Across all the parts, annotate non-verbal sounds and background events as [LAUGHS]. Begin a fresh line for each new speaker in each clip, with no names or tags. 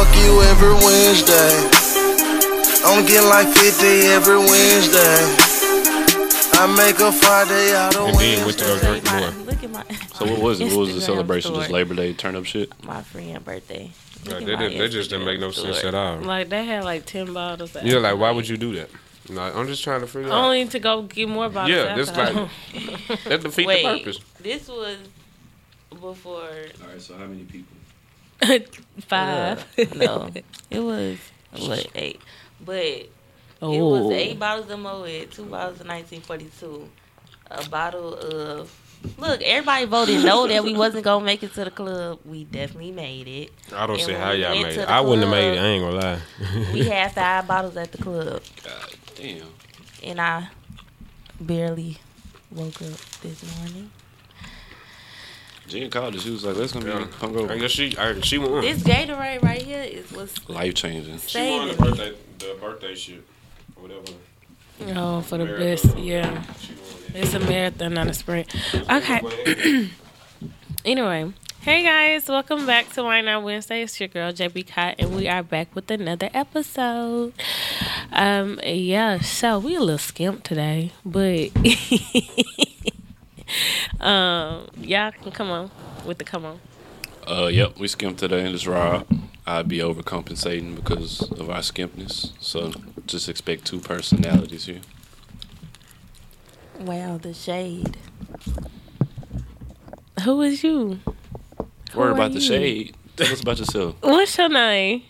every Wednesday. Only get like 50 every Wednesday. I make a Friday out of
And then went to go
Wednesday.
drink more.
Look at my.
So what was it? What was the
Instagram
celebration? Just
story.
Labor Day turn up shit.
My friend birthday. Look
Like,
at
they
my
didn't- they just didn't make no
Instagram
sense
story.
at all.
Like they had like ten bottles. of
Yeah, like why
alcohol.
would you do that? Like, I'm just trying to figure out.
Only to go get more bottles.
Yeah,
of
this
[LAUGHS] alcohol.
That defeat
Wait,
the purpose.
this was [LAUGHS] before
All right, so how many people?
five. no, it was what eight, but it was eight bottles of Moet, two bottles of 1942, a bottle of. Look, everybody voted no that [LAUGHS] we wasn't gonna make it to the club. We definitely made it.
I don't
And
see
when
how
we
y'all
went
made
to
it.
the
I wouldn't have
club,
made it. I ain't gonna lie.
We had five bottles at the club,
God damn.
and I barely woke up this morning.
Jen called us. She was like, "That's gonna
Yeah.
be hungover."
I guess she, I, she won.
This Gatorade right here is what's
Life changing.
she won the
saving. me.
birthday, the birthday shit, or whatever.
Oh, for the
Marathon.
best. Yeah.
She won it.
It's a marathon, not a sprint. Okay.
Okay.
Anyway, hey guys, welcome back to Wine Night Wednesday. It's your girl JB Cott, and we are back with another episode. Um, yeah, so we a little skimp today, but [LAUGHS] um, y'all can come on with the come on.
Uh, yep, we skimped today and it's Rob. I'd be overcompensating because of our skimpness. So just expect two personalities here.
Wow, the shade.
Who is you? Who
Worry
are
about the
you?
shade. Tell us about yourself.
What's your name?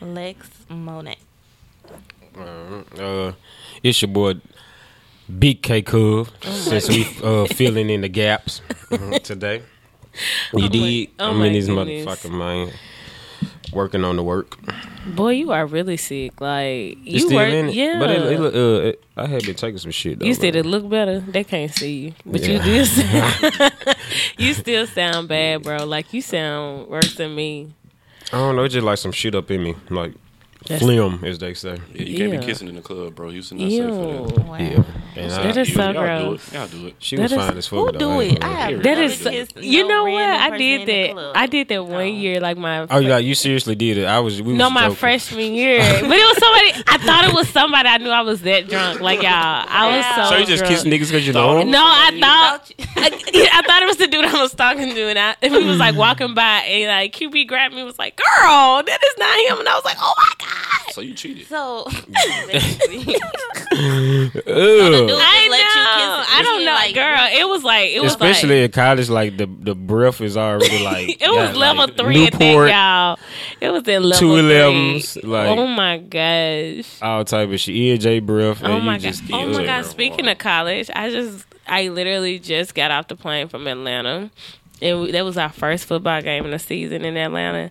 Lex Monet.
Uh, it's your boy BK Cove. since we uh, filling in the gaps uh, today, you did.
[LAUGHS] oh
I
my
mean, these
goodness.
motherfucking man working on the work.
Boy, you are really sick. Like you
It's still
work,
in it,
yeah.
But it, it, look, uh, it, I had been taking some shit. Though,
You said
man.
it look better. They can't see you, but you
Yeah. [LAUGHS]
do. Sound, [LAUGHS] you still sound bad, bro. Like you sound worse than me.
I don't know. It's just like some shit up in me, like
That's-
phlegm, as they say.
Yeah, you can't
Yeah.
be kissing in the club, bro. Houston not safe for that.
Ew.
Wow.
Yeah, and
That
I,
is so
y'all
gross.
Do it. Y'all do it.
she
that
was
is-
fine as fuck.
Who
though,
do
I ain't
it? I
gonna lie.
have
That
never
is,
kissed
you
no
know what?
random
I
person in
did
the
that.
club.
I did that one
No.
year, like my
Oh, you like you seriously did it? I was. We was
no, my
joking.
freshman year. But it was somebody. I thought it was somebody. I knew I was that drunk. Like y'all, I was
Wow.
so.
So you just
drunk.
kiss niggas because you know 'em?
No, I thought [LAUGHS]
You
I, I thought it was the dude I was talking to, and I and we was like walking by, and like QB grabbed me, and was like, "Girl, that is not him," and I was like, "Oh my god!"
So you cheated.
So basically,
Ugh.
dude-
I
Just let you kiss
know.
it.
I don't
She
know,
like-
girl. It was like it was
Especially
like,
in college, like the the breath is already like
[LAUGHS] it was
got,
level
like,
three at
Newport,
that, y'all. It was at level
two
three.
limbs, like
oh my gosh.
all type of shit. E and J breath.
Oh
and
my
you
god.
just
Oh my
ugh.
god. Speaking of college, I just I literally just got off the plane from Atlanta. And we, that was our first football game in the season in Atlanta.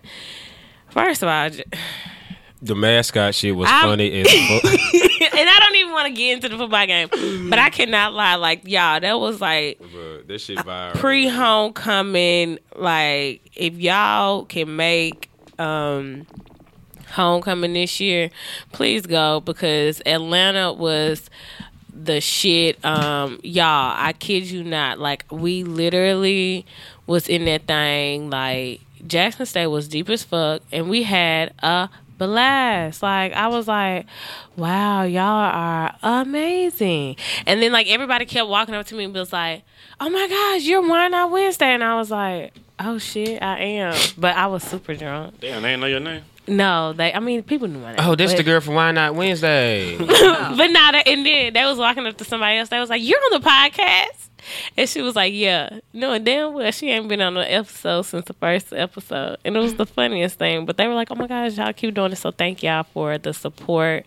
First of all, I ju-
The mascot shit was
I'm-
funny
[LAUGHS]
as fuck.
and I don't even want to get into the football game, but I cannot lie. Like y'all, that was like
that shit viral.
pre homecoming. Like if y'all can make um homecoming this year, please go because Atlanta was the shit. Um, y'all, I kid you not. Like we literally was in that thing. Like Jackson State was deep as fuck, and we had a blast. Like I was like, wow, y'all are amazing. And then like everybody kept walking up to me and was like, oh my gosh, you're Wine Out Wednesday, and I was like. Oh shit, I am. But I was super drunk.
Damn, they ain't know your name.
No, they. I mean, people knew my name.
Oh, that's
but-
the girl from Why Not [LAUGHS] Wednesday.
[LAUGHS] but now that and then they was walking up to somebody else. They was like, "You're on the podcast," and she was like, "Yeah, no, damn well she ain't been on an episode since the first episode." And it was the funniest thing. But they were like, "Oh my gosh, y'all keep doing it!" So thank y'all for the support.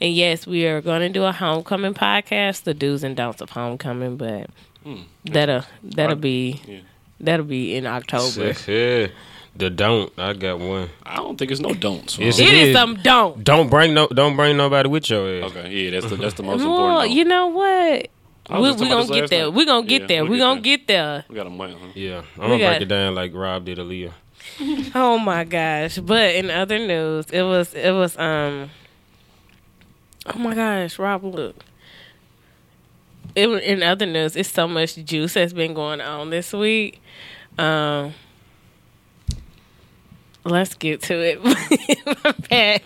And yes, we are going to do a homecoming podcast, the do's and don'ts of homecoming. But that'll that'll be
Hmm. Yeah.
that'll be in October.
yeah, the don't. I got one.
I don't think it's no don'ts.
It's-
huh?
It is
is.
some don't.
Don't bring no. Don't bring nobody with your ass.
Okay, yeah, that's the
[LAUGHS]
that's the most important.
Well,
don't.
you know what?
I was
We're
just talking
gonna
about this
get
last
there.
night.
We're gonna get
Yeah,
there.
we'll
We're
get
gonna
there.
get there.
we got a month, huh?
Yeah, I'm gonna
got-
break it down like Rob did Aaliyah.
Oh my gosh. But in other news, it was it was um Oh my gosh, Rob look. It, wa- in other news, it's so much juice that's been going on this week. Um Let's get to it. [LAUGHS] My bad.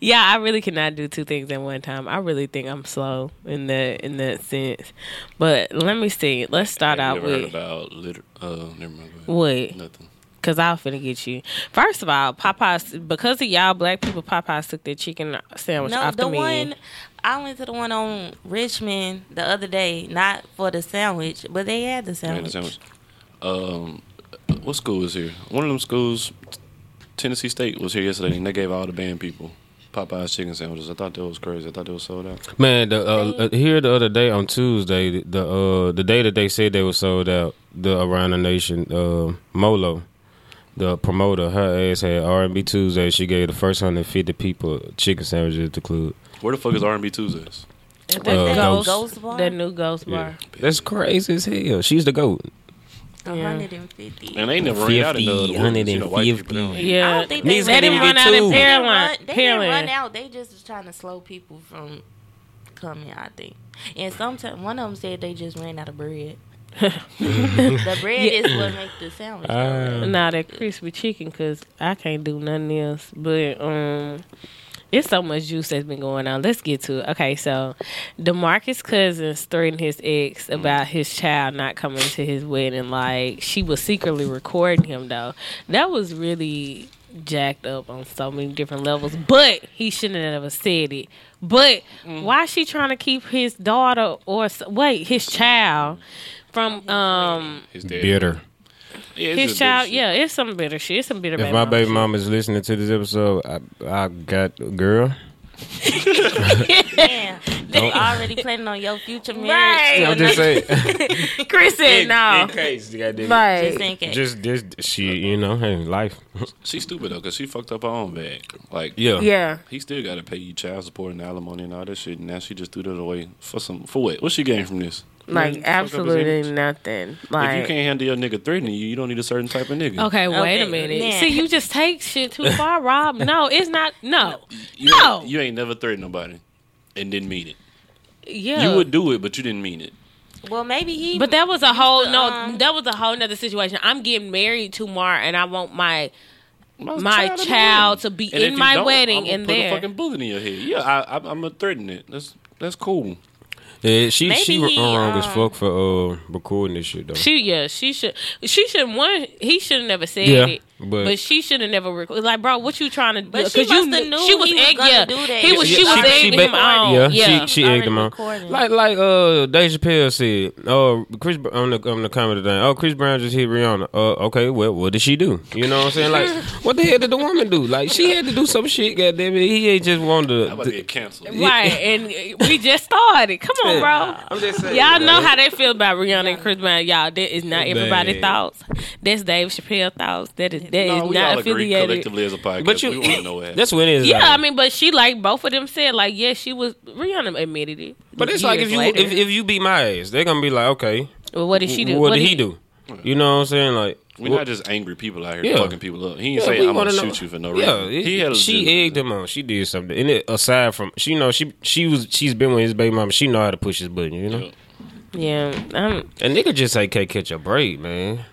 Yeah, I really cannot do two things at one time. I really think I'm slow in that in that sense. But let me see. Let's start
Have
out
you ever heard
with
about liter- uh, never mind. go ahead.
what.
Nothing.
Cause I'm finna get you. First of all, Popeyes because of y'all black people, Popeyes took their chicken
[LAUGHS]
sandwich
No,
off
the
the, menu.
one I went to the one on Richmond the other day, not for the sandwich, but they had the
I
sandwich.
had a sandwich. Um, what school is here? One of them schools, Tennessee State, was here yesterday, and they gave all the band people Popeye's chicken sandwiches. I thought that was crazy. I thought they was sold out.
Man, the, uh, uh, here the other day on Tuesday, the uh, the day that they said they were sold out, the Around the Nation, uh, Molo, the promoter, her ass had R and B Tuesday. She gave the first hundred fifty people chicken sandwiches at the club.
Where the fuck is R&B Tuesdays?
The
Uh,
ghost,
Ghost Bar?
the new ghost
Yeah.
bar.
That's crazy as hell. She's the goat.
A hundred and fifty.
And they never ran out in the other
50,
ones. You know, white people, they don't
150.
eat.
Yeah,
I don't think
Niggas
they
let
ran
can't
him
even
run
get
out
two.
of
They didn't run-
Pearland.
They didn't run
Pearland.
out. They just was trying to slow people from coming. I think. And sometimes one of them said they just ran out of bread. [LAUGHS] the bread is what make the sandwich.
Ah.
Nah, that crispy chicken, cause I can't do nothing else. But um, it's so much juice that's been going on. Let's get to it. Okay, so Demarcus Cousins threatened his ex about his child not coming to his wedding. Like she was secretly recording him though. That was really jacked up on so many different levels. But he shouldn't have ever said it. But why is she trying to keep his daughter or s- wait his child from um
His dad-
Bitter.
Yeah, it's
his
just bullshit.
child, yeah, it's some bitter shit. It's some bitter.
If my baby
[LAUGHS] shit.
mom is listening to this episode, I, I got a girl.
Man, they already planning on your future marriage.
Right.
to
I'm just
another-
saying. [LAUGHS]
Chris said no.
In case, goddamn.
Just
Like,
in case.
Just this shit, you know, hey, life.
She's stupid though, cause she fucked up her own bag. Like,
Yeah.
yeah,
he still got to pay you child support and alimony and all that shit. And now she just threw that away for some for what? What's she gain from this? Man,
like
fuck up his
absolutely
image.
nothing.
If you
Like,
can't handle your nigga threatening you, you don't need a certain type of nigga.
okay, wait a
Okay,
minute.
yeah.
See, you just take shit too
[LAUGHS]
far, Rob. No, it's not. No,
You,
No.
ain't, you ain't never threatened nobody and didn't mean it.
yeah,
You would do it, but you didn't mean it.
Well, maybe he.
But that was a whole no.
um,
that was a whole nother situation. I'm getting married tomorrow, and I want my my
in my
child
wedding.
to be
And if
in
you
my
don't,
wedding
I'm gonna
and
put
there.
a fucking bullet in your head. Yeah, I, I, I'm a threaten it. That's that's cool.
Yeah, she
Maybe
she
he,
wrong as
um,
fuck for uh recording this shit though.
She yeah, she should she should not one he should have never said
Yeah,
it.
but-
But, she should have never recorded. Like, bro, what you trying to do?
But she
you
musta
kn-
knew
she was,
he was
egg,
gonna
yeah.
do that.
He was she
Yeah, she-
was
she
egging
ba-
him on.
Yeah,
Yeah,
she she
Already
egged him on.
recording.
Like like uh Dave Chappelle said, oh Chris Br- on the on the comedy thing. Oh Chris Brown just hit Rihanna. Uh okay, well what did she do? You know what I'm saying?
[LAUGHS]
Like what the hell did the woman do? Like she had to do some shit. Goddamn it, he ain't just wanted
I'm about to get canceled.
Right, and we just started. Come on, bro.
I'm just saying.
Y'all know how they feel about Rihanna and Chris Brown. Y'all, that is not everybody's
Man.
thoughts. That's Dave Chappelle thoughts. That is that is
No, we all
not
agree
affiliated.
collectively as a podcast.
But you,
we want to know what happened.
that's what it is.
Yeah,
like.
I mean, but she like both of them said like, yeah, she was Rihanna admitted it.
but it's like if
years
you
later.
if, if you beat my ass, they're gonna be like, okay,
Well, what did she do?
what did he do? You know what I'm saying? Like
We're
what-
not just angry people out here
Yeah.
fucking people up. He ain't
Yeah,
saying
we
I'm gonna
wanna know-
shoot you for no reason.
Yeah, it-
he had a
she
legitimate
egged him on. She did something. And it, aside from she know she she was she's been with his baby mama. She know how to push his button. You know,
Yeah.
Yeah, I'm
a nigga just like can't catch a break, man.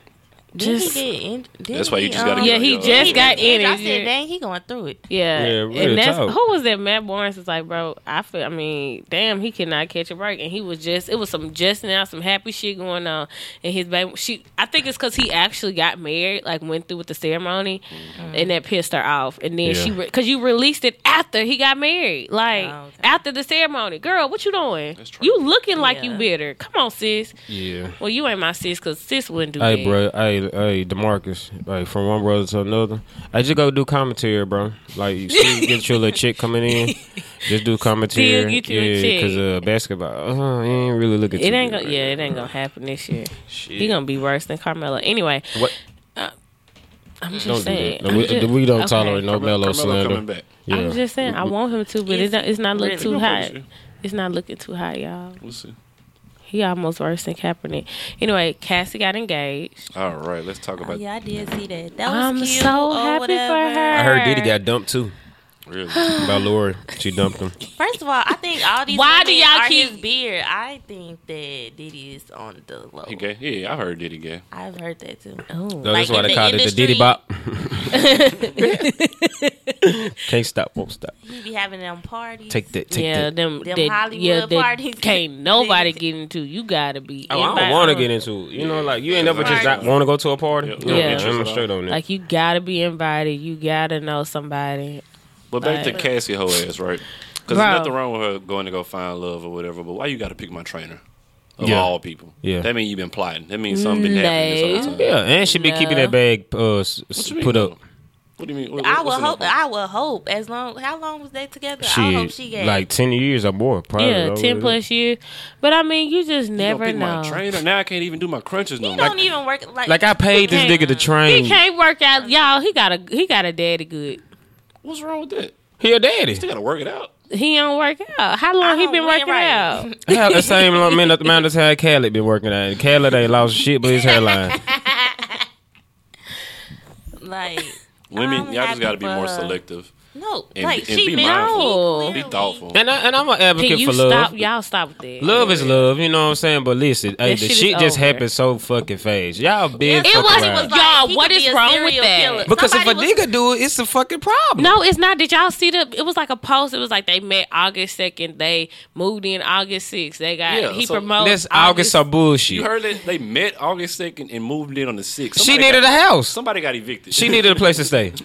Didn't
just-
he get in, didn't
That's why you
he,
just gotta
um,
Yeah, he just got in
I
it.
said,
Yeah,
dang, he going through it.
yeah.
Yeah, real
and that's
talk.
who was that? Matt Barnes is like, bro. I feel. I mean, damn, he cannot catch a break, and he was just. It was some just now, some happy shit going on, and his baby. She, I think it's because he actually got married, like went through with the ceremony,
Mm-hmm.
and that pissed her off. And then she,
Yeah.
because you released it after he got married, like
Oh, okay.
after the ceremony. Girl, what you doing?
That's true.
You looking like you
Yeah.
bitter? Come on, sis.
Yeah.
Well, you ain't my sis, cause sis wouldn't do
Hey,
that.
bro. Hey, hey, Demarcus. Like from one brother to another. I just go do commentary, bro. Like you
[LAUGHS]
see, get your little chick coming in. Just do commentary.
get you a
yeah,
chick.
because uh, basketball. Uh, you ain't really looking.
It ain't gonna, yeah, it ain't gonna happen this year.
Shit.
He gonna be worse than Carmelo. Anyway,
What?
I'm just
Don't do
saying.
that. No,
I'm
we,
just-
we don't
okay.
tolerate no
Carmelo
mellow
coming
slander.
back.
Yeah.
I'm just saying. I want him to, but it's not. It's not look
Really?
too
We'll
hot.
see.
It's not looking too hot, y'all.
We'll see.
He almost worse than Kaepernick. Anyway, Cassie got engaged.
All right,
Oh,
let's talk about
Yeah, I did see that. That was
I'm
cute.
so
or
happy for
whatever.
her.
I heard Diddy got dumped too.
[SIGHS]
Really?
By Lori, she dumped him.
First of all, I think all these
Why
Why
do
do
y'all
y'all are
keep-
his beard. I think that Diddy is on the low.
He gay? Yeah, I heard Diddy gay.
I've heard that too.
Oh.
So
Like
that's why
in
they
the
called it the
industry-
Diddy Bop.
[LAUGHS]
Can't stop, won't stop.
He be having them parties.
Take that, take
yeah,
that.
them,
Them
that-
Hollywood
yeah, that
parties. [LAUGHS]
Can't nobody get into. You gotta be.
Oh, I don't
invited.
want to get into it. You know, like you ain't never just
Right.
want to go to a party.
Yeah.
No,
Yeah.
I'm straight on that.
Like you gotta be invited. You gotta know somebody.
But back to
Like-
Cassie hoe ass, right? Because
Bro.
there's nothing wrong with her going to go find love or whatever. But why you got to pick my trainer of
Yeah.
all people?
Yeah.
that means you've been plotting. That means something been happening this whole time.
yeah, and she be keeping
No.
that bag uh, s- s-
you mean,
put up.
What do you mean? What,
I
what's
would
in the
hope.
plan?
I would hope as long. How long was they together? I
She,
hope she got
like ten years or more. Probably
yeah,
though.
ten plus years. But I mean, you just
You gonna
never
pick
know.
My
e-
trainer. Now I can't even do my crunches no
He
more.
don't even work. Like,
Like I paid this
can't-
nigga to
[LAUGHS] He
train.
can't work out, y'all. He got a he got a daddy good.
What's wrong with that?
He a daddy.
You got to work it out.
He don't work out. How long
I
he
don't
been
win
working
right.
out?
Have the same long amount amount of time Khaled been working at. Khaled ain't lost shit but his
[LAUGHS]
hairline.
like
Women,
I'm
y'all just got to be more
happy for-
selective.
no.
And
like
be- and
she
be
been-
mindful.
he
Be
clearly-
thoughtful.
And, I, and I'm an
Can
advocate
you
for love.
stop? Y'all stop with that.
Love is love, you know what I'm saying? But listen, hey, the
shit is
shit just
over.
happened so fucking fast. Y'all
Yes,
big
It
fucking
wasn't-
wild.
was like- Y'all,
he
what
could
is
be a
wrong
serial
with that?
killer.
because if a
Somebody was-
nigga do it, it's a fucking problem.
No, it's not. Did y'all see the? It was like a post. It was like they met August second. They moved in August sixth. They got
Yeah,
he
so
promoted.
That's August some bullshit.
You heard that they met August second and moved in on the sixth.
She needed a house.
Somebody got evicted.
She needed a place to
[LAUGHS]
stay.
[LAUGHS]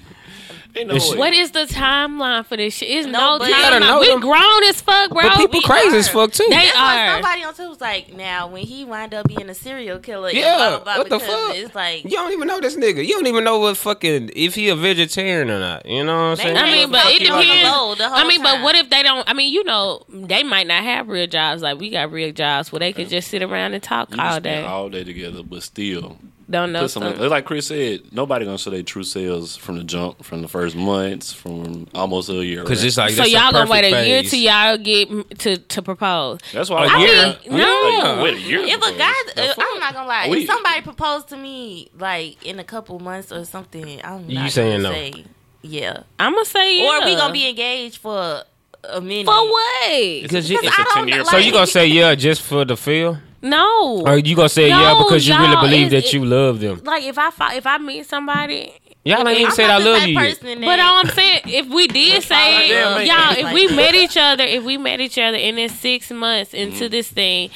Ain't no
Is she-
way.
What is the timeline for this shit? It's no,
No, but- You
gotta
timeline.
know
We
them-
grown as fuck, bro.
but people
We
crazy as
are.
fuck too.
They
That's why
are.
somebody on Twitter was like, now when he wind up being a serial killer,
Yeah,
yeah, blah, blah, blah,
what the
because
fuck?
It's like
You don't even know this nigga. You don't even know what fucking if he a vegetarian or not. You know what I'm saying?
They
I mean, but it
Fucking on the
depends.
low the
I
whole
mean, but
time.
what if they don't? I mean, you know, they might not have real jobs. Like we got real jobs where they could just sit around and talk
You just
all
be
day.
all day together, but still,
Don't know
put some,
something.
like Chris said, nobody gonna show their true selves from the jump, from the first months, from almost a year.
Because
right?
it's like
So
that's
y'all
the
gonna wait a
perfect
year
phase.
till y'all get m- to to propose.
that's why
A
I
year?
Like,
No.
like, wait a year.
If
before.
a guy,
The
uh,
fuck? Oh,
I'm not gonna lie.
We-
if somebody proposed to me like in a couple months or something, I'm not
You
gonna
saying no.
say yeah.
I'm gonna say yeah.
Or we gonna be engaged for a minute.
for what?
Because you,
It's a
I don't
10-year
like-
so you gonna say yeah just for the feel,
No.
or you gonna say
No,
yeah because you really
y'all,
believe
it's-
that you love them?
like if I fi- if I meet somebody,
Y'all ain't even
I'm
said
not
I
the
love
type
you. yet.
person
but
that-
all I'm saying, if we did say
all I
it,
did.
y'all, if
Like-
we met each other, if we met each other, and then six months into
Mm-hmm.
this thing,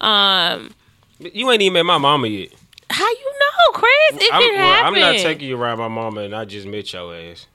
um,
You ain't even met my mama yet.
how you know, Chris? It
I'm,
can
well,
happen.
I'm not taking you around my mama, and I just met your ass.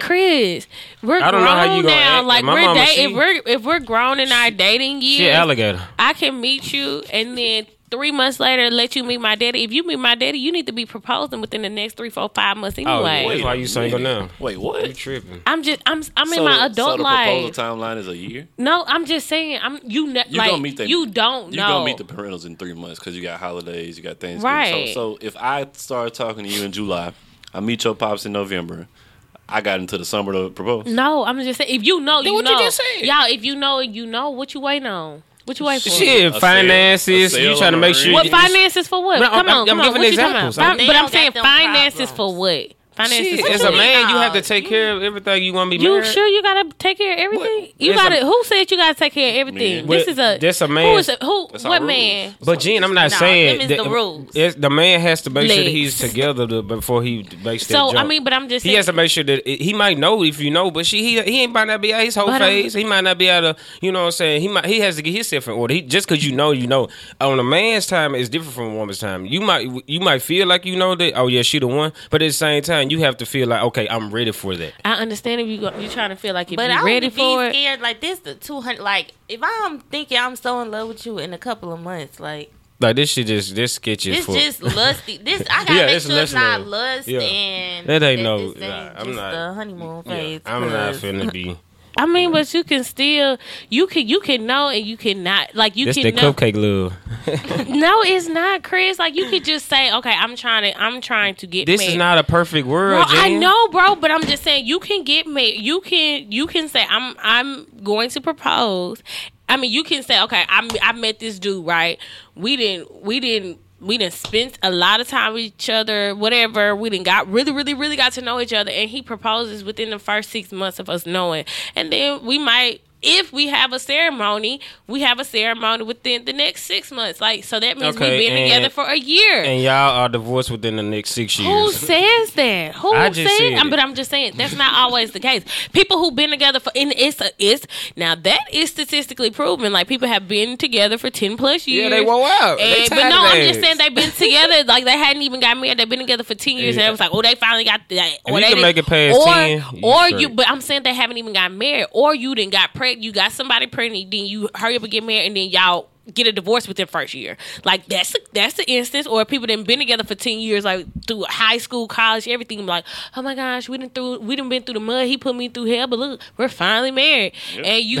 Chris, we're
I don't
grown
know how you gonna
now.
act.
Like
My
we're
mama,
da-
she-
if we're if we're grown in our dating years,
She an alligator.
I can meet you, and then three months later, let you meet my daddy. If you meet my daddy, you need to be proposing within the next three, four, five months
Oh, yeah.
anyway.
That's why you single now.
Wait, what?
You tripping?
I'm just I'm I'm
So
in my
the- so
adult
the
life.
proposal timeline is a year.
No, I'm just saying I'm you ne-
You
like
gonna meet the-
you don't
You
know.
gonna meet the parentals in three months because you got holidays, you got Thanksgiving.
Right.
So, so if I start talking to you in July, I meet your pops in November. I got into the summer to propose.
no, I'm just saying if you know, you
what you
know.
just said.
Y'all, if you know, you know what you waiting on. What you waiting for?
Shit,
sale- a
finances.
sale
you trying to
on
make
a
sure?
What
you-
finances for what?
No, I'm-
come on,
I'm
come on.
giving
What you talking
examples.
about? Fin-
They
but I'm
don't
saying
got them
finances
problems.
for what? Finances
Shit,
for
as
what?
a man, you have to
Oh,
take care of everything. You want to be
You
married?
sure you gotta take care of everything?
What?
You
That's
gotta.
a-
who said you gotta take care of everything?
Man.
This
But
is a.
that's a
Who
man.
is a, who?
That's our
What
rules.
man?
But Jen, I'm not
Nah,
saying
them is
that-
the rules.
it's- the man has to make sure that
Legs.
he's together to, before he makes that
So I
jump.
mean, but I'm just.
he
saying-
has to make sure that it- he might know if you know, but she he, he ain't might not be out his whole
But um, I'm-
phase. He might not be out of you know what I'm saying. He might he has to get himself in order. He, just because you know you know on a man's time is different from a woman's time. You might you might feel like you know that oh yeah she the one, but at the same time you have to feel like okay I'm ready for that.
I understand if you go, you're trying to feel like if
But
you're
I'm
ready
ready be
for it.
scared like this. The two hundred, like if I'm thinking I'm so in love with you in a couple of months, like
Like this shit just this sketchy.
this
as fuck. [LAUGHS]
just lusty. This I gotta
Yeah,
make
it's
sure it's
lust
not
now.
lust
Yeah.
and
That ain't no-
This
nah,
ain't
I'm
just
not-
the honeymoon
Yeah,
phase.
I'm not
'cause-
finna be.
I mean, but you can still you can you can know and you can not like [LAUGHS] you
That's
can
that
know.
cupcake love.
No, it's not, Chris. Like you could just say, okay, I'm trying to I'm trying to get.
This
married.
is not a perfect
Bro,
world.
I
Jen.
know, bro, but I'm just saying you can get married. You can you can say I'm I'm going to propose. I mean, you can say okay, I I met this dude, right? We didn't we didn't we didn't spent a lot of time with each other, whatever. We didn't got really, really, really got to know each other, and he proposes within the first six months of us knowing, and then we might. If we have a ceremony, we have a ceremony within the next six months. Like so, that means
Okay,
we've been
and-
together for a year.
And y'all are divorced within the next six
Who
years.
says that? Who
I just
says?
said
I'm-
it.
but I'm just saying that's not always the case. People who've been together for and it's a, it's now that is statistically proven. Like people have been together for ten plus years.
Yeah, they won't out. They
And- Eh, but
tired
no,
of
I'm
that.
just saying they've been together. Like they hadn't even got married. They've been together for ten years, and
Yeah.
it was like, oh, they finally got that.
If
or
you
they
can
didn't-
make it past
or,
10, you
or you.
straight.
But I'm saying they haven't even got married, or you didn't got pregnant. You got somebody pregnant, then you hurry up and get married, and then y'all get a divorce within first year. Like that's that's the instance. Or people that been together for ten years, like through high school, college, everything. Like, oh my gosh, we didn't through we done been through the mud. He put me through hell, but look, we're finally married, and you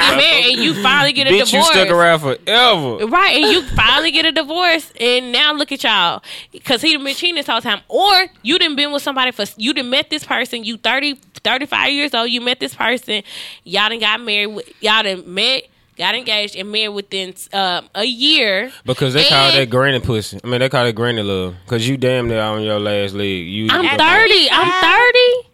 [LAUGHS]
get married, and you finally get a
Bitch, you
divorce.
stuck around forever.
Right, and you finally get a divorce, and now look at y'all, because he done been cheating this whole time, or you done been with somebody for you done met this person, you 30, 35 years old, you met this person, y'all done got married, with- y'all done met, got engaged, and married within um, a year.
Because they call
And-
that granny pussy. I mean, they call it granny love. Because you damn near on your last leg. You,
I'm thirty, I'm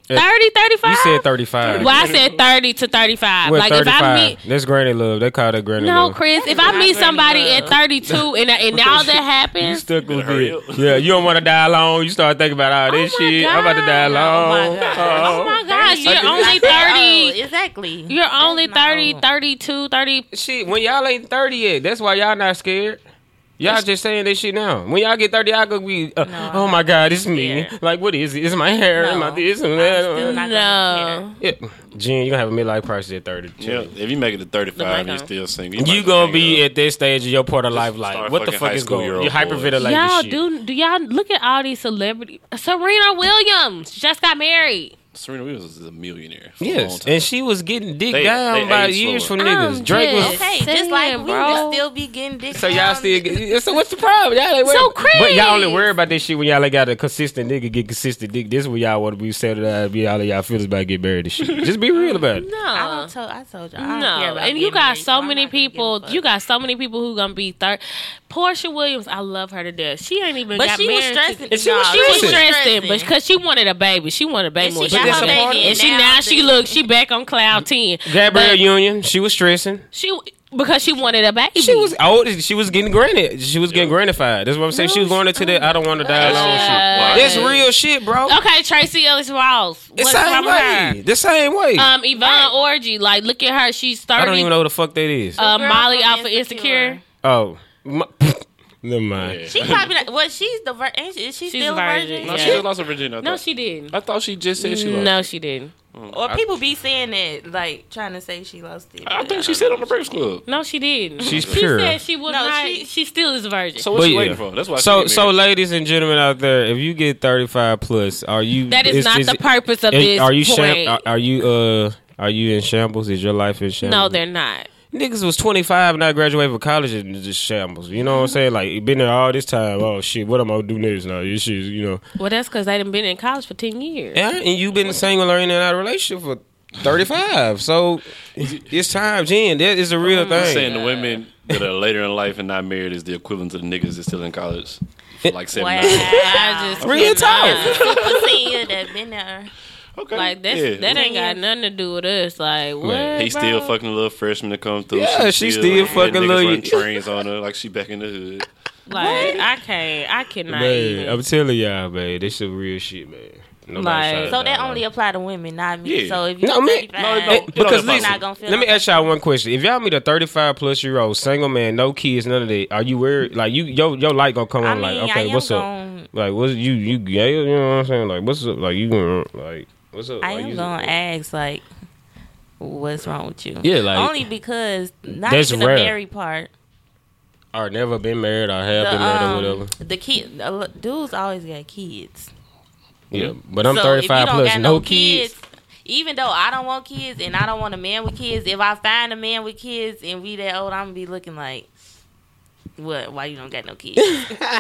30, 30, 35.
You said 35.
Well, I said thirty to thirty-five.
We're
like if
35.
I meet.
That's granny love. They call that granny
No,
love.
Chris. If I meet somebody at thirty-two and and all that
You
happens,
stuck with
hurry
it.
up.
Yeah, you don't want to die alone. You start thinking about all this
Oh my
shit. I'm about to die
God.
alone.
Oh my
[LAUGHS]
God.
Uh-oh.
oh my gosh, you're
Thirty.
only
[LAUGHS] Oh,
thirty.
exactly.
You're only
That's not
30,
old.
32, 30.
Shit, when y'all ain't 30 yet, that's why y'all not scared. Y'all just saying this shit now. When y'all get 30, y'all gonna be, uh, oh my God, it's me.
scared.
Like, what is it? It's my hair.
No,
Am I this and
still
that?
not
No.
gonna
Yeah. Jen, you're gonna have a midlife crisis at 30.
Yeah, if you make it to
mic
35 and
on.
you're still single,
You
might as well
gonna be
hang up.
at this stage of your part of life, like,
start
what the
fucking
fuck
high
is going on?
school-year-old
You hyperventilating
y'all
shit.
do do y'all look at all these celebrities? Serena Williams just got married.
Serena Williams is a millionaire. For a long
Yes,
time.
and she was getting dick
They-
down
they
by
age
years
slower.
from
I'm
niggas. Drake
just-
was.
Okay, just like we
Bro.
would still be getting dick.
So y'all
down.
still get, so what's the problem? Y'all ain't worried.
Um, So
But y'all only
Chris.
worry about this shit when y'all ain't got a consistent nigga get consistent dick. This is where y'all want to be settled out, be all of y'all feelings about get married and shit. [LAUGHS] Just be real about it.
I don't
No.
tell. I told you. I don't care
No.
about
And you
being
got
married,
so
I'm
many
not gonna give a
people
fuck.
you got so many people who gonna be third Portia Williams, I love her to death. She ain't even
But
got
she was
married to-
stressing.
And she was
Nah,
She was
Listen.
stressing, but because she wanted a baby, she wanted a baby.
And
when
she got
that's
was
her
a
pregnant.
baby,
part-
and she now she
looked.
look she back on cloud ten.
Gabrielle
But
Union, she was stressing.
she because she wanted a baby.
She was old. She was getting granted. She was getting gratified. That's what I'm saying. she was going into that I don't want to die alone
Yeah.
shit. That's real shit, bro.
Okay, Tracy Ellis Ross.
The
What's
same
wrong with her?
way. The same way.
Um, Yvonne Orgy. Like, look at her. She's thirty.
I don't even know who the fuck that is.
Uh,
The girl
Molly
from
off of Insecure.
Insecure.
oh. My, [LAUGHS] never mind.
Yeah.
She probably not, well, she's the virgin. Is she,
She's
still a virgin?
virgin,
No,
yeah.
she just lost her virginity. I
No,
thought.
she didn't.
I thought she just said she lost.
Mm, No, she didn't.
Or people be saying that, like trying to say she lost it.
I think she said on the Breakfast Club.
No, she didn't.
She's
she
pure.
said she was
No,
not. She,
she-
still is a virgin.
So what's she
But
waiting
yeah.
for? That's why. she
So,
get
so,
married.
ladies and gentlemen out there, if you get 35 plus, are you?
that is, not the purpose of this.
Are you
point.
sham- are, are you uh? Are you in shambles? Is your life in shambles?
no, they're not.
Niggas was 25 and I graduated from college and it's just shambles. You know what I'm saying? Like, been there all this time. Oh, shit, what am I going to do next now? This shit, you know.
Well, that's because they done been in college for ten years.
And, and you been single or in and out of relationship for 35. So, it's time, Jen. That is a real
I'm saying
thing.
the women that are later in life and not married is the equivalent to the niggas that's still in college for like seven.
Wow.
nine.
[LAUGHS] I just
Real
cannot.
talk.
People saying you that been there.
Okay.
Like that's
Yeah.
that ain't got nothing to do with us. Like what?
Man,
He still
bro?
fucking little freshman to come through.
Yeah, she still
hitting
fucking
niggas
little-
running trains on her like she back in the
[LAUGHS]
hood.
Like I can't. I cannot.
Man,
even.
I'm telling y'all, man. This is real shit, man. Nobody
Like-
shot it
So
So that
down.
only apply to women, not me.
Yeah.
So if you
No, man.
35,
No, no,
Hey,
it don't
because
apply.
listen,
Not
gonna feel
let me
like-
ask y'all one question. If y'all meet a 35 plus year old single man, no kids, none of that, are you worried? Like you, your your light gonna come
I
on.
mean,
like
I
okay,
am
what's up?
gonna,
Like what's you you gay? You know what I'm saying? Like what's up? Like you gonna like what's up?
I
Like,
am
you-
gonna ask like, what's wrong with you?
Yeah, like-
only because not
That's
even
rare.
the married part.
Or never been married. or have
The,
been married
um,
or whatever.
the kid, the l- dudes always got kids.
Yeah, but I'm
So if you
35
don't
plus,
got
no, kids.
Even though I don't want kids and I don't want a man with kids, if I find a man with kids and we that old, I'm gonna be looking like, what? Why you don't got no kids?
Okay.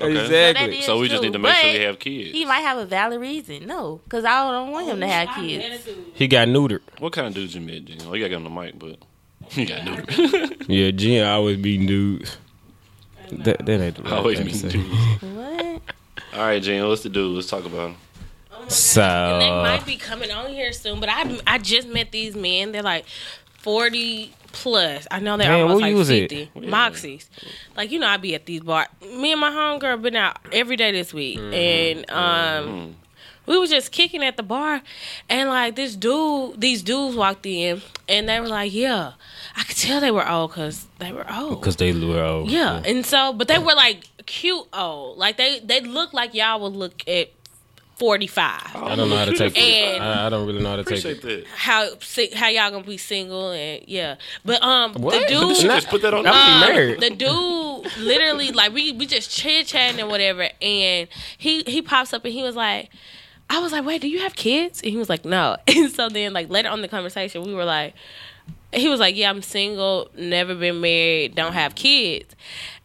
Exactly.
That
So
is
we just
true,
need to make sure
but
we have kids.
He might have a valid reason. No, because I don't want him to have [LAUGHS]
Oh,
kids.
He got neutered.
What kind of dudes you met, Jen? Oh, [LAUGHS]
[LAUGHS]
you got to get on the mic, but you got to do it.
Yeah, Jen always beating dudes. That, that ain't the right
always
thing to
mean
say. [LAUGHS]
dudes.
What?
All right, Jan, what's the dude? Let's talk about him.
and they
So
might be coming on here soon, but I I just met these men. They're like forty plus. I know they're
Damn,
almost
who
like
you was at?
fifty. Moxies. Like you know, I be at these bar. Me and my homegirl been out every day this week,
Mm-hmm.
and um. We was just kicking at the bar, and like this dude, these dudes walked in, and they were like, "Yeah, I could tell they were old because they were old."
because they lure old.
Yeah, and so but they were like cute old, like they they looked like y'all would look at forty five.
I don't know how to take.
And-
I, I don't really know how to take.
Appreciate
it.
that.
How si- how y'all gonna be single and yeah, but um the
What?
She
dude.
just put that on.
I'm
um,
married.
the dude literally like we we just chit chatting and whatever, and he he pops up and he was like, I was like, wait, do you have kids? And he was like, no. [LAUGHS] And so then like later on in the conversation, we were like, he was like, yeah, I'm single, never been married, don't have kids.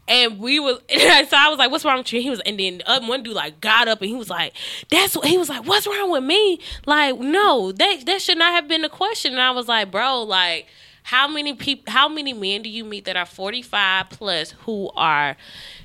And we was [LAUGHS] so I was like, "What's wrong with you?" He was, and then up one dude like got up and he was like, "That's what he was like. What's wrong with me? Like, no, that that should not have been the question." And I was like, "Bro, like, how many people? How many men do you meet that are forty five plus who are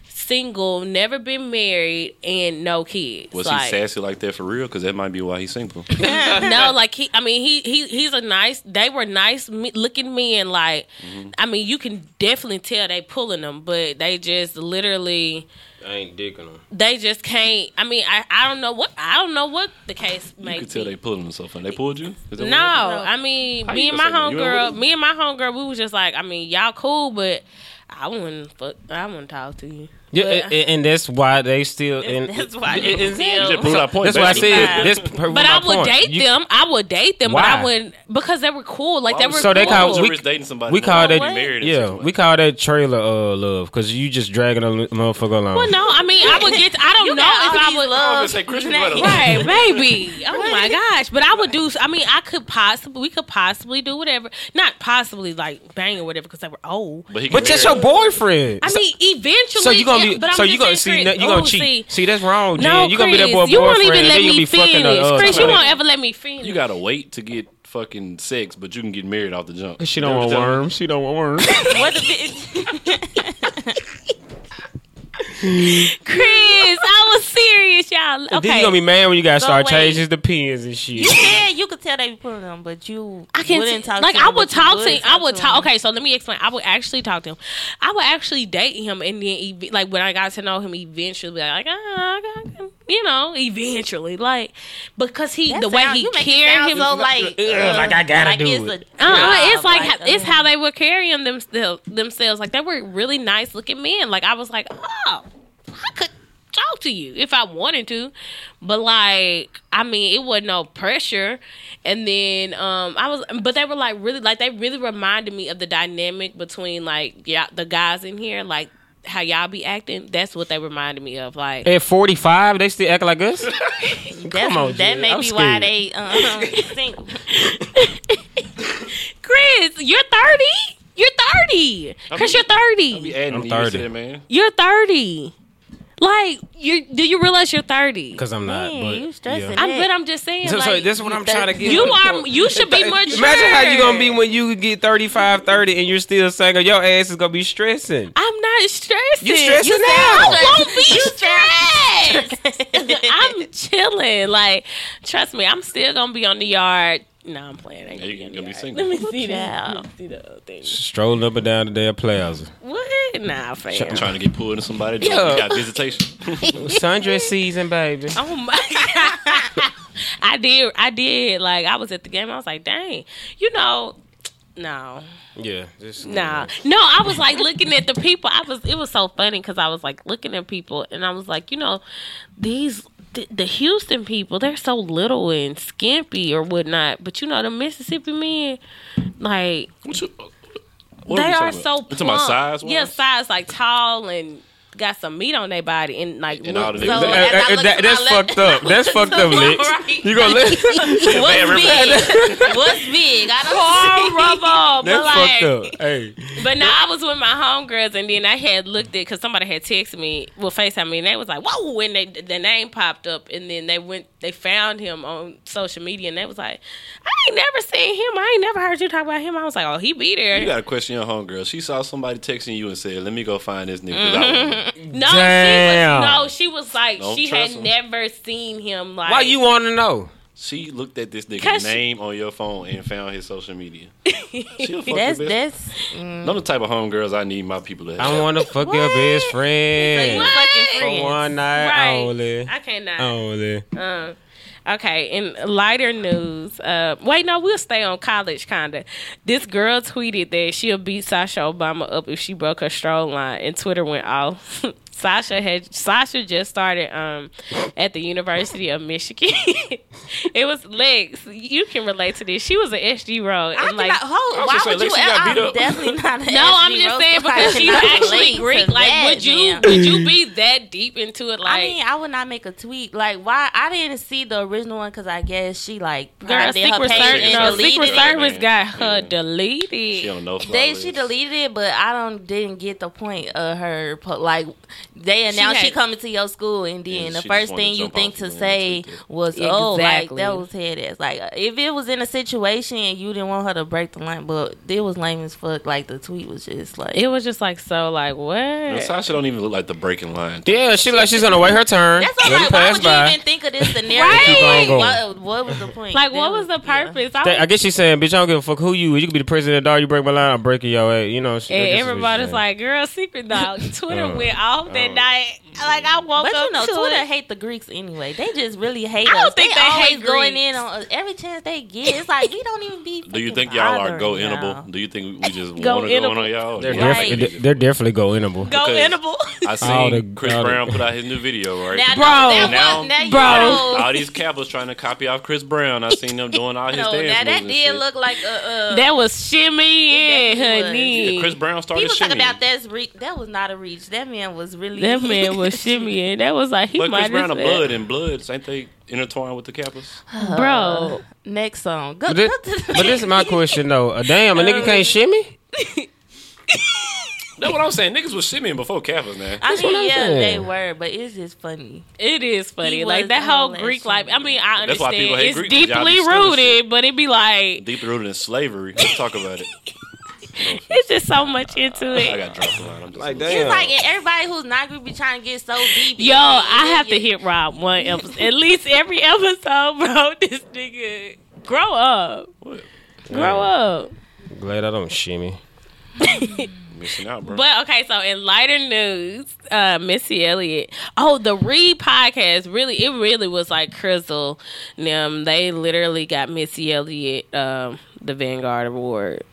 single, never been married, and no kids?"
Was
like,
he sassy like that for real? Because that might be why he's [LAUGHS] single.
no, like he. I mean, he he he's a nice. They were nice me- looking men. Like,
Mm-hmm.
I mean, you can definitely tell they pulling them, but they just literally
I ain't digging them.
they just can't. I mean, I I don't know what I don't know what the case may
You could tell
be.
they pulling themselves and they pulled you. Is that what
no,
happened?
I mean,
How
me
you
and my
gonna say no? You ain't with
homegirl,
them?
me and my homegirl, we was just like, I mean, y'all cool, but I wouldn't fuck, I wouldn't talk to you.
Yeah,
But-
and, and that's why they still. And,
[LAUGHS] That's why
Yeah,
they still-
You just proved our point.
That's what I
basically.
said. That's per-
But
my
I would
point.
date
You-
them. I would date them, but I
Why?
wouldn't because they were cool. Like
Why
they
would-
were
So they
cool.
call-
Why would
we-
you risk dating somebody
We
who
call that
already married and
yeah.
shit?
We call that trailer uh, love because you just dragging a li- motherfucker along.
Well, no, I mean, I would get. I don't know
got all
if I
these
I
would
was
love
gonna say Christmas
Right.
wedding.
Right, baby. Oh my gosh. But I would do, I mean, I could possibly, we could possibly do whatever. Not possibly like bang or whatever because they were old.
But, he
but
that's
that's your boyfriend.
I mean, eventually.
so you gonna
but
be?
I'm
So you
just
gonna
saying,
see?
Chris-
that- You gonna
ooh,
cheat?
see,
See, that's wrong, Jen.
No,
you gonna be that boy
Chris, you won't
boyfriend,
even
and
let
then you
me
be fucking the,
finish.
uh,
Chris, you
somebody.
won't ever let me finish.
You gotta wait to get fucking sex, but you can get married off the jump.
She don't want worms. She don't want worms.
What the bitch?
[LAUGHS] Chris, I was serious, y'all. Okay.
Then you gonna be mad when you gotta
So
start
wait.
changing the pins and shit.
You said you could tell they be pulling them, but you
I can
wouldn't
see-
talk.
like
to them,
I would
but you
talk to I would talk.
him.
Okay, so let me explain. I would actually talk to him. I would actually date him, and then ev- like when I got to know him, eventually, like ah, I got- you know, eventually, like because he
That
the way
sound-
he
you make it
carried
sound
him.
so like,
Ugh, like I gotta do
it's
it.
a
Uh,
job,
it's like,
like,
it's
uh,
how they were carrying them themselves. Like they were really nice looking men. Like I was like, oh, I could talk to you if I wanted to, but like I mean, it wasn't no pressure. And then um, I was, but they were like really like they really reminded me of the dynamic between like yeah the guys in here like. How y'all be acting? That's what they reminded me of. Like,
At forty five, they still act like
[LAUGHS]
us.
that's-
Come on,
that
Jen.
may
I'm
be why
scared.
they um, single.
Chris, you're thirty. You're thirty. Chris, you're thirty.
I'm 30.
I'm thirty, man.
You're 30. Like, you do you realize you're 30?
Because I'm not.
Man,
but,
you stressing.
yeah.
I'm but I'm just saying
So,
like
so this is what I'm trying to get.
you are you should be
[LAUGHS]
mature.
Imagine how you gonna be when you get 35, 30 and you're still single. Your ass is gonna be stressing.
I'm not stressing.
You stressing
said
now.
I won't be stressed. [LAUGHS] I'm chilling. Like, trust me, I'm still gonna be on the yard. No, I'm playing. I ain't
Yeah, you
gonna
gonna
be
be
on the
single.
yard. Let me see that. Let me see the other thing.
Strolling up and down the damn plaza.
What? Nah, fam.
Trying to get pulled into somebody. Yeah.
Yeah.
You got visitation.
Sundress season, baby.
Oh my [LAUGHS] god! I did. I did. Like I was at the game. I was like, dang. You know, no,
Yeah. Just,
no, no. I was like looking at the people. I was. It was so funny because I was like looking at people, and I was like, you know, these. The, the Houston people, they're so little and skimpy or whatnot, but you know the Mississippi men, like
What you- what
they
we
are
talking
so
about?
plump.
You talking about size?
Yeah, size like tall and got some meat on their body and like
And
look-
all the
so
niggas-
Uh,
as I
uh,
look
that-
to
that's
my left-
fucked up.
[LAUGHS]
That's fucked up, Licks.
Right.
You
[LAUGHS]
gonna let?
What's big? What's big? I don't see.
horrible. [LAUGHS] but
That's
like,
fucked up. Hey,
but now I was with my homegirls, and then I had looked at because somebody had texted me, well, Facetime me, and they was like, "Whoa!" When they the name popped up, and then they went, they found him on social media, and they was like, "I ain't never seen him. I ain't never heard you talk about him." I was like, "Oh, he be there."
You gotta question your homegirl. She saw somebody texting you and said, "Let me go find this nigga." 'cause I
Mm-hmm.
want him."
no,
Damn.
she was no, she was like,
Don't
she had
trust him.
never seen him. Like,
why you want to know?
She looked at this
Cause
nigga's
she-
name on your phone and found his
[LAUGHS]
social media. She'll fuck
That's
your best.
that's
None of the type of homegirls I need my people to have.
I want to fuck your best friend
What?
fucking
for
friends.
one night
Right.
only.
I
Oh,
cannot.
Only.
Um, okay, in lighter news, uh, wait, no, we'll stay on college, kinda. This girl tweeted that she'll beat Sasha Obama up if she broke her stroll line, and Twitter went off. [LAUGHS] Sasha had Sasha just started um at the University of Michigan. [LAUGHS] it was Lex. You can relate to this. She was an SG road,
I
and like
[LAUGHS] cannot hold.
was
Why
just
would you?
saying, Lexi got
I'm
beat up.
definitely not. An
no, I'm
SG
just
road,
saying
so I
because she's
cannot relate
actually
to
Greek. Like,
that,
would you
man.
would you be that deep into it? Like,
I mean, I would not make a tweet like why I didn't see the original one because I guess she like
Girl,
private her
Secret,
page
Service,
and
no,
deleted
Secret
it.
Service got her
Yeah. She
deleted.
don't know. who I
They
was.
she deleted it, but I don't didn't get the point of her po- like they announced she,
had-
coming to your school and then
Yeah,
the
she
first
just wanted
thing
to
you
jump
think
off
to
the
say
land, too.
was oh like
Exactly.
that was head ass like if it was in a situation and you didn't want her to break the line but it was lame as fuck like the tweet was just like
It was just like so, like what?
And Sasha don't even look like the breaking line.
Yeah, she like she's gonna wait her turn.
that's all
Let
like
it
why
pass
would you
by.
even think of this scenario
Keep on
like,
going.
what, what was the point
like what
That
was the
yeah.
purpose?
Th- I
I was,
guess she's saying, bitch, I don't give a fuck who you is. You could be the president of the dog, you break my line, I'm breaking your ass. You know, she,
and
I guess that's what
everybody's
she's
like, "Girl, Secret Dog."
[LAUGHS]
Twitter
Oh.
went off that night. Like I woke
But
up
you know,
to
Twitter
it.
hate the Greeks anyway. They just really hate
I don't
us.
think
they,
they
always
hate
going
Greeks.
in on us. every chance they get. It's like we don't even be.
[LAUGHS] Do you
fucking
think y'all are
bothering
go
y'all.
innable? Do you think we just want to
Go
go in
innable.
on y'all?
They're,
Right.
defi- they're- they're definitely go inable.
Go
because- [LAUGHS]
edible.
I
All
seen
the-
Chris
all the-
Brown put out his new video, right?
Now,
Bro.
that was-
Now-
now you
Bro.
know.
all these cappers trying to copy off Chris Brown. I seen them doing all his
[LAUGHS] No,
dance
now
moves
that
and
did
shit.
look like a. Uh,
that was shimmy,
It
yeah,
definitely
honey.
Yeah, Chris Brown started
people talk
shimmying.
about that's re- that was not a reach. That man was really. [LAUGHS]
that man
[LAUGHS]
was shimmying. That was like he
But Chris
might
Brown
as
and
well-
Blood and Bloods, ain't they intertwined with the cappers?
Uh-huh.
bro.
Next song. Go,
But this,
go to the
but this is my question though.
[LAUGHS]
Uh, damn, a nigga can't shimmy.
That's what I'm saying. Niggas was shimmying before cappers, man.
I
what I'm
mean, yeah,
saying.
they were, but it's just funny.
It is funny,
He
like
was
that whole
on that
Greek
shit.
life. I mean, I
That's why
understand
people hate
it's
Greeks, 'cause y'all be
deeply
stealing
rooted, but it be like
Deep rooted in slavery. Let's talk
[LAUGHS]
about it.
it's just so much into
I
it.
got dropped the line. I'm just
Like,
like
damn.
that.
It's like and everybody who's not Greek be trying to get so deep.
Yo, I have to
Yeah.
hit Rob one episode, at least every episode, [LAUGHS] bro. This nigga, grow up,
What?
grow up.
Glad I don't shimmy.
Missing out, bro.
But okay, so in lighter news, uh, Missy Elliott. Oh, the Reed podcast really, it really was like Crizzle. and Them they literally got Missy Elliott um, the Vanguard Award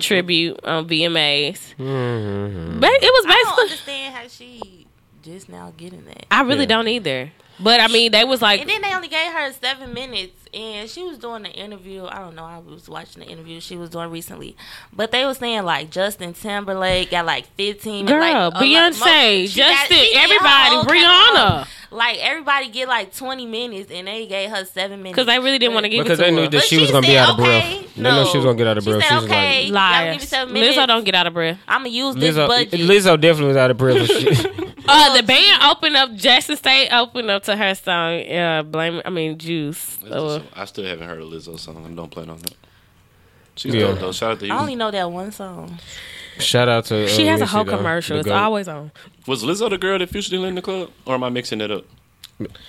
tribute on VMAs.
Mhm.
Ba- It was
I don't
basically.
understand how she just now getting that.
I really
Yeah.
don't either. But I mean, they was like,
And then they only gave her seven minutes, and she was doing the interview. I don't know. I was watching the interview she was doing recently, but they were saying like Justin Timberlake got like fifteen.
girl,
like, a lot-
Beyonce,
mo- she got-
Justin,
she did her
everybody,
whole catalog.
Rihanna,
Like everybody get like twenty minutes, and they gave her seven minutes
because they really didn't want to give
Because
it to
they knew
her.
that
But
she was gonna be
said,
out of breath.
okay,
They know she was gonna get out of breath.
She
She
said,
was like-
okay, y'all give me
Liars.
seven minutes.
Lizzo don't get out of breath.
I'm gonna use this
Lizzo, [LAUGHS]
budget.
Lizzo definitely was out of breath. when
[LAUGHS]
she-
Uh, the band opened up. Jackson State opened up to her song. Uh, blame. I mean, Juice.
That's
Uh,
just- I still haven't heard a Lizzo song. I don't plan on that. She's
Yeah.
dope though. Shout out to you.
I only know that one song.
Shout out to. Uh,
she has a whole
Missy, though,
commercial.
the
It's
goat.
always on.
Was Lizzo the girl that Future didn't let in the club, or am I mixing that up?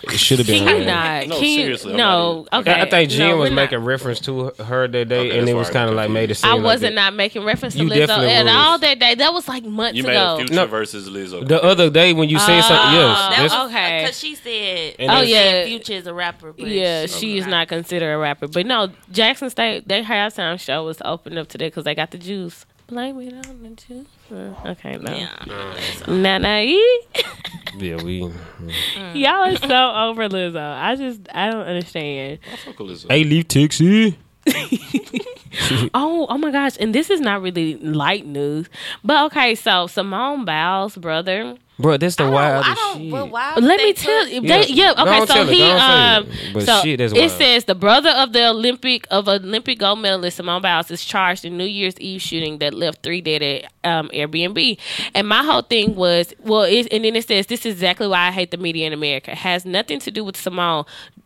It should have been.
Can you
her.
not?
No,
Can you-
seriously, I'm
no.
not
Okay.
I I think Jen
No,
was
we're not.
making reference to her that day,
Okay,
and
that's
it was
why I
kind of like made it seem.
I
like
wasn't
it-
not making reference to
You
Lizzo
definitely
at
was.
all that day. That was like months
You made a
ago.
Future
No.
versus Lizzo.
The other day when you said something,
Oh,
yes,
that
that's,
was- okay.
Because she said,
And
Oh,
it's-
yeah.
Future is a rapper. But
Yeah, she is not considered a rapper. But no, Jackson State, their halftime show was opened up today because they got the juice. Blame it on the juice. Uh, Okay, no.
Yeah.
Nah, nah, ee.
yeah, we.
[LAUGHS] Y'all are so over Lizzo. I just, I don't understand.
I fuck with Lizzo.
Hey, leave Tixie.
oh, oh my gosh! And this is not really light news, but okay. So Simone Biles' brother.
Bro, this the wildest
I don't.
shit.
But why? would
Let
they
me
put-
tell you.
Yeah,
They, yeah.
go
Okay.
on,
So
tell it,
he.
go on,
Um.
say it. But
so
shit, that's
it
wild.
says the brother of the Olympic of Olympic gold medalist Simone Biles is charged in New Year's Eve shooting that left three dead at um, Airbnb. And my whole thing was, well, it, and then it says this is exactly why I hate the media in America. It has nothing to do with Simone.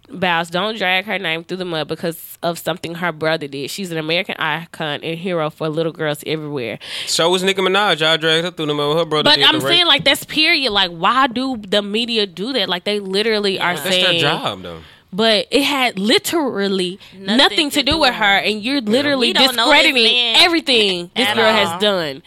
Biles, don't drag her name through the mud because of something her brother did. She's an American icon and hero for little girls everywhere.
So was Nicki Minaj. Y'all dragged her through the mud. Her brother.
But
did the
I'm
rape.
saying like that's period. Like why do the media do that? Like they literally are
that's
saying.
their job though.
But it had literally nothing, to, do, with her, and you're literally
We don't know this
discrediting
man [LAUGHS]
everything this
at
girl
all.
has done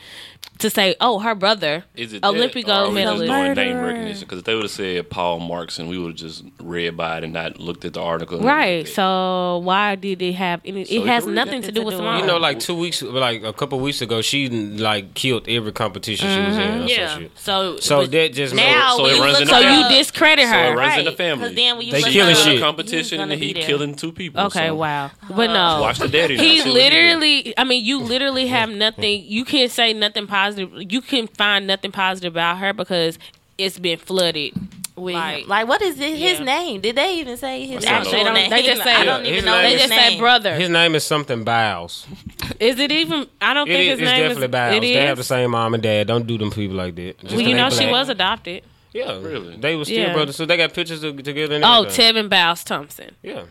to say, "Oh, her brother,
Is it
Olympic
that, Oh, or are
gold
we just
medalist."
doing name recognition? Because if they would have said Paul Marks and we would have just read by it and not looked at the article. and
Right.
everything.
So why did it have any?
So
it has
you-
nothing to do with Simone.
You know, like two weeks, like a couple weeks ago, she like killed every competition she was in. Or
Mm-hmm, yeah.
Some shit.
So
So
but-
that just made-
Now
So it
when
runs
look
in the
so
family.
you
up-
discredit
So it
her.
runs in the
Right,
family.
'cause then when you
They
look
killing
up,
She won
shit.
a competition and
gonna
he
be there.
killing two people.
Okay,
so
wow.
Uh-huh.
But no,
Watch the daddy. now, see
He
what he did.
literally, I mean, you literally have nothing. You can't say nothing positive. You can find nothing positive about her because it's been flooded.
with
Like-
like, what is it, his
Yeah.
name? Did they even say his
What's that
actual
They don't-
name?
they just say-
I don't
Yeah, his
even know.
name
They
is-
his
just
name.
say brother.
His name is something Biles.
is it even? I don't
It
think
is
his
it's
name
definitely
is.
Biles.
It
They have the
is.
same mom and dad. Don't do them people like that. Just
Well, you
they
know, she
black.
was adopted.
Yeah,
Really?
They were still
Yeah.
brothers, so they got pictures to- together. And
Oh,
everything.
Tevin Biles Thompson.
yeah.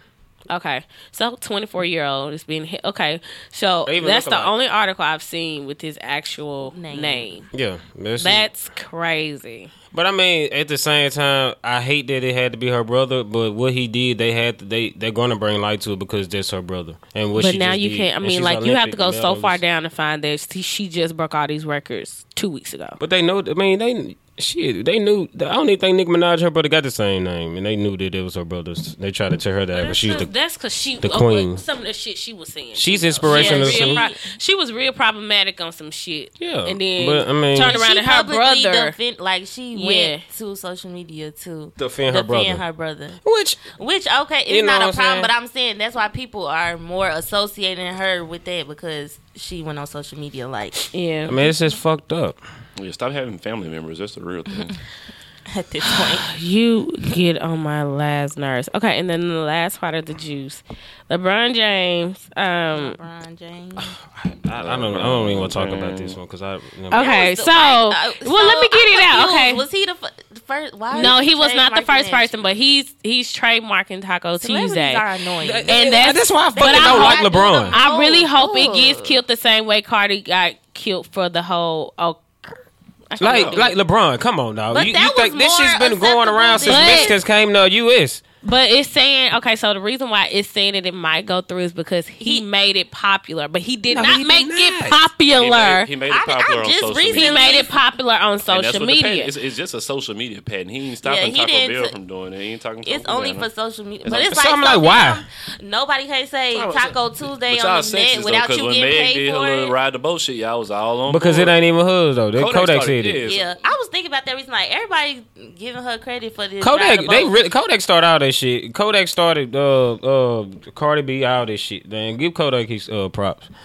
Okay, so 24 year old is being hit. Okay, so
They even
that's
look
the
alike.
only article I've seen with his actual name.
Name.
Yeah, that's
That's crazy.
But I mean, at the same time, I hate that it had to be her brother. But what he did, they had to, they they're gonna bring light to it because that's her brother. And what
but
she
now
just
you
did.
can't. I
And
mean,
she's
like you have to go
Olympic
so far
medalist.
down to find that she, she just broke all these records two weeks ago.
But they know. I mean, they shit. They knew. I don't even think Nicki Minaj her brother got the same name, and they knew that it was her brother's. They tried to tell her that, but she's the.
that's because she
the
uh,
queen.
Some of the shit she was saying.
She's
She
inspirational.
was,
to
real
some-
pro- she was real problematic on some shit.
Yeah,
and then
but, I mean-
turned
She
around to her
publicly
brother.
defend- like she
Yeah.
went to social media to
Defend her brother.
her brother.
Which
Which okay, it's
You know
not
what
a problem,
I'm saying?
but I'm saying that's why people are more associating her with that because she went on social media like [LAUGHS]
yeah,
I mean, it's just fucked up.
Yeah, stop having family members. That's the real thing.
at this
[SIGHS]
point.
you get on my last nerves. Okay, and then the last part of the juice, LeBron James. Um,
LeBron James.
I, I don't. I don't even want to talk about this one because I. You know,
okay,
That was
so
the-
well,
I- I- so
let me
I'm
get it out.
confused.
Okay,
was he the f- the first? Why?
no,
is
he was not the
trademarking
first
that?
person, but he's he's trademarking Taco
Celebrities
Tuesday.
are annoying.
and that's,
that's why I fucking
but I
don't like
hope-
LeBron.
I really
Oh,
hope it gets
good.
killed the same way Cardi got killed for the whole. Oh, I can't
Like
do it.
like LeBron, come on now.
But
You,
that
you think
was
this
more
shit's been going around since
acceptable than-
Mexicans came to the U.S.
but it's saying okay. So the reason why it's saying that it might go through is because he, made it popular, but he did
No,
not
he did
make
not.
it popular.
He
He
made, he
made,
made
I-
it popular
I
on
just
social
recently-
media.
it popular on
And that's
social
what the patent-
media.
It's, it's just a social media patent. He ain't stopping
Yeah, he
Taco
didn't
Bell
t-
from doing it. He ain't talking.
It's
Taco
only
Bell.
for social media,
It's
but
like-
it's
So
like,
I'm like, why?
Nobody can say
But
Taco Tuesday
y'all
on the
sexist,
net
though,
without
'cause
you
when
getting
Meg
paid
did her
for
little
it.
ride the boat shit, y'all was all on
Because it
board.
ain't even hers though. That
Kodak
Kodak
started
said it.
this.
Yeah, I was thinking about that reason. Like everybody giving her credit for this. ride
Kodak,
the
they
boat.
really Kodak started all that shit. Kodak started uh uh Cardi B all this shit. Then give Kodak his uh props,
Oh,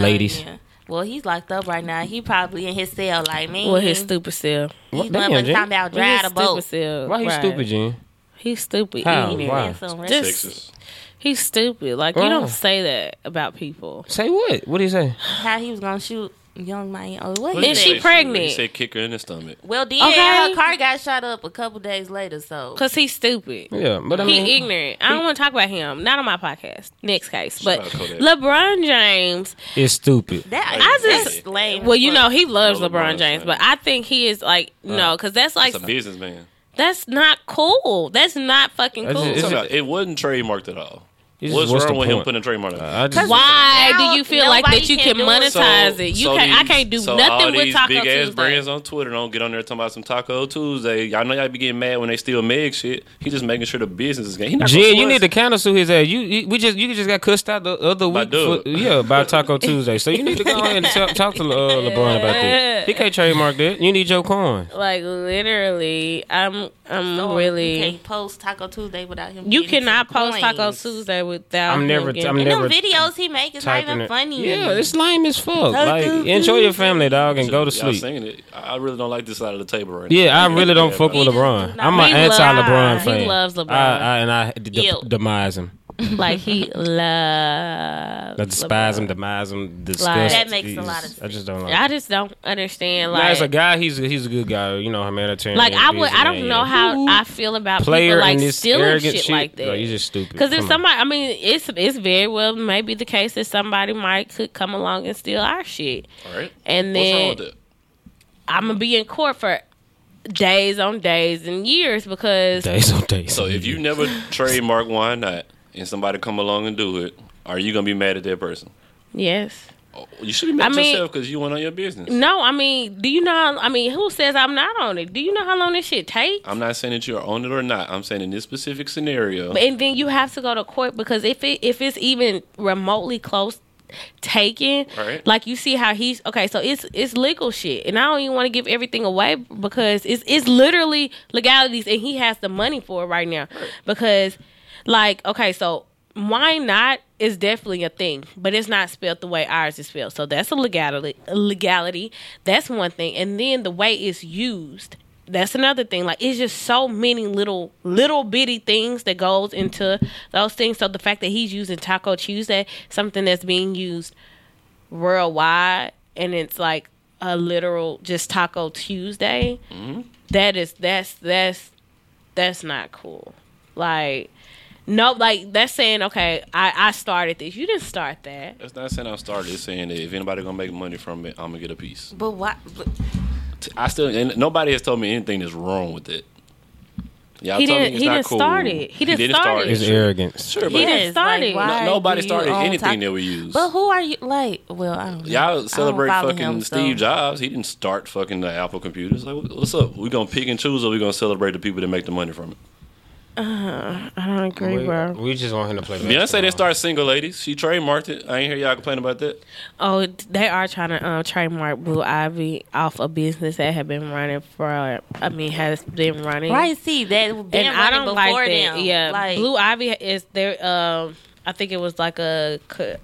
ladies.
Yeah. Well, he's locked up right now. He probably in his cell, like me.
Well,
Mm-hmm.
his stupid self.
What-
He's
damn,
motherfucking
Jen.
talking about
Well, his
drive the
stupid
boat.
self.
Why he
Right.
stupid, Jen?
He's stupid.
How?
ignorant.
Why?
And some
Ah.
rest-
Just-
Sexist.
He's stupid. Like you
Why?
don't say that about people.
Say what? What did he say?
how he was gonna shoot young Miami. Oh, what?
What
he
did
And
he
she
say?
pregnant.
He said kick her in the stomach.
Well, then
Okay.
her car got shot up a couple days later. So
Cause he's stupid.
Yeah, but I mean,
he e ignorant. I don't want to talk about him. Not on my podcast. Next case, but
out Kodak.
LeBron James.
it's stupid.
that
I
that's
just-
lame.
Well, you
as
know
fuck.
he loves
No,
LeBron
LeBron's
James,
not.
but I think he is like no, because that's like
It's a businessman.
that's not cool. That's not fucking
That's
cool.
just- Is
It's
it-
not- It wasn't trademarked at all.
It's
What's
just, what's
wrong
the
with him
point?
putting a trademark on it?
I just,
Why
Now,
do you feel like
nobody
that you
can
can
do it.
monetize it? You
so
can't. I
these-
can't do
so all
nothing with
these
Taco
big ass
Tuesday.
brands on Twitter don't get on there talking about some Taco Tuesday. Y'all know y'all be getting mad when they steal Meg shit. He just making sure the business is getting.
Jen, you need to counter sue his ass. You, you we just you just got cussed out the other
By
week.
Doug.
for- [LAUGHS] yeah, by Taco Tuesday. So you need to go ahead and talk, talk to uh, LeBron about that. He can't trademark that. You need your coin.
Like literally, I'm. I'm
So,
really.
Oh,
you can't post Taco Tuesday without him.
You
getting some
cannot post
coins.
Taco Tuesday without.
I'm never-
Hogan.
I'm
And
never
them videos he make is not
Typing
even
it.
funny.
Yeah, it's lame as fuck. Like,
do, do,
enjoy your family, dog, and go to
Y'all
sleep.
singing it. I I really don't like this side of the table right now.
Yeah, I really don't fuck with
just do
LeBron.
not-
I'm an
He
anti-LeBron
loves-
fan.
he loves LeBron.
I, I, and I de-
Ew.
demise him. [LAUGHS]
like he loves.
I despise him, demise him, disgust.
That
makes a lot
He's-
of
I just don't like.
I just don't understand.
Nah,
Like,
as Uh-huh. a guy, he's a, he's a good guy. You know, humanitarian.
like I would.
busy
I don't
man.
know how I feel about
player
people like
and this
stealing
arrogant
shit, like that.
you just stupid.
Because if
Come on.
somebody, I mean, it's it's very well maybe the case that somebody might could come along and steal our shit,
All right.
and
What's wrong
then
with that?
I'm gonna be in court for days on days and years because
days on days.
So if you never trademark why not, and somebody come along and do it, are you gonna be mad at that person?
yes,
Oh, You should be mad
I
at
mean-
yourself because you went on your business.
no, I mean, do you know? How, I mean, who says I'm not on it? Do you know how long this shit takes?
I'm not saying that you are on it or not. I'm saying in this specific scenario,
and then you have to go to court because if it if it's even remotely close taken
Right.
like you see how he's okay so it's it's legal shit and i don't even want to give everything away because it's it's literally legalities and he has the money for it right now because like okay so why not is definitely a thing but it's not spelled the way ours is spelled so that's a legality a legality that's one thing and then the way it's used that's another thing like it's just so many little little bitty things that goes into those things so the fact that he's using taco tuesday something that's being used worldwide and it's like a literal just taco tuesday that is that's that's that's not cool like no like that's saying okay i i started this you didn't start that
that's not saying I started. It's saying that if anybody gonna make money from it, I'm gonna get a piece.
But why? But,
T- I still and nobody has told me anything that's wrong with it. Y'all
He
told me
didn't-
it's
he
not
didn't
cool.
start it. He didn't start it.
it's arrogance.
Sure,
he
but
didn't start it
Like, why
no- nobody
do you
started
own
anything
Taco-
that we use.
But who are you? Like, well, I don't know. I
Oh,
Y'all
don't
celebrate
follow
fucking
him, so-
Steve Jobs. He didn't start fucking the Apple computers. Like, wh- what's up? We gonna pick and choose, or we gonna celebrate the people that make the money from it?
i don't agree
We, we just want him to play.
Beyonce
basketball.
didn't start single ladies. She trademarked it. I ain't hear y'all complain about that.
Oh, they are trying to um, trademark Blue Ivy off a business that had been running for, I mean, has been running.
Right, see that been
And I
running
don't
before
like that.
them.
Yeah.
like,
Blue Ivy is there. Um, I think it was like a, co-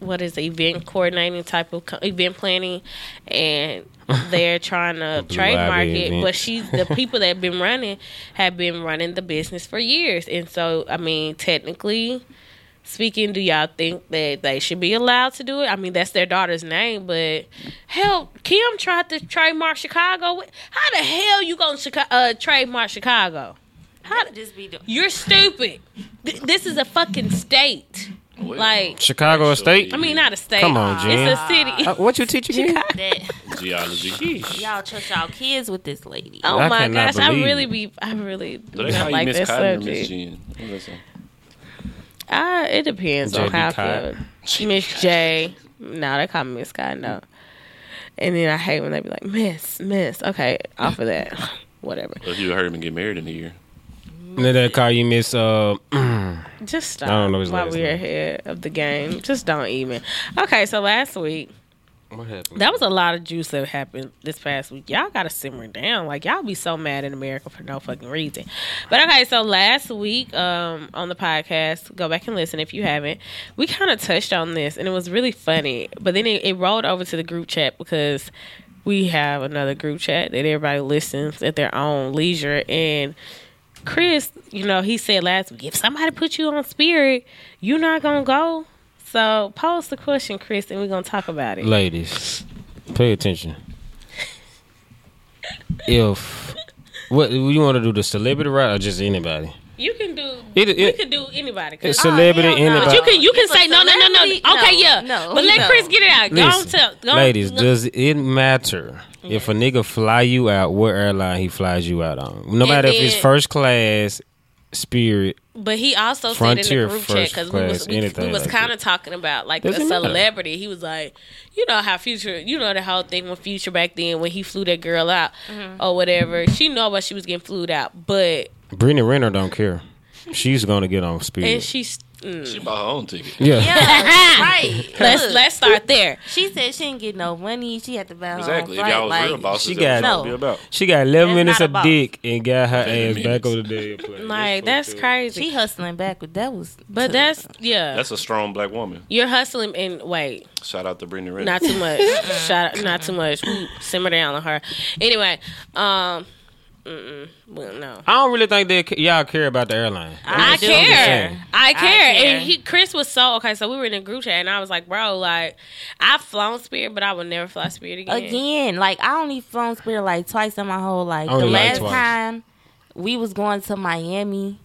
what is it, event coordinating type of co- event planning.
[LAUGHS]
And they're trying to
Blue
trademark
Ivy
it.
event.
But
[LAUGHS]
she's, the people that have been running have been running the business for years. And so, I mean, technically, speaking, do y'all think that they should be allowed to do it? I mean, that's their daughter's name, but hell, Kim tried to trademark Chicago. How the hell you gonna Chica- uh, trademark Chicago? How the-
just be doing.
you're stupid. Th- this is a fucking state.
Well,
Like,
Chicago State.
I mean, not a state.
Come on, Jen.
It's a city.
Uh, what you teach again?
[LAUGHS]
that
geology.
y'all trust y'all kids with this lady.
[LAUGHS] Oh
I
my
cannot
gosh, I
believe
really
it.
be, I really do
Do they
not
call you
like
Miss
this
Cotton or Miss
subject.
Jean? What is that song?
I, it depends on
JD
how I
Cotton. [LAUGHS]
feel. Miss J. No, they call me Miss Cotton. No. And then I hate when they be like, Miss, Miss. Okay, off of that. [LAUGHS] Whatever.
Well, you heard him get married in a year.
Did they call you Miss? Uh,
Just stop.
I don't know his
While
last
we're
name.
ahead of the game, just don't even. Okay, so last week
what happened?
that was a lot of juice that happened this past week. Y'all gotta simmer down. Like y'all be so mad in America for no fucking reason. But okay, so last week um, on the podcast, go back and listen if you haven't. We kind of touched on this, and it was really funny. But then it, it rolled over to the group chat because we have another group chat that everybody listens at their own leisure and. Chris, you know, he said last week, if somebody put you on spirit, you're not gonna go. So pose the question, Chris, and we're gonna talk about it.
Ladies, pay attention.
[LAUGHS]
if what you want to do, the celebrity route or just anybody?
You can do.
It-
we
it-
could do anybody.
It's
Chris.
celebrity,
hell no.
anybody.
but you can. You can
If a
say no, no, no, no. Okay,
celebrity- no,
yeah.
no,
but let
no.
Chris get it out. Go on,
Listen,
tell. Go on.
ladies,
Look,
does it matter if a nigga fly you out? What airline he flies you out on? No matter if it's
then-
first class, Spirit.
But he also said in
Frontier
the group chat
first
because we was
class,
we,
anything
we was
like
kind of talking about like
Doesn't
a
matter.
celebrity. He was like, you know how Future, you know the whole thing with Future back then when he flew that girl out
Mm-hmm.
or whatever. She know what she was getting flew out, but
Brittany Renner don't care. She's gonna get on Spirit.
and she's
She bought her own ticket.
Yeah.
Yeah, [LAUGHS]
[LAUGHS]
right.
Let's
Look,
let's start there.
She said she didn't get no money. She had to buy her
Exactly.
own
If
flight.
y'all was
Oh, like,
real bosses,
[LAUGHS] She
that's
got-
what it'd be about.
She got 11
That's
minutes
not
of
a boss.
dick and got her ass
Eleven
back
minutes.
over the dead plate.
Like that's
fucked up.
crazy.
She hustling backward. That was,
but that's yeah.
That's a strong black woman.
You're hustling and wait.
Shout out to Brittany Renner.
Not too much. Shut up. Not too much. Simmer down on her. Anyway, um, mm-mm, well, no.
I don't really think that y'all care about the airline.
I
I
do.
saying.
care. I care.
care.
And he, Chris was so okay. So we were in a group chat, and I was like, "Bro, like, I've flown Spirit, but I will never fly Spirit again."
again, like I only flown Spirit like twice in my whole life.
Only,
the
like,
last
twice.
time we was going to Miami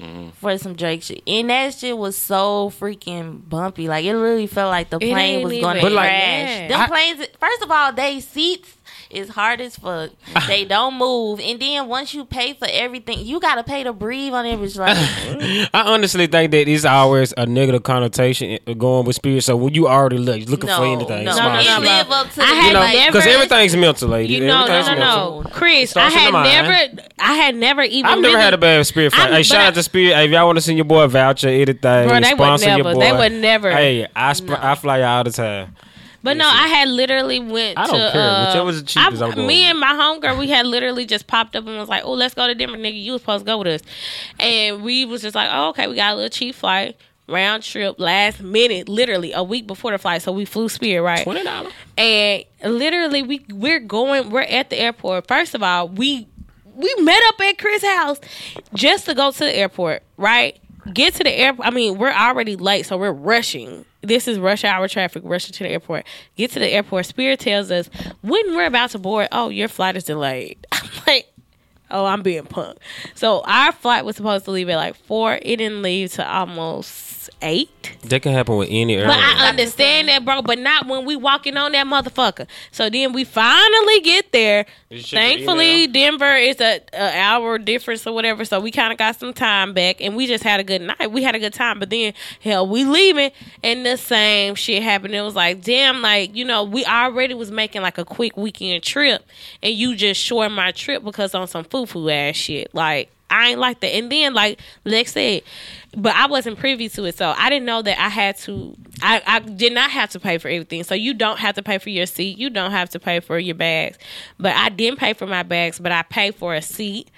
Mm-hmm.
for some Drake shit, and that shit was so freaking bumpy. Like it really felt like the
It
plane
ain't
was
even-
going to
But, like,
crash.
yeah.
Them
I-
planes, first of all, they seats. is hard as
[LAUGHS]
fuck. They don't move, and then once you pay for everything, you gotta pay to breathe on
[LAUGHS]
every like
I honestly think that it's always a negative connotation uh, going with spirit. So when you already look, you're looking for
no,
anything,
no,
it's
no,
my
it
shit.
no.
live up to
I
the-
had
you know,
like,
never-
because everything's mental, lady.
You know, no,
everything's
no,
mental.
no, Chris. I
starts in
had
the mind.
never, I had never even.
I've never
really-
had a bad spirit flight.
I'm-
Hey,
but
shout
I-
out to Spirit. Hey, if y'all want to send your boy a voucher, anything,
Bro, they would
sponsor
never.
your boy.
They would never.
Hey, I sp- I fly all the time.
But no, I had literally went.
I don't
to,
care.
Uh,
Whichever's the cheapest,
I-
I'm going
Me
with.
and my homegirl, we had literally just popped up and was like, "Oh, let's go to Denver, nigga. You was supposed to go with us," and we was just like, "Oh, okay, we got a little cheap flight." Round trip, last minute, literally a week before the flight, so we flew Spirit, right?
Twenty dollars.
and literally we we're going we're at the airport first of all we we met up at chris house just to go to the airport right get to the airport i mean we're already late so we're rushing this is rush hour traffic rushing to the airport get to the airport spirit tells us when we're about to board oh your flight is delayed [LAUGHS] i'm like oh i'm being punked so our flight was supposed to leave at like four it didn't leave to almost eight
That can happen with any airline.
but I understand that, bro. But not when we walking on that motherfucker. So then we finally get there.
You check your
Thankfully, Denver is a, a hour difference or whatever, so we kind of got some time back, and we just had a good night. We had a good time, but then hell, we leaving, and the same shit happened. It was like, damn, like you know, we already was making like a quick weekend trip, and you just short my trip because on some foo foo ass shit, like. I ain't like that. And then, like Lex said, but I wasn't privy to it, so I didn't know that I had to. I, I did not have to pay for everything. So you don't have to pay for your seat. You don't have to pay for your bags. But I didn't pay for my bags, but I paid for a seat.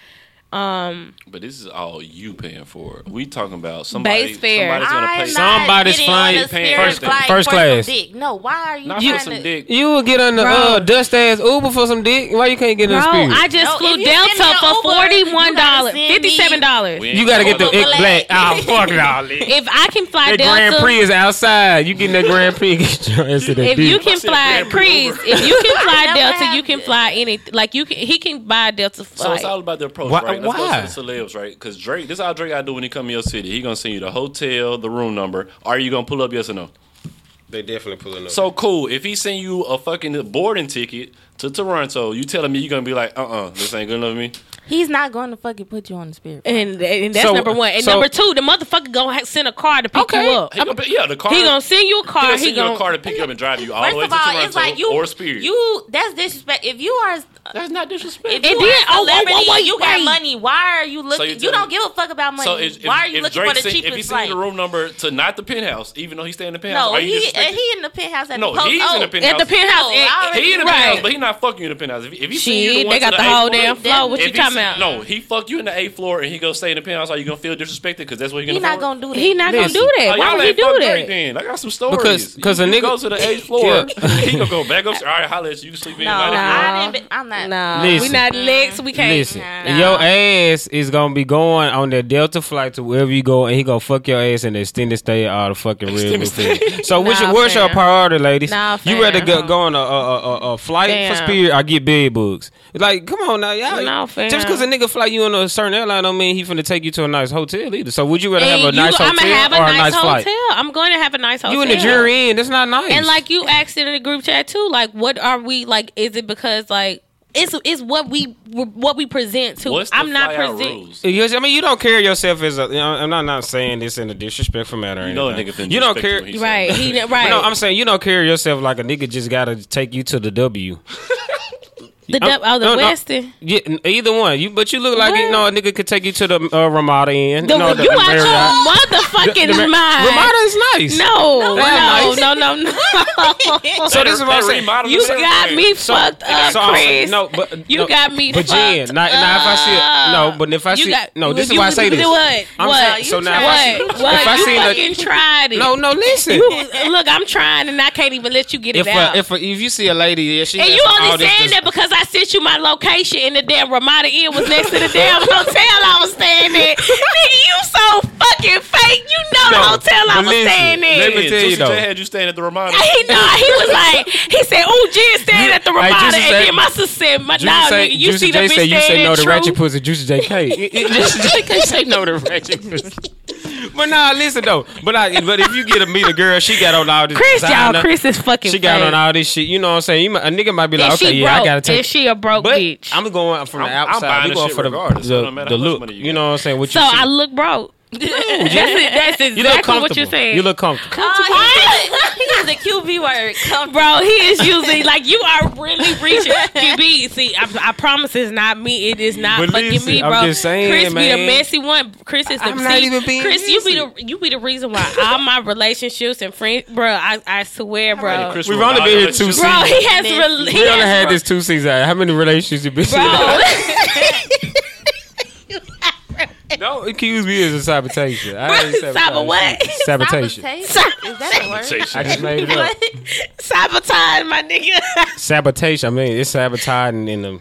But this is all you paying for. We talking about somebody.
Base fare.
Somebody's gonna
I'm
pay.
not
Somebody's
getting
flying
on a
paying
Spirit
first-
flight
first
for some
class.
dick. No, why are you
Not
trying
for some
to?
dick.
you would get on the uh, dust ass Uber for some dick. Why you can't get in the
Bro,
Spirit?
I just
Oh, No,
flew
if you send me
Delta
an
for
Uber, you
forty-one
gotta
dollars,
send me-
fifty-seven dollars.
We ain't
you gotta get the
going
Uber
ick black.
black.
Oh fuck it
[LAUGHS]
all. That
If I can fly
Grand
Delta,
Prix is outside. You getting that Grand Prix? [LAUGHS] Get your ass to that
if
dick.
you can
said
fly
Grand Prix
Chris,
Uber.
if you
[LAUGHS]
can fly
That
Delta,
would
you can
happen.
fly any. Like you can, he can buy a Delta
So it's
flight.
all about the approach,
Why-
right? Let's
why?
go to the celebs, right? Because Drake, this is how Drake I do when he come to your city. He gonna send you the hotel, the room number. Are you gonna pull up? Yes or no?
they definitely pulling up.
So cool. If he send you a fucking boarding ticket to Toronto, you telling me you gonna be like, uh, uh this ain't good enough for me.
He's not going to fucking put you on the Spirit.
And, and that's
So-
number one. And
so-
number two, the motherfucker gonna ha- send a car to pick
Okay.
you up.
He gonna, yeah, the car.
He gonna send you a
he
car.
gonna
He,
send you
gonna
a car to pick you up and drive you all the way
First
to
of all,
Toronto
it's like you
or Spirit.
You that's disrespect. If you are
That's not disrespectful.
if you
then- oh,
are
oh,
a celebrity,
oh, wait,
you got
wait.
money. Why are you
So
looking?
you're
you
telling
don't
me-
give a fuck about money.
So if,
Why are
if-
you
if
looking
Drake
for the
sent-
cheapest
if he sent
flight?
you the room number to not the penthouse, even though he stay in the penthouse,
no,
are you
he
disrespecting-
and he in the penthouse at
No,
the post. Oh,
he's in the
Oak.
penthouse.
at the penthouse.
No,
and-
I already-
He in the
right.
penthouse, but he not fucking you in the penthouse. If, if he send you
Shit,
the one
they
to
got the
eighth
whole
floor,
damn floor. What
if
you
he send-
talking about?
No, he fuck you in the eighth floor and he go stay in the penthouse. Are you gonna feel disrespected? Because that's what he gonna.
He not
afford?
gonna do that.
He not gonna
Listen.
do
Oh,
that. Why
y'all
would he
ain't fuck
do
Drake
that?
then? I got some stories.
Because- 'cause
You-
a
you
nigga-
go to the eighth floor, he gonna go back up. All right, holla at you. You sleep in.
No,
like,
I didn't. Be, I'm not.
No, we
Listen.
not legs. We can't.
Listen,
Nah.
your ass is gonna be going on that Delta flight to wherever you go, and he gonna fuck your ass in the extended stay or the fucking real.
Extended stay.
So, which
Nah,
what's your
fam.
priority, ladies?
Nah,
you rather
fam.
go, go on a, a, a, a flight for
Fam.
Spirit or get bed bugs? Like, come on now, y'all.
Nah, fam.
just because a nigga fly you on a certain airline don't mean he finna take you to a nice hotel either. So, would you rather have a
And you-
nice hotel
I'ma have a
or a
nice
nice flight?
hotel. I'm going to have a nice hotel.
You in the jury end? That's not nice.
And like you asked it in the group chat too. Like, what are we like? Is it because like it's it's what we what we present to?
What's the
I'm not
fly-out
present.
rules?
Because, I mean, you don't carry yourself as a. You know, I'm not not saying this in a disrespectful manner. Or
You know a
anything.
nigga finna
You don't
disrespect
care.
you when he
Right. He right.
But no, I'm saying you don't carry yourself like a nigga just gotta take you to the W.
The dub, oh, the
no, no.
Westin.
Yeah, n- either one. You but you look like you
What?
know a nigga could take you to the uh, Ramada Inn.
The,
no, the,
you
the
out your
Marriott.
motherfucking
The- the Mar-
mind.
Ramada is nice.
No, no,
That's
no, no,
[LAUGHS]
no.
So this is what I'm saying.
you got me fucked up,
So I'm-
Chris.
no, but
You
no,
got me
But Jen,
fucked
now, now if I see
up.
a, no, but if I
You
see
got-
no, this is
you-
why I say
you-
this.
What?
I'm
what?
saying- so now if I
what?
see-
What?
if I
you
see the-
fucking tried it.
No, no, listen.
You was- look, I'm trying, and I can't even let you get it
if
out.
a, if a, if you see a lady, yeah, she
and
has
you
all
only
this-
saying
this-
that because I sent you my location and the damn Ramada Inn was next to the damn hotel I was
[LAUGHS]
staying at. Nigga, you so fucking fake. You know the
No,
hotel I
but
was
listen,
staying at.
let me tell you
Juicy J
though.
had you staying at the Ramada.
[LAUGHS] He know he was like he said, "Oh, Jen staying at the
Hey,
Ramada,"
Juicy
and
said-
then my sister said, "My
Juicy
dog,
say-
nigga, you
Juicy
see the
J
bitch
say you say
staying
no
at
to
True."
ratchet pussy. Juicy
[LAUGHS]
JK. Juicy JK say no to ratchet pussy. [LAUGHS] But nah, listen though. But I, but if you get to meet a girl, she got on all this.
Chris, y'all,
designer-
Chris is fucking.
She got
fake.
on all this shit. You know what I'm saying? You might, a nigga might be like,
And
okay,
she
yeah,
broke.
I gotta take.
and she a broke
but
bitch.
I'm going from the
I'm- I'm
outside.
buying
we
this
going
shit
for the
regardless. It
the,
don't matter
the
how much
look.
money you
You,
got.
know what I'm saying? What
so
you see.
I look broke. [LAUGHS] that's, that's exactly
you look comfortable.
what you're saying.
You look comfortable.
Oh, he used the QB word. Come
Bro, he is using like you are really reaching QB. See, I, I promise it's not me. It is not
But
fucking
listen,
me,
I'm
bro.
just saying,
Chris be the
man.
messy one. Chris is the
I'm not
see,
even being
Chris, you be
messy.
the you be the reason why all my relationships and friends, bro. I, I swear, bro.
Chris
We've
Ramada,
only been here
that
two
shit-
seasons.
Bro, he has re- he
We only
has
had this two seasons. How many relationships you been in? [LAUGHS] Don't accuse me as a sabotation. I
[LAUGHS]
ain't
Bro, sabo
sabotage.
what?
Sabotation.
Is
Bro.
that a word?
I just made it up.
[LAUGHS] Sabotage, my nigga. [LAUGHS]
Sabotage. I mean, it's sabotaging in the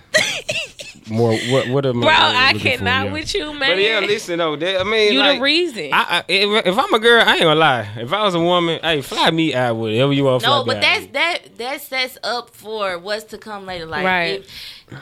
more. What? What am
Bro, I
looking for,
cannot
yeah.
with you, man.
But yeah, listen though. that- I mean,
you
like,
the reason.
I, I, if, if I'm a girl, I ain't gonna lie. If I was a woman, hey, fly me out with whatever you want. fly
No, but
me out
that's that that sets up for what's to come later. Like
Right.
if,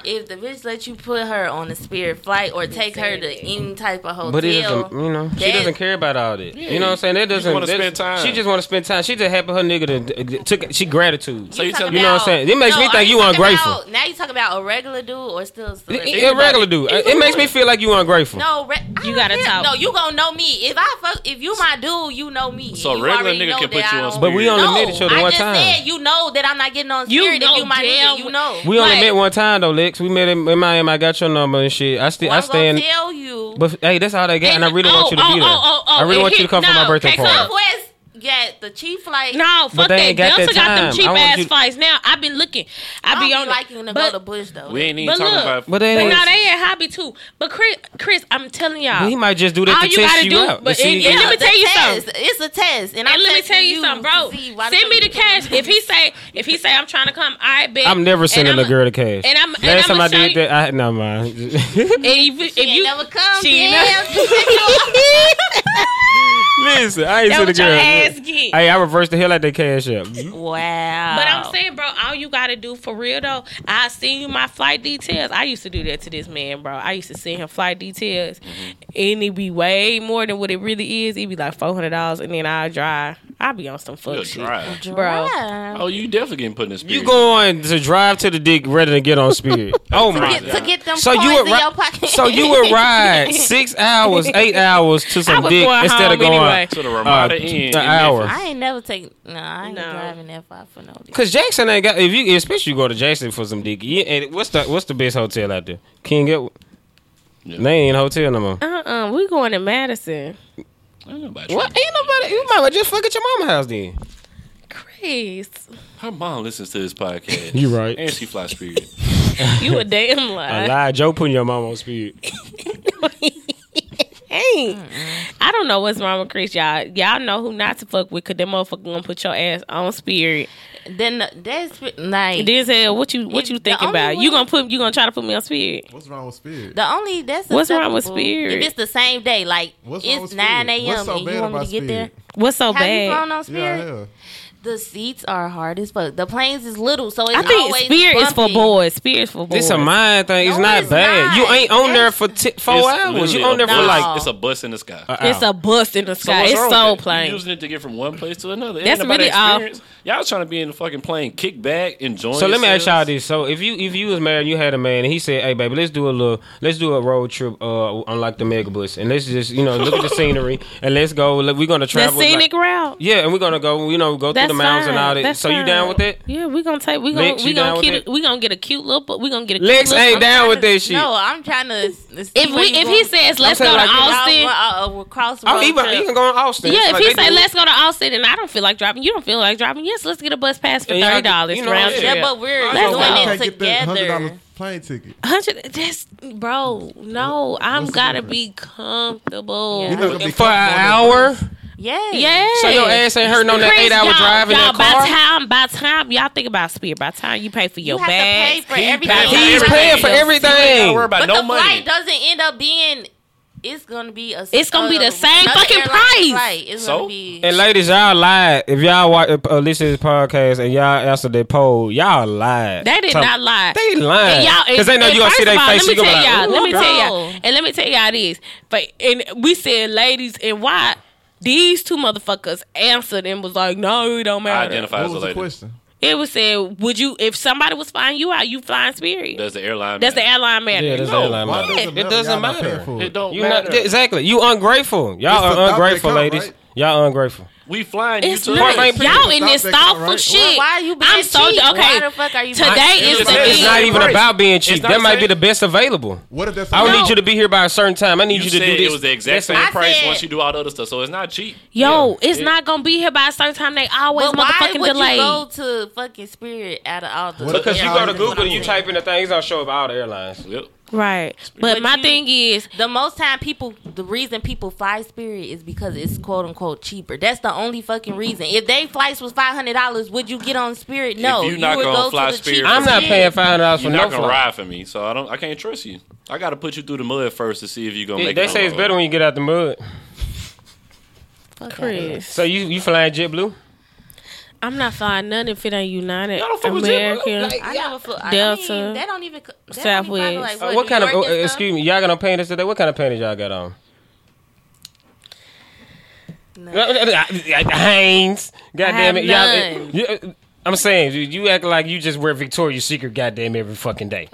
if the bitch let you put her on a spirit flight or take her to any type of hotel,
But it doesn't, you know, she
That-
doesn't care about all that. You know what I'm saying? That doesn't.
wanna
that-
spend time.
She just want to spend time. She just happy her nigga to, took. She gratitude.
So you tell me
you know what I'm saying? It makes me think
are
you
talking
ungrateful.
about- now you talking about a regular dude or still a celebrity?
It, it regular dude. It, it makes me feel like you ungrateful.
No, re- I don't
You gotta
care.
talk.
No, you gonna know me if I fuck. If you my dude, you know me.
So a
you
regular
already
nigga
know
can
that
put you
I
on
don't-
But we only
no,
met each other
I
one
just
time.
said you know that I'm not getting on
You
spirit. if
know
you my
damn
nigga, you know.
we only
Like-
met one time though, Lex. We met in, in Miami. I got your number and shit. I still,
Well,
I
I'm
stay in.
gonna tell you.
But hey, that's all they got, and, I
And-
really want
oh,
you to
oh,
be there.
oh, oh, oh,
I really
it
want you to
hit-
come for my
no,
birthday
take
party.
off.
Southwest got the cheap flight.
No, fuck
they
that.
ain't got
Delta
that
got them
time.
cheap
I want
ass
you-
flights now. I've been looking. I've
I
been
don't
on
be liking to go
but,
to Bush though.
We ain't even
But
talking
look,
about.
But they
But
ain't.
no, they ain't hobby too. But Chris, Chris, I'm telling y'all.
he might just do that
all
to
you
test
gotta
you
do-
out.
but
to see-
it- And let me
It's a
tell you
test. It's a test, and, I'm
and let me
testing
tell you
you
something, bro.
to see why
Send me the
fuck you-
cash. If he say, if he say, I'm trying to come, I bet.
I'm never
And
sending
I'ma-
a girl to cash.
and I'm- and
Last
I'ma
time I
show
did
you-
that, I no man.
[LAUGHS] And if, if
She ain't
you
never come.
she ain't
damn. [LAUGHS]
Listen, I ain't
That
sending a
what your
girl.
ass get.
Hey, I reversed the hell out that cash app.
Wow.
But
Oh.
I'm saying, bro, all you gotta do for real though, I send you my flight details. I used to do that to this man, bro. I used to send him flight details,
Mm-hmm.
and it be way more than what it really is. It be like four hundred dollars, and then I drive. I be on some fuck
Good
shit,
drive.
bro.
Yeah.
Oh, you definitely getting put in this.
Mm.
You going to drive to the dick rather than get on
[LAUGHS]
Spirit? oh my!
Get, to get them
So
coins
you would
in
ri-
your pocket.
So you would
[LAUGHS]
ride six hours, eight hours to
I
some
was
dick
going
instead of
home
going
anyway.
to the Ramada
uh,
Inn. in
an hour.
I ain't never taking. No, I ain't
No.
driving that far for no. reason.
Cause Jackson ain't got if you especially you go to Jackson for some dick. You, and what's the what's the best hotel out there? King Edward.
Yeah.
They ain't hotel no more.
Uh uh-uh, uh, we going to Madison,
Memphis. Ain't nobody
What? Ain't nobody. You might well just fuck at your mama house then.
Chris.
Her mom listens to this podcast.
You right.
And she fly spirit.
You
[LAUGHS]
a damn
I
lie.
lied. Joe putting your mama on speed.
Hey, I don't know what's wrong with Chris, y'all. Y'all know who not to fuck with, cause that motherfucker gonna put your ass on spirit.
Then the- that's like
Denzel, what you what
If
you
the
thinking
only
about?
way-
You gonna put you gonna try to put me on spirit?
What's wrong with spirit?
the only that's
What's wrong with
acceptable
Spirit?
If it's the same day, like
What's wrong with
it's
Spirit?
nine a.m.
What's so
and you
bad
want me to get
about
there.
What's so
Have you
bad?
flown on
Yeah,
Spirit?
yeah.
The seats are hard as fuck. The planes is little, so it's
I think
always
spirit is for
bumpy.
boys. Spirit is for boys.
It's a mind thing. It's
No,
not
it's
bad.
not.
You ain't on there
That's-
for t- four
It's
hours. You
literally
on there
a
for
bus.
like
No.
it's a bus in the sky.
It's a bust in the sky.
what's
it's
wrong
so
with that? You
plain.
using it to get from one place to another. Ain't
That's
nobody
really off.
experienced. Y'all trying to be in the fucking plane, kick back, enjoy.
So let me ask y'all
yourselves.
this: So if you if you was married, and you had a man, and he said, "Hey, baby, let's do a little, let's do a road trip, uh, on like the megabus, and let's just you know look at the scenery, and let's go. Let, we're gonna
The
travel. like-
scenic route.
yeah, and we're gonna go. You know, go
That's
through the mounds and all that.
That's
so you down
fine.
with it?
Yeah, we gonna take we gonna
Lex,
we
you down
gonna
with
keep
it?
we gonna get a cute little but we gonna get a cute
Lex
little
ain't down with that shit.
No, I'm trying to. If
if we if he says let's go
saying
to
like-
Austin
Austin, cross
oh, even you can go on Austin.
yeah, if
Like,
he
they
say
do-
let's go to Austin and I don't feel like driving, you don't feel like driving. Yes, let's get a bus pass for
And y'all-
thirty dollars
you know,
round
yeah.
trip.
Yeah, but we're
Let's go.
doing it
Can't
Can't get that hundred dollar
together.
plane ticket.
Hundred, that's bro. No, I'm
what's the
gotta
difference?
be comfortable.
Yeah.
You're not gonna be
for an
comfortable in
hour.
Yes.
Yeah.
So your ass ain't hurting on that
Chris,
eight hour
y'all-
drive in
y'all,
your
by
car.
time, by time, y'all think about Spirit. By time you pay for your
You have to pay
bags,
for everything.
paying
He's paying for
Don't worry
everything.
about
But
no
the
money.
flight doesn't end up being. It's gonna be a.
It's gonna be the
uh,
same
another
fucking
airline
price.
Flight. It's
So?
gonna be.
And ladies, y'all lied. If y'all watch, uh, listen to this podcast and y'all answer that poll, y'all lied.
they did
Some-
not lie.
They
And
lying.
y'all,
Because they know
and
you going to
first
see
of
their
all,
face. You
Let me
going to
tell
be like,
y'all.
"Ooh,
Let me tell
girl."
y'all. And let me tell y'all this. But and we said ladies and why these two motherfuckers answered and was like, no, it don't
I
matter.
identify
What
as a
was the
lady.
question?
It was said, would you if somebody was flying you out, you flying Spirit?
Does
That's,
the airline?
the
matter?
airline man.
Yeah, that's
No.
no, lying.
Why
man.
does
It
it matter?
doesn't
Y'all not
matter.
paying for
It
it.
don't
You
matter.
not yeah, exactly. You ungrateful. Y'all
It's the
are
thought that
ungrateful,
count,
ladies.
right?
Y'all ungrateful.
we flying you
It's
to
not.
Right,
Y'all in
Stop
this
that
thoughtful
crowd, right?
shit.
Why are you being
I'm so
cheap?
okay.
Why the fuck are you?
Today
being
is
cheap?
the
It's
It's not
end.
even
Right.
about being cheap.
It's not
That might be
saying-
the best available.
What if that's
I don't
No.
need you to be here by a certain time. I need you,
You,
to do
said
this.
it was the exact
That's
same
I
price
said-
once you do all the other stuff, so it's not cheap.
Yo,
Yeah.
it's
It-
not gonna be here by a certain time. They always
But why
motherfucking
would
delay.
you go to fucking Spirit out of all the?
What-
Because you
Yeah,
go to
I-
Google and you type in the thing, it's gonna show up all the airlines.
Yep.
Right. But,
But
my
you-
thing is,
The most time people, the reason people fly Spirit is because it's quote unquote cheaper. That's the only fucking reason. If they flights was five hundred dollars, would you get on Spirit? No,
you not
would
gonna fly
the
Spirit
cheapest
I'm not
shit.
paying five hundred dollars for
You're
no
not gonna
flight.
ride for me, so I don't. I can't trust you. I got to put you through the mud first to see if you're gonna
They
make.
they
it on
say it's
the
better
road.
when you get out the mud.
Chris,
So you you flying JetBlue?
I'm not flying none if it ain't United,
Y'all don't fuck with
American.
JetBlue.
I
Like,
never flew. I
Delta,
mean, they don't even. co- They Don't even fly to,
Southwest.
like,
uh, what
New
kind of
York
uh,
and stuff?
excuse me? Y'all got on panties today? What kind of panties y'all got on?
No.
uh, Hanes, goddamn it,
none.
y'all. uh, you- I'm saying you, you act like you just wear Victoria's Secret, goddamn every fucking day.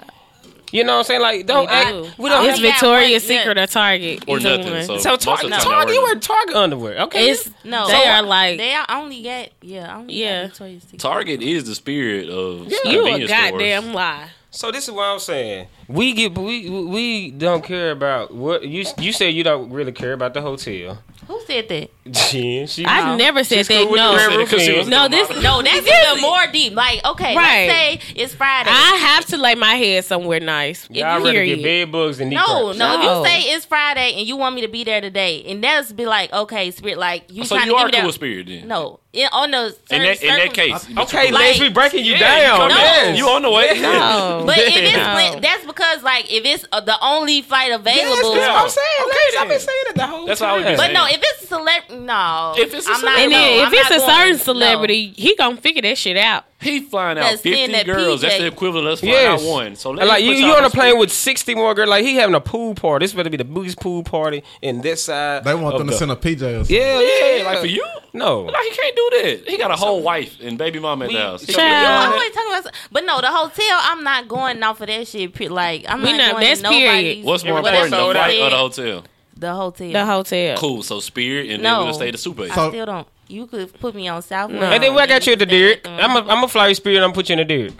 You know what I'm saying? Like don't
We
act.
do.
We don't.
it's
I got
Victoria's
one, yeah.
Secret or Target.
or
either
nothing.
one.
So,
so
most of
Target,
the time I
Target, you
wear
wear Target underwear. Okay,
It's
No,
They are like-
they are only get yeah, only
Yeah.
Got Victoria's Secret.
Target is the spirit of
you a
convenience stores.
goddamn lie.
So this is what I'm saying. We get we we don't care about what you you said. You don't really care about the hotel. [LAUGHS]
Who said that?
Jen, she
I never said that.
with the red
No,
roof in.
no, this
No, that's even more deep. Like, okay,
Right.
let's say it's Friday.
I have to lay my head somewhere nice.
y'all ready to
period.
get bed bugs and knee
no,
cramps.
no,
No.
If you say it's Friday and you want me to be there today, and that's be like, okay, spirit, like you
So
trying
you
to give
are
me
cool
that.
with spirit then.
No, in, on the
In
certain
that in that
circum-
case, but
Okay,
you-
Like-
Legs, we breaking you
Yeah,
down.
come
No.
in. You on the way?
No.
But it is
[LAUGHS]
No.
when- that's because like if it's uh, the only flight available.
that's what I'm
saying.
Legs, I've been
saying it the whole
That's why I would be time.
but
saying.
no, if it's celeb, no.
If it's a
I'm not-
celeb-
And then
no,
if
I'm
it's
not
a
going.
certain
No.
celebrity, he gonna figure that shit out.
He flying out
That's in
fifty
that
girls. That's
PJ.
the equivalent of us flying
Yes.
out one. So
like you, you on a plane with sixty more girls. Like he having a pool party. This better be the biggest pool party in this side.
They want
of
them to
the-
send a PJ or something.
Yeah, yeah,
Like for you,
No,
like he can't do that. He got a whole wife and baby mama at the house. He
Child.
can't do
I'm
all that.
always talking about, but no, the hotel. I'm not going off of that shit. pe- Like I'm
We
not
not-
going
that's
to nobody's.
period.
What's more
whatever
important, the
you
flight or
said,
the hotel?
the hotel.
The hotel.
Cool. So Spirit, and then
No.
we're gonna stay at the Super.
I
So-
still don't. You could put me on Southwest.
No.
and then I got you at the Derrick.
Mm.
I'm a I'm a fly spirit. I'm put you in the Derrick.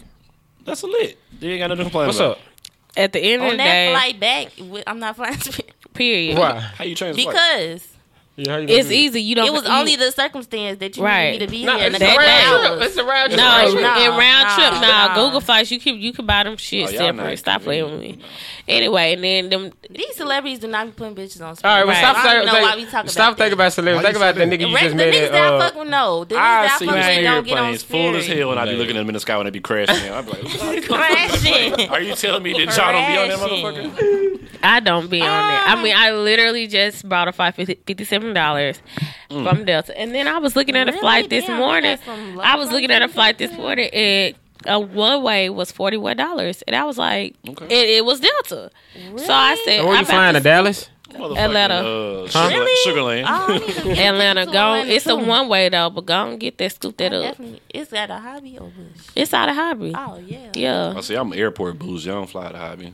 That's a lit. You ain't got nothing to complain
What's
about.
up?
At the end of
on
the
that
day,
flight back. wi- I'm not flying [LAUGHS]
period.
Why?
How you change flight?
because
Yeah, how you gonna
It's
do that?
easy. You don't.
it was
you-
only the circumstance that you
Right.
needed me to be
No,
here. in
it's
a
a
that
couple
round
round
hours.
trip. It's a round trip.
No,
Nah,
in
nah,
round
nah,
trip, nah,
nah.
Google flights, you can you can buy them shit
Oh, y'all
separate.
not
Stop playing with me. Anyway, and then them
These celebrities do not be putting bitches on.
All right, well,
Right.
stop.
I
saying-
don't know
think-
why we talking
stop
about that.
thinking about celebrities.
Why
Think
you
about
say
that
that?
nigga you
Right,
just
the
made.
niggas
at,
that I
uh,
fuck with no. The niggas
I
that I
see
fuck with don't
Spirit
get on
planes full as
Spirit.
hell, and I be looking at them in the sky when they be crashing. down. I be like,
Crashing.
Are you telling me that [LAUGHS] y'all don't be on that
Crashing.
motherfucker?
I don't be on
Ah.
there. I mean, I literally just bought a five fifty seven dollars
Mm.
from Delta, and then I was looking at a
Really?
flight this
Damn, we
morning.
got some low
I was looking at a
prices
flight
out
this
there.
morning, and a one way was forty one dollars, and I was like,
Okay.
it, it was Delta. So I said,
Where
I'm
you
about
flying to
to
Dallas?
Motherfucking,
Atlanta.
Uh,
Huh?
Sugar,
Really?
Sugarland.
Oh,
[LAUGHS]
I need to-
Atlanta.
to
Go.
Atlanta,
It's a
too.
one way though, but go and get that scoop that up.
Definitely. It's at a hobby or bush.
It's out of hobby.
Oh yeah.
Yeah,
I see. I'm airport booze. Y'all don't fly to hobby.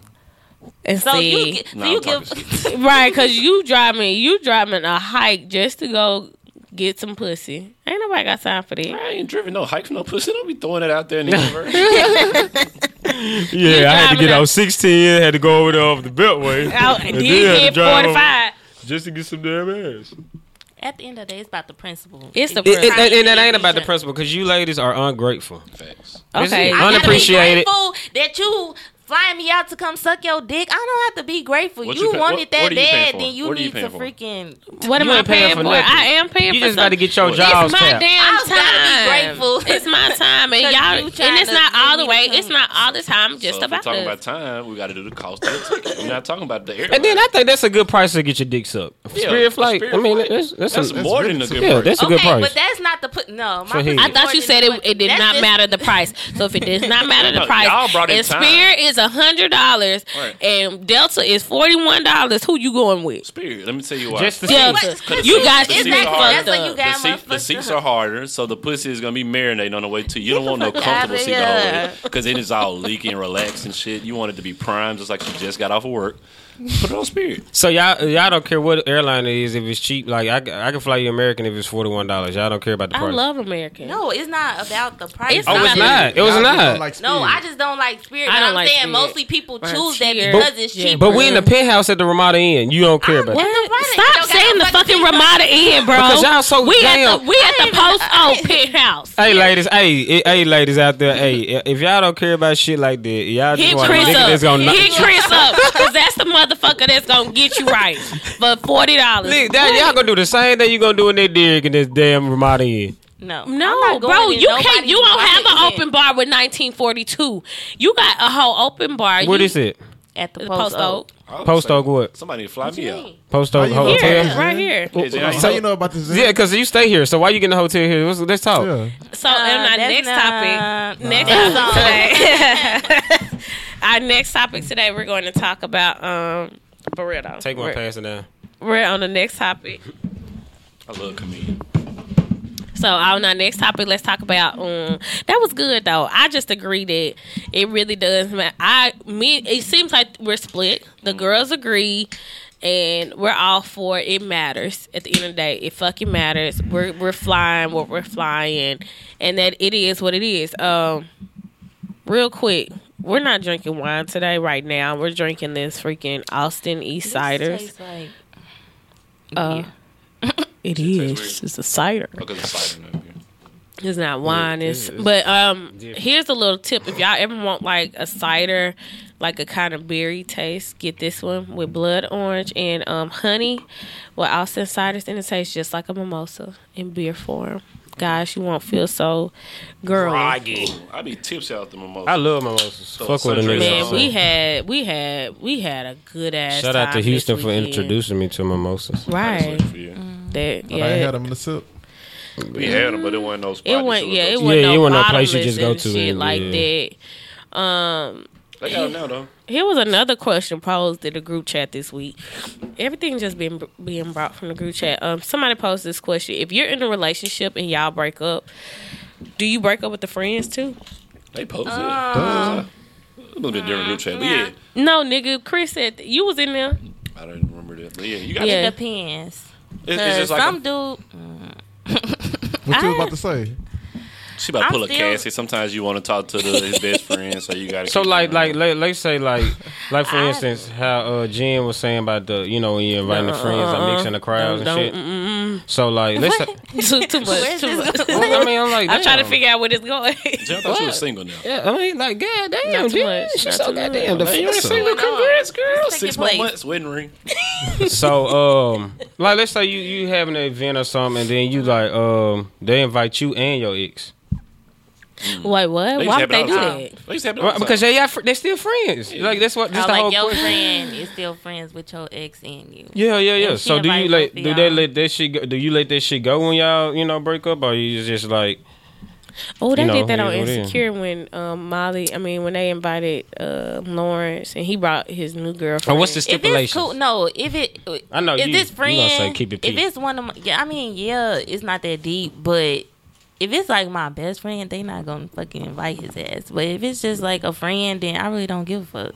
and
So
see, [LAUGHS]
you get, so
Nah,
you
I'm talking
give
right? Because you driving, you driving a hike just to go get some pussy. Ain't nobody got time for that.
I ain't driven no hike for no pussy. Don't be throwing it out there in the universe.
Yeah, I had to
driving
get
up-
out 16, had to go over there off the beltway.
Oh,
And
and
then
then
had to
hit
drive
forty five.
over [LAUGHS] Just to get some damn ass.
[LAUGHS] At the end of the day, it's about the principle.
It's the
If you
principle.
try
and that
to
ain't about the
be-
principle because you ladies are ungrateful.
Facts.
Okay,
I gotta be
Unappreciated.
grateful That you flying me out to come suck your dick. I don't have to be grateful.
What
you
you pay-
wanted
what-
that
what are you paying
bad,
for?
then you
What are you
need to
paying for?
freaking.
what am
You
I
ain't paying
paying
for
for?
nothing.
I am paying
You
for
just got to
something.
get your
It's
jobs
my
tapped.
damn
I gotta be
time.
grateful.
It's my time,
[LAUGHS]
and
'Cause
y'all,
you
and
trying
it's
to
not
bring
all the
me
way.
to
It's
come.
not all the time. Just
so if we're
about
talking
us.
about time, we got to do the cost of the ticket. We're not talking about the airline.
And then I think that's a good price to get your dick sucked. spirit
Spirit
flight. I mean,
flight.
that's that's,
that's,
a,
more than a good
yeah,
price.
that's a
okay,
good price.
but that's not the put. No,
For
my
him.
pussy
I thought
more
you
than
said
the
it,
put-
it did
that's
not
just- [LAUGHS]
matter the price. So if it does not matter the
No, [LAUGHS]
price,
y'all brought in
and
time.
Spirit is a hundred dollars
Right.
and Delta is forty one dollars. Who you going with?
Spirit. Let me tell you why.
Just the
Delta,
But-
you got
The
It's
your
not-
seats
dick
are harder.
that's
fucked
what you
up.
The,
got,
seat, the
motherfucker.
seats are harder, so the pussy is gonna be marinating on the way too. You don't want no
fuck outta
comfortable seat the whole way
here.
because it is all leaky and relaxed and shit. You want it to be prime, just like you just got off of work. Put it on Spirit.
So y'all y'all don't care what airline it is if it's cheap. Like I, c- I can fly you American if it's forty one dollars. Y'all don't care about the
I
price.
love American.
No, it's not about the price.
It's
oh,
not.
it's not. It was
Y'all just
not.
don't like spirit.
No, I just don't like spirit.
I
but
don't
I'm
like
saying
Spirit.
mostly people
Right,
choose that
cheaper.
because it's
Yeah,
cheaper.
but we in the penthouse at the Ramada Inn. You don't care about
What?
that.
Ramada-
Stop
y'all got
saying
no
the
fucking
fucking
seat
Ramada in, bro.
Because y'all so
we at
damn-
the we at
[LAUGHS]
the post
I
on
ain't-
penthouse.
Hey ladies, hey, eh, hey ladies out there, hey, if y'all don't care about shit like that, y'all just
Hit
want a
Chris
nigga
up.
that's gonna knock-
Hit Chris up. Because that's the motherfucker that's going to get you right for $40.
Nigga, that- y'all gonna do the same thing you gonna do in that Derrick in this damn Ramada Inn.
no, I'm
No,
not going
bro,
in
you can't.
nobody's
You don't have an
market
open bar with 1942. You got a whole open bar.
What
you,
is it?
at the
The
post
post
oak.
oak
Post Oak what?
Somebody fly me out.
Post Oak
How you know?
Hotel?
here,
Yeah.
right here.
Hey, Jay,
How you know about this?
Yeah, because you stay here. So why you getting the hotel here? Let's, let's talk.
Yeah.
So, and our
Uh, that's
next
not-
topic, next topic today, [LAUGHS] our next topic today, we're going to talk about um burrito.
Take
we're,
one passing down.
We're on the next topic.
I love comedian.
So on our next topic, let's talk about um that was good though. I just agree that it really does matter. I me it seems like we're split. The girls agree and we're all for it. it matters at the end of the day. It fucking matters. We're we're flying what we're flying and that it is what it is. Um real quick, we're not drinking wine today right now. We're drinking this freaking Austin East Ciders.
Tastes like
Uh, it is. It's a cider.
Because it's cider up here.
It's not wine. It's,
it's-
but um,
different.
here's a little tip: if y'all ever want like a cider, like a kind of berry taste, get this one with blood orange and um honey. Well, Austin ciders and it tastes just like a mimosa in beer form. Guys, you won't feel so girly.
Ooh, I be tipsy out the mimosa.
I love mimosas.
So
Fuck with a nigga.
sundress.
Man,
Yeah.
we had we had we had a good ass.
Shout out
time
to
this
Houston for
weekend.
introducing me to mimosas.
I just
Right, Mm.
wait for you.
that
I ain't had
yeah.
them in the sip.
We had them, but it wasn't no spot.
It went yeah, it went
Yeah,
no,
it wasn't
no
no place you just go to
shit
and-
like
yeah.
that. Um.
They got 'em now though.
Here was another question posed in the group chat this week. Everything just been being brought from the group chat. Um, somebody posed this question: If you're in a relationship and y'all break up, do you break up with the friends too?
They posted. it It must be a different group chat, but yeah,
No, nigga. Chris said th- you was in there. [LAUGHS]
I don't remember that. But yeah, you got
Yeah.
yeah.
it depends.
It's, it's
Cause
just like
some
a,
dude, mm. [LAUGHS]
What you was about to say?
she about to
I'm
pull a
still-
Cassie. Sometimes you want to talk to the, his best friend, so you got to.
So like like let, let's say
[LAUGHS]
like like for instance how uh Jen was saying about the you know when you're inviting the friends
Uh-uh.
like mixing the crowds and shit. So like let's say,
too, too much.
Where's
Too
this
much.
going?
I mean I'm like
[LAUGHS] I'm trying to
damn.
figure out where it's going. [LAUGHS]
Jay, I thought she was single now.
Yeah, I mean like god damn,
Not too
Jen,
much,
she's
not
so
too much.
goddamn
Man, you
defensive.
single. Congrats, girl.
Second
Six more
place.
months, wedding ring.
So um like let's say you you having an event or something and then you like um they invite you and your ex
Wait, what?
used
Why
to
would
have it
they
all
do
the time.
that?
They used to have it all
Well,
the
because
time.
they got fr- they still friends like that's what that's
or
the whole
Oh, like your
question.
friend is still friends with your ex and you.
Yeah, yeah, yeah.
she
So do you
invited
let
both of
do they
y'all.
let that shit go, do you let that shit go when y'all you know break up or you just like
Oh, they
You know,
did that on
it is what it is.
Insecure when um, Molly. I mean, when they invited uh, Lawrence and he brought his new girlfriend.
oh, what's the
If it's
stipulation?
cool, no. If it,
I know
If
Oh, you-
this
you gonna
friend,
say keep it
if
pee.
it's one of my, yeah, I mean, yeah, it's not that deep, but if it's like my best friend, they not gonna fucking invite his ass. But if it's just like a friend, then I really don't give a fuck.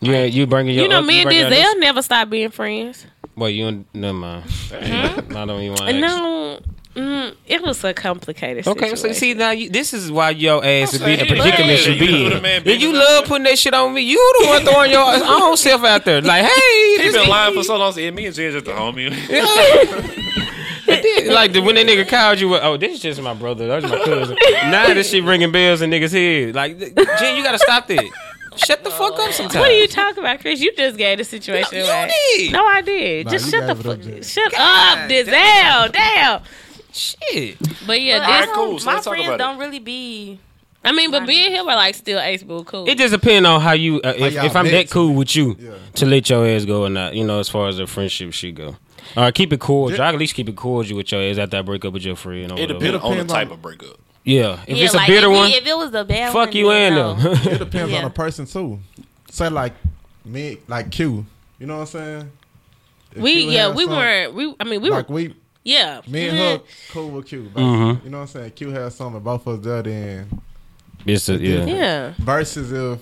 You ain't- you bringing your
You know,
other-
me and
bringing others-
Denzel never stop being friends.
Well, you and- never mind. I don't even want.
No, mm, it was a complicated.
Okay, so
situation.
see now you, this is why your ass is in the
saying,
predicament
hey,
you be
you the
in.
man
If you
being-
love putting that shit on me, you the one throwing your own self out there. Like, hey,
He's
this
been
nigga-
lying for so long. Yeah, me and Jay just the homie.
[LAUGHS] It did. like the, when that nigga called you, oh, this is just my brother. That's my cousin. now this shit ringing bells in niggas' head. Like, th- Jen, you gotta stop that. Shut the fuck up sometimes.
What are you talking about, Chris? You just gave the situation
You
away.
did.
No, I did.
Nah,
Just
you
shut the
gave it up,
fuck.
Jen.
Shut up, Denzel. Damn.
Shit.
But yeah,
I
this,
Alright,
don't-
cool, so
my
let's talk
friends
about it.
don't really be.
I mean, but being here, we're like still ace boo cool.
It just depends on how you. Uh, if,
y'all
if I'm
met
that cool with you,
Yeah.
to let your ass go or not. You know, as far as the friendship shit go. All right, keep it cordial. I can at least keep it cordial with your ass after I break up with your friend. Or
It
whatever.
depends on the
depends
type
on-
of breakup.
Yeah, if
Yeah,
it's
like,
a bitter
if it-
one,
if it was a bad one,
fuck you
then
and
no.
them.
It depends on
Yeah.
the person too. Say like me, like Q. You know what I'm saying? If
we
Q
yeah,
had
we
some-
weren't. We I mean, we
like
were
we
yeah. Mm-hmm.
me and her cool with Q. basically.
Mhm.
You know what I'm saying? Q has something both of us did then
[LAUGHS] It's a, yeah.
Yeah.
versus if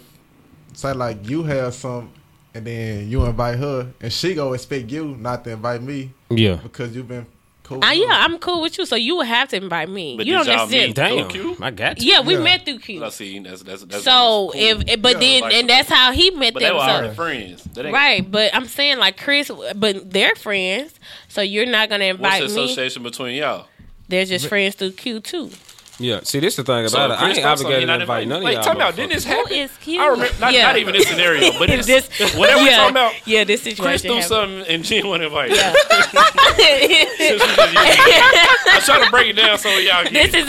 say like you have some and then you invite her and she go expect you not to invite me
yeah,
because you've been cool.
Ah,
with
yeah,
her.
I'm cool with you, so you would have to invite me.
But
you
did
don't
y'all
necessarily.
meet?
Damn,
Q?
I got you.
Yeah, we
Yeah.
met through Q.
I see. That's that's that's
So
cool.
if it- but
Yeah,
then
like-
and that's how he met
but they
them.
were
so-
already friends. That ain't,
right, but I'm saying like Chris, but they're friends, so you're not gonna
What's
invite
the
me.
association between y'all?
They're just friends through Q
[LAUGHS]
too.
Yeah, see, this the thing about
So
it. I
Chris
ain't
Thompson,
obligated
you're not
to invite
invited.
none of
Wait,
y'all.
time out. Didn't
motherfuckers.
this happen?
It's cute.
I remember not,
Yeah.
not even this scenario, but it's [LAUGHS]
This-
whatever we
yeah,
talking about.
yeah, this situation.
Chris do
happened.
something and Jen won't invite. Yeah. I'm trying to break it down so y'all get.
[LAUGHS] this is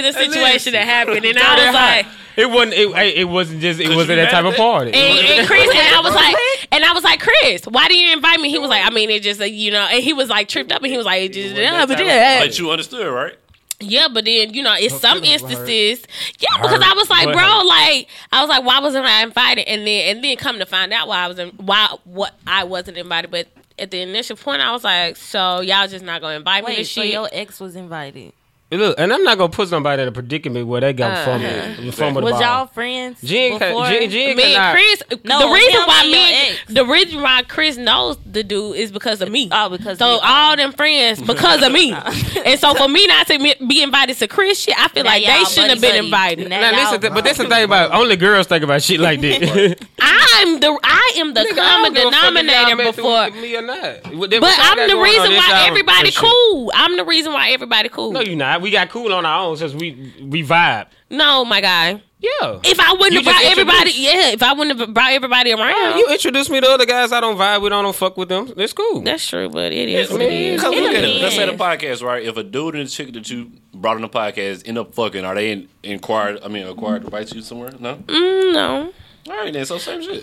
[LAUGHS]
the situation that happened, and I was like,
It wasn't. It, hey, it wasn't just. It
Could
wasn't
you
that
be
type
mad
of
at
party.
and, and Chris, and I was like, and I was like, Chris, why do you invite me? He was like, I mean, it just, like, you know, and he was like tripped up, and he was like, just, yeah, but yeah,
But you understood, right?
yeah, but then you know, in some
feelings were hurt.
instances, yeah, because I was like,
What
bro,
hurt?
like I was like, why wasn't I invited? And then and then come to find out why I was in, why what I wasn't invited, but. At the initial point, I was like, "So y'all just not gonna invite me
Wait,
to
so
shit?"
your ex was invited.
Look, and I'm not gonna put somebody in a predicament where they got fumbled, fumbled the
Uh, Was
ball.
y'all friends
Jen, ca-
before?
Jen, Jen
me
cannot-
and Chris.
No,
the reason
him
why
and
me,
your
and-
ex.
the reason why Chris knows the dude is because of me.
Oh, because
so
of you.
all them friends because
[LAUGHS]
of me, and so for me not to me- be invited to Chris shit, I feel
Now
like they
y'all
shouldn't have
buddy
been
buddy.
invited.
Now
Now,
y'all
listen, th- but that's the thing about only girls think about shit like this. [LAUGHS]
I'm the I am the common denominator before.
me or not.
But I'm the reason why everybody cool. I'm the reason why everybody cool.
Oh, No, you not. We got cool on our own since we we vibe.
No, my guy.
Yeah.
If I wouldn't
You
have brought
just
everybody,
introduced- Oh,
yeah. If I wouldn't have brought everybody around,
You introduce me to other guys I don't vibe with. I don't fuck with them. It's cool.
that's true. But it is. What it
man,
is. Mm,
Because Oh, look at it. Let's say the
is.
podcast, right? If a dude and a chick that you brought on the podcast end up fucking, are they in, inquired? I mean, acquired rights to you somewhere? No.
Mm, no,
All right, then. So same shit.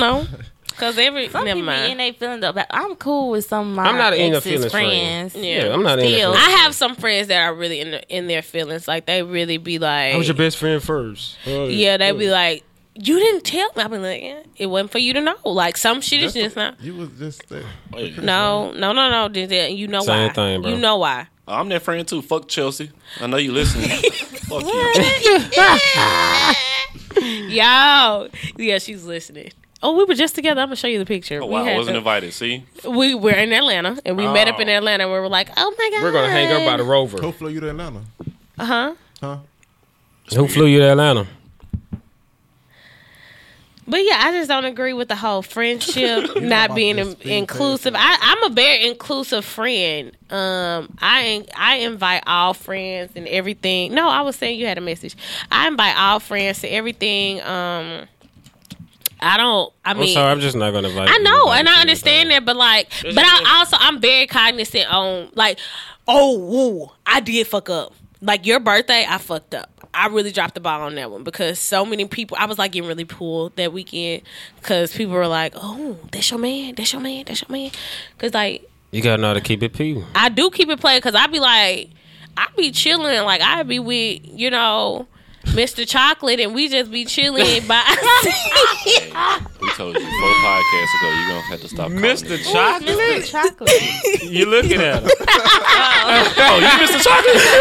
[LAUGHS]
no. Because every
Some
never
people in
mind.
they feelings about. I'm cool with some of my
I'm not an in the
ex's
feelings friend.
friends.
Yeah, I'm not in the
Still.
feelings.
I have some friends that are really in the, in their feelings. Like they really be like,
I was your best friend first. Oh,
yeah, they be like, you didn't tell me. I be like, yeah, it wasn't for you to know. Like some shit is just not.
You was just there.
Wait,
No, no, no, no, Denzel. You know
Same
why?
thing, bro.
You know why?
I'm that friend too. Fuck Chelsea. I know you
[LAUGHS]
listening. Fuck you.
Yo, yeah, she's listening. Oh, we were just together. I'm gonna show you the picture.
Oh,
we
wow, I
had
wasn't
the-
invited. See,
we were in Atlanta and we met up in
Oh.
Atlanta and we were like, oh my god,
We're gonna hang up by the rover.
Who flew you to Atlanta?
Uh huh.
Huh?
Who flew you to Atlanta?
But yeah, I just don't agree with the
[LAUGHS]
whole friendship not
about
being
this
in-
being
inclusive. I, I'm a very inclusive friend. Um, I I invite all friends and everything. No, I was saying you had a message. I invite all friends to everything. Um, I don't. I
I'm
mean,
sorry, I'm just not gonna invite.
I know,
anybody
and
to
I
your
understand
thing.
that, but like, but I also I'm very cognizant on like, oh, woo, I did fuck up. Like your birthday, I fucked up. I really dropped the ball on that one because so many people. I was like getting really pulled that weekend because people were like, "Oh, that's your man, that's your man, that's your man," because like
You gotta know how to keep it pee.
I do keep it playing because I be like, I be chilling, like I be with you know. Mr. Chocolate and we just be chilling [LAUGHS] by
we told you four podcasts ago. You gonna have to stop. calling
Mr.
it.
Chocolate,
Mr. Chocolate.
you looking at
[LAUGHS]
him?
Oh, you Mr. Chocolate.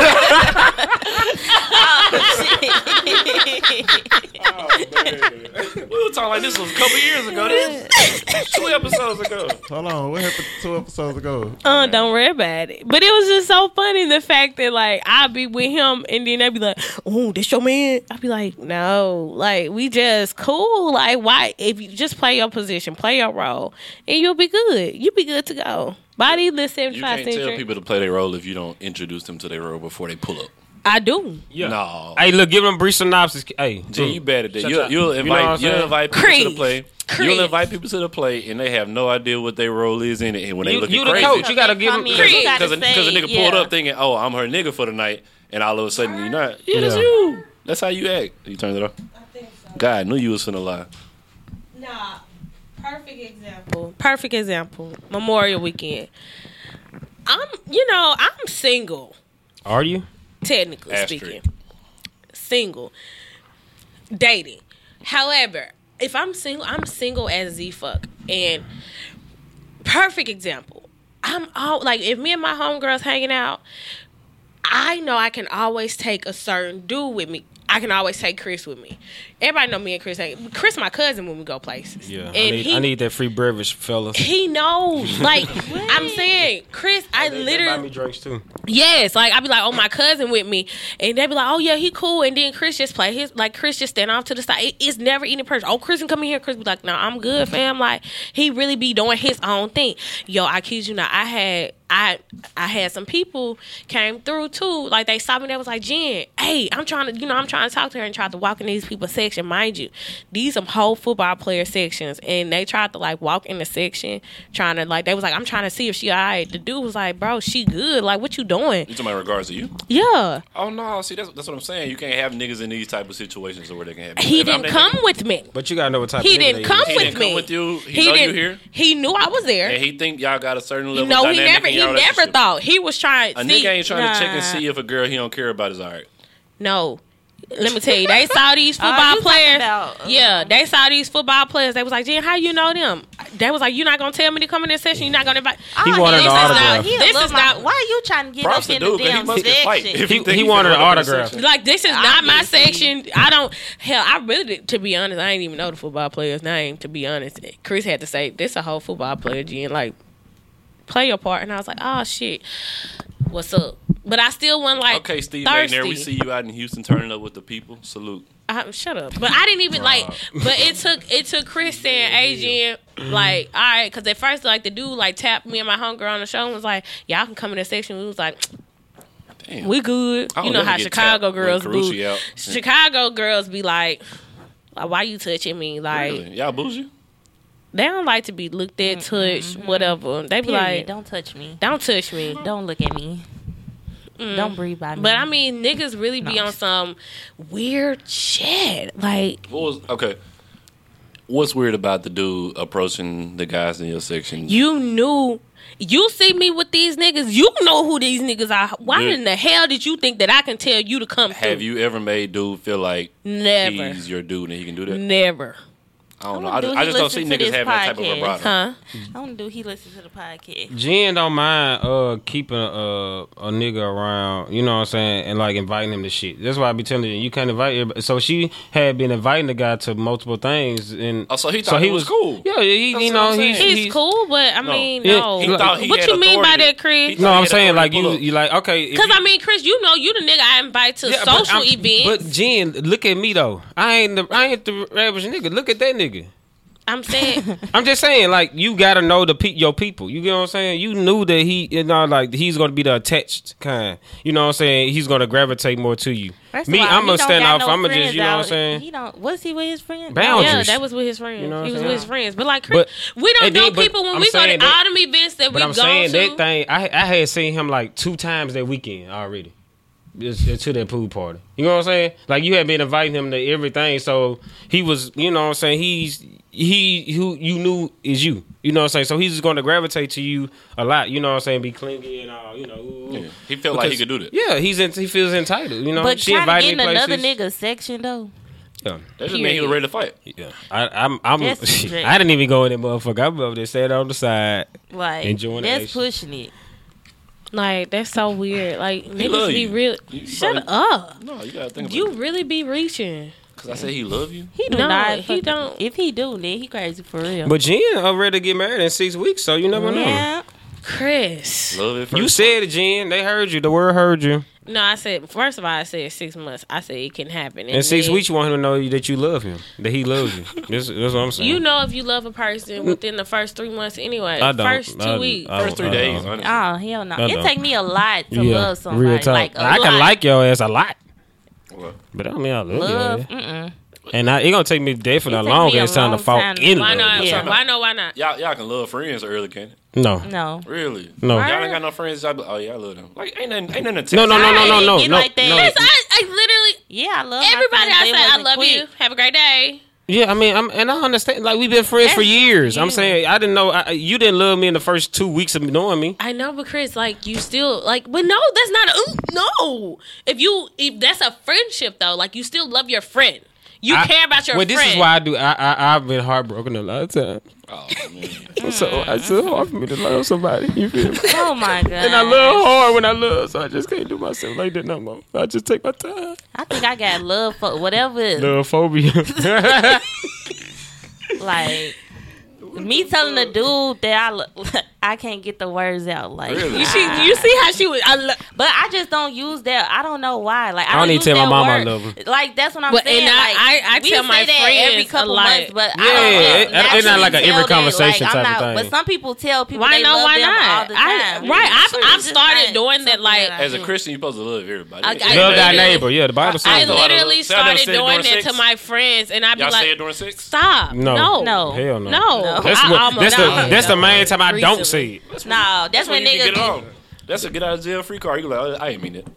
[LAUGHS]
we were talking like this was couple years ago. This is two episodes ago.
Hold on, what happened two episodes ago?
Uh, don't worry about it. But it was just so funny the fact that like I'd be with him and then they'd be like, "Oh, that's your man." I'd be like, "No, like we just cool. Like why? If you just play your position, play your role, and you'll be good. You'll be good to go." Body list
You
seventy five
can't tell
century.
people to play their role if you don't introduce them to their role before they pull up.
I do.
Yeah.
No.
Hey, look, give him a brief synopsis. Hey,
Gee, you better that
Shut
you'll,
up.
you'll
You know
invite
what I'm
you will
saying?
invite people to
Creed.
the play.
Creed.
You'll invite people to the play, and they have no idea what their role is in it. And when they
You-
look
you
at
the
crazy,
coach. You gotta give 'em-
Come in,
Creed.
you gotta
because a,
say,
'cause a nigga
yeah.
pulled up thinking, "Oh, I'm her nigga for the night," and all of a sudden you're not.
Yeah, that's
Yeah.
you.
That's how you act. You turned it off. God, I knew you was finna lie.
Nah, perfect example. Perfect example. Memorial weekend. I'm, you know, I'm single.
Are you?
technically
Asterisk.
speaking, single, dating. However, if I'm single, I'm single as Z fuck. And perfect example, I'm all like, if me and my homegirls hanging out, I know I can always take a certain dude with me. I can always take Chris with me. Everybody know me and Chris. Hang- Chris, my cousin, when we go places.
Yeah. I
and
need,
he
I need that free beverage, fellas.
he knows. Like I'm saying, Chris, I literally
buy me drinks too.
Yes, like I'd be like, oh, my cousin with me, and they'd be like, oh yeah, he cool, and then Chris just play his like Chris just stand off to the side. It- it's never any person. Oh, Chris can come in here. Chris be like, no, I'm good, fam. Like he really be doing his own thing. Yo, I kid you not, I had I I had some people came through too. Like they stopped me. They was like, Jen, hey, I'm trying to you know I'm trying to talk to her and tried to walk in these people's section. Mind you, these some whole football player sections, and they tried to like walk in the section trying to like they was like, I'm trying to see if she alright. The dude was like, bro, she good. Like what you doing?
You talking about regards to you?
Yeah,
Oh no, see that's that's what I'm saying. You can't have niggas in these type of situations where they can have.
he
if I'm that
didn't come
nigga
with me.
But you gotta know what type.
He
of nigga
didn't
they
come
is.
He
with
didn't
me.
come with you? He know you here?
He knew I was there.
And he think y'all got a certain level.
no,
of
he
dynamic
never.
in
He
y'all
never
relationship.
thought he was trying.
A
see,
nigga ain't trying to check
nah.
and see if a girl he don't care about is alright.
No. Let me tell you, they
[LAUGHS]
saw these
Oh, you
football
talking
players.
about, uh,
yeah, they saw these football players. They was like, Jen, how you know them? They was like, you're not gonna tell me to come in this session. You're not gonna invite.
He wanted an
this is
autograph.
not.
He
This is not.
Why are you trying to get up
Props to
in the
dude, 'cause he
damn
must get
[LAUGHS]
fight.
section?
If he,
He-
think
he
finna
wanted
run
an
up in the
autograph.
section.
Like this is not my
Obviously.
section. I don't. Hell, I really, to be honest, I ain't even know the football player's name. To be honest, Chris had to say this a whole football player, Jen. Like, play your part, and I was like, oh shit, what's up? But I still wasn't like
Okay, Steve
thirsty.
Magnair, we see you out in Houston turning up with the people. Salute.
I, shut up. But I didn't even like. But it took it took Chris saying Adrian like all right because at first like the dude like tapped me and my homegirl on the show and was like y'all can come in the section. We was like
Damn.
we good.
I don't
You know
ever
how
get
Chicago
tapped when
girls
Carucci
do.
out.
Chicago girls be like. Like, why you touching me? Like
Really? Y'all bougie?
they don't like to be looked at, touched, whatever. They be
Period.
like, don't,
don't touch me.
touch me.
Don't look at me. Don't breathe by me.
But I mean, niggas really be on some weird shit. Like
What was okay? What's weird about the dude approaching the guys in your section?
You knew. You see me with these niggas. You know who these niggas are. Why
Dude.
in the hell did you think that I can tell you to come
have
through?
you ever made dude feel like
Never.
he's your dude and he can do that?
Never.
I don't know.
I'ma
I just,
do
I
he
just don't see
listen to
niggas
this
having that type of
podcast.
vibrato.
Huh?
I don't do. He listens to the podcast.
Jen don't mind uh keeping a, a nigga around, you know what I'm saying, and like inviting him to shit. That's why I be telling you, you can't invite everybody. So she had been inviting the guy to multiple things, and
Oh, so he thought he was cool.
Yeah, he,
That's
you
what I'm
know
saying.
he's,
He's,
he's
cool, but I mean,
Yeah,
no.
he thought
he
what
had
you mean by
authority.
that, Chris?
He-
No, I'm
had
saying like
authority
you,
to pull
you like okay. if
Because
you-
I mean, Chris, you know, you the nigga I invite to
Yeah, but
social
I'm-
events.
But Jen, look at me though. I ain't the I ain't the average nigga. Look at that nigga. [LAUGHS]
I'm saying,
I'm just saying, like you gotta know the pe- your people. You get what I'm saying? You knew that he, you know, like he's gonna be the attached kind. You know what I'm saying? He's gonna gravitate more to you.
First of
Me,
all,
I'm
he
gonna
don't
stand
got
off.
no
I'm gonna just,
friends
you know what I'm
out.
saying?
He don't. Was he with his friends?
Boundaries.
yeah, that was with his friends.
You know what
he
I'm
was
saying?
with his friends. But like, Chris,
But-
we don't
and
know
then- but
people when
I'm
we go to
saying that-
all them events that we
But
go
I'm saying
to.
that thing. I I had seen him like two times that weekend already. It's, it's to that pool party. You know what I'm saying? Like you had been inviting him to everything, so he was. You know what I'm saying? He's he who you knew is you. You know what I'm saying? So he's just going to gravitate to you a lot. You know what I'm saying? Be clingy and all. You know. ooh, ooh.
Yeah. He felt like he
Because-
could do that.
Yeah, he's in, he feels entitled. You know,
But
she
trying
invited
to get in
me places.
another nigga section though.
Yeah,
That just mean he was ready to fight.
yeah. I, I'm, I'm, I [LAUGHS]
That's great.
didn't even go in that motherfucker. I'm over there standing on the side.
Like
Enjoying the
that's
action.
pushing it.
like, that's so weird. Like, niggas
love
be
you.
real.
You
Shut
probably-
up.
No, you gotta think about
You
it.
really be reaching.
Cause I said he love you.
He do
No,
not.
he
fuck-
don't.
If he do, then he crazy for real.
But Jen already get married in six weeks, so you never know.
yeah.
Chris.
Love it first.
You said it, Jen. They heard you. The world heard you.
No, I said first of all, I said six months. I said it can happen.
In six
then-
weeks, you want him to know that you love him, that he loves you. This, that's what I'm saying.
You know if you love a person within the first three months anyway.
I don't.
First two
I-
weeks.
I-
first three
I-
days.
I-
Ah.
honestly.
Oh hell no!
No,
it
no.
take me a lot to love somebody.
real talk.
Like a
I can
lot.
like your ass a lot,
What?
but I don't mean I love,
love.
you.
Mm-mm.
And I, it gonna take me definitely
It
a
take
long
me a
ass time to
long
fall
time to-
in
Why
love.
not?
Yeah.
Why no? Why not?
Y'all, y'all can love friends early, can it?
No,
No.
Really?
No.
Y'all ain't got no friends. Y'all be, oh yeah, I love them. Like ain't nothing, ain't nothing. to
no,
text.
no, no, no, no,
I
no,
get
no,
like that.
no.
Yes, I, I literally
Yeah, I
Oh
love my
everybody
friends.
I
They
say I
wasn't
love
quick.
you. Have a great day.
Yeah, I mean, I'm, and I understand. Like we've been friends for
That's
years. I'm
you.
saying I didn't know I, you didn't love me in the first two weeks of knowing me.
I know, but Chris, like you still like, but no, that's not a ooh, no. If you if that's a friendship though, like you still love your friend. You
I-
care about your
Well,
friend.
this is why I do. I, I I've been heartbroken a lot of times.
Oh man.
So it's so hard for me to love somebody. You feel me?
Oh my
[LAUGHS]
god!
And I love hard when I love, so I just can't do myself like that no more. I just take my time.
I think I got love
[LAUGHS]
for whatever.
Love phobia.
Like me telling a dude that I lo- [LAUGHS] I can't get the words out. Like,
Really?
You, see, you see how she was. I lo-
but I just don't use that. I don't know why. Like I,
I don't even
use
tell my
that
mama I
word.
love her.
Like that's what I'm
But-
saying.
and I-
like,
I- I
we
tell
say
my
that every
friends a
couple
lot.
months, but
Yeah,
I don't
it-
just
it- it not
naturally
like a every
tell that.
conversation type
Like, I'm
of
not,
thing.
But some people tell people
why
they
no?
love
Why
them all
not?
the
I,
time.
right. I've,
It's
I've
just
started
not
doing that.
something
Like
that I
As a
do.
Christian, you supposed to love everybody.
I- I-
love thy
literally-
neighbor. Yeah, the Bible
I
says.
Say
that.
it
literally
Say I never
started
said it during
doing that
sex.
to my friends, and I'd be
Y'all say it
like,
during sex?
"Stop!
No.
No,
No.
Hell no.
no."
That's,
I
what,
almost-
that's
no,
the that's the
no.
main time I
Recently.
don't see it.
No, that's when
When you can get it
niggas
on. That's a get out of jail free card. You like, oh, I ain't mean
[LAUGHS]
it.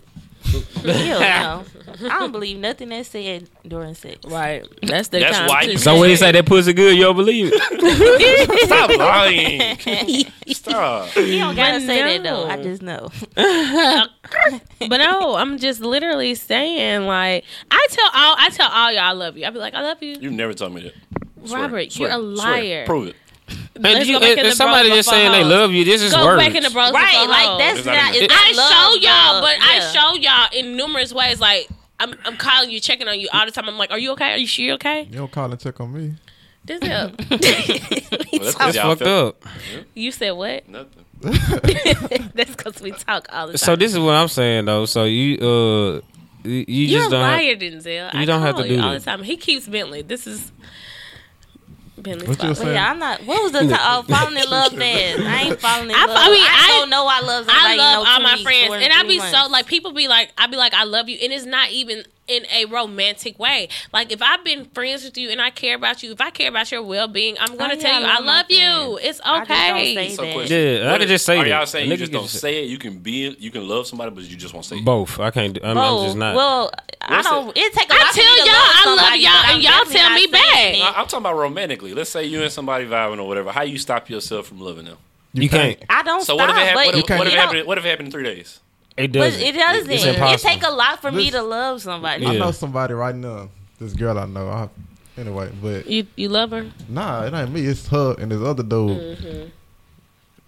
Ew, no. I don't believe nothing that's said during sex.
Right. That's the
That's
time.
why
to-
you-
So when they say that pussy good, you don't believe it.
Stop lying.
[LAUGHS]
Stop.
You don't gotta
But
say that though.
no.
I just know.
but no, I'm just literally saying like I tell all I tell all y'all I love you. I be like I love you,
You never told me that. Swear,
Robert.
swear,
you're a
swear.
liar.
Prove it.
And
go
you,
back in
if
the
somebody
bros
just
before
saying they
hoes.
love you, this is
Go
words.
back in the bros.
right, like that's
It's
not.
not even-
it's
I
not love,
show y'all,
love.
but
Yeah.
I show y'all in numerous ways. Like I'm, I'm calling you, checking on you all the time. I'm like, are you okay? Are you sure you're okay?
You don't call and check on me.
[LAUGHS]
This up.
Well, that's 'cause
It's
y'all
fucked
felt
up.
you said what? [LAUGHS]
Nothing.
that's because we talk all the time.
So this is what I'm saying though. So you uh you, you
you're
just
a
don't. have-
liar, Denzel.
you
I
don't have
call
to do
you all
that.
the time. He keeps Bentley. This is Bentley's
What you
fault.
saying?
Well, yeah, I'm not. What was the time? Oh, falling in love fast. I ain't falling in
I-
love.
I
I
mean,
mean,
I-
I, don't know. I love. Somebody
I love
in no
all
two
my
weeks
friends,
or
and I
three
be so
months.
like people be like, I be like, I love you, and it's not even in a romantic way. Like if I've been friends with you and I care about you, if I care about your well being, I'm gonna
Oh, yeah,
tell
I
you I
love my
love you.
friends.
It's
I just don't
okay.
say
So
that.
question.
Yeah, I
What
could
is-
just say
Are y'all
that.
saying
A
you
nigga
just
can
don't
say-
say it? You can be, it, you can love somebody, but you just won't say it.
Both. I can't. do- I mean, I'm just not.
Well, I
What's
don't. It, take a
I
lot for me
tell
to
y'all I love
somebody,
y'all,
but I'm
and y'all
definitely
tell
not
me
saying
back.
it.
I- I'm talking about romantically. Let's say you and somebody vibing or whatever. How you stop yourself from loving them?
you can't.
I don't
So
stop.
what if it happened? What,
but
if- what if
you
it
don't-
happened? What if it happened in three days?
It
But
doesn't.
it doesn't.
It's
it
impossible.
take a lot for me
This-
to love somebody.
I
Yeah.
know somebody right now. This girl I know. I, anyway, but
You you love her?
nah, it ain't me. It's her and this other dude.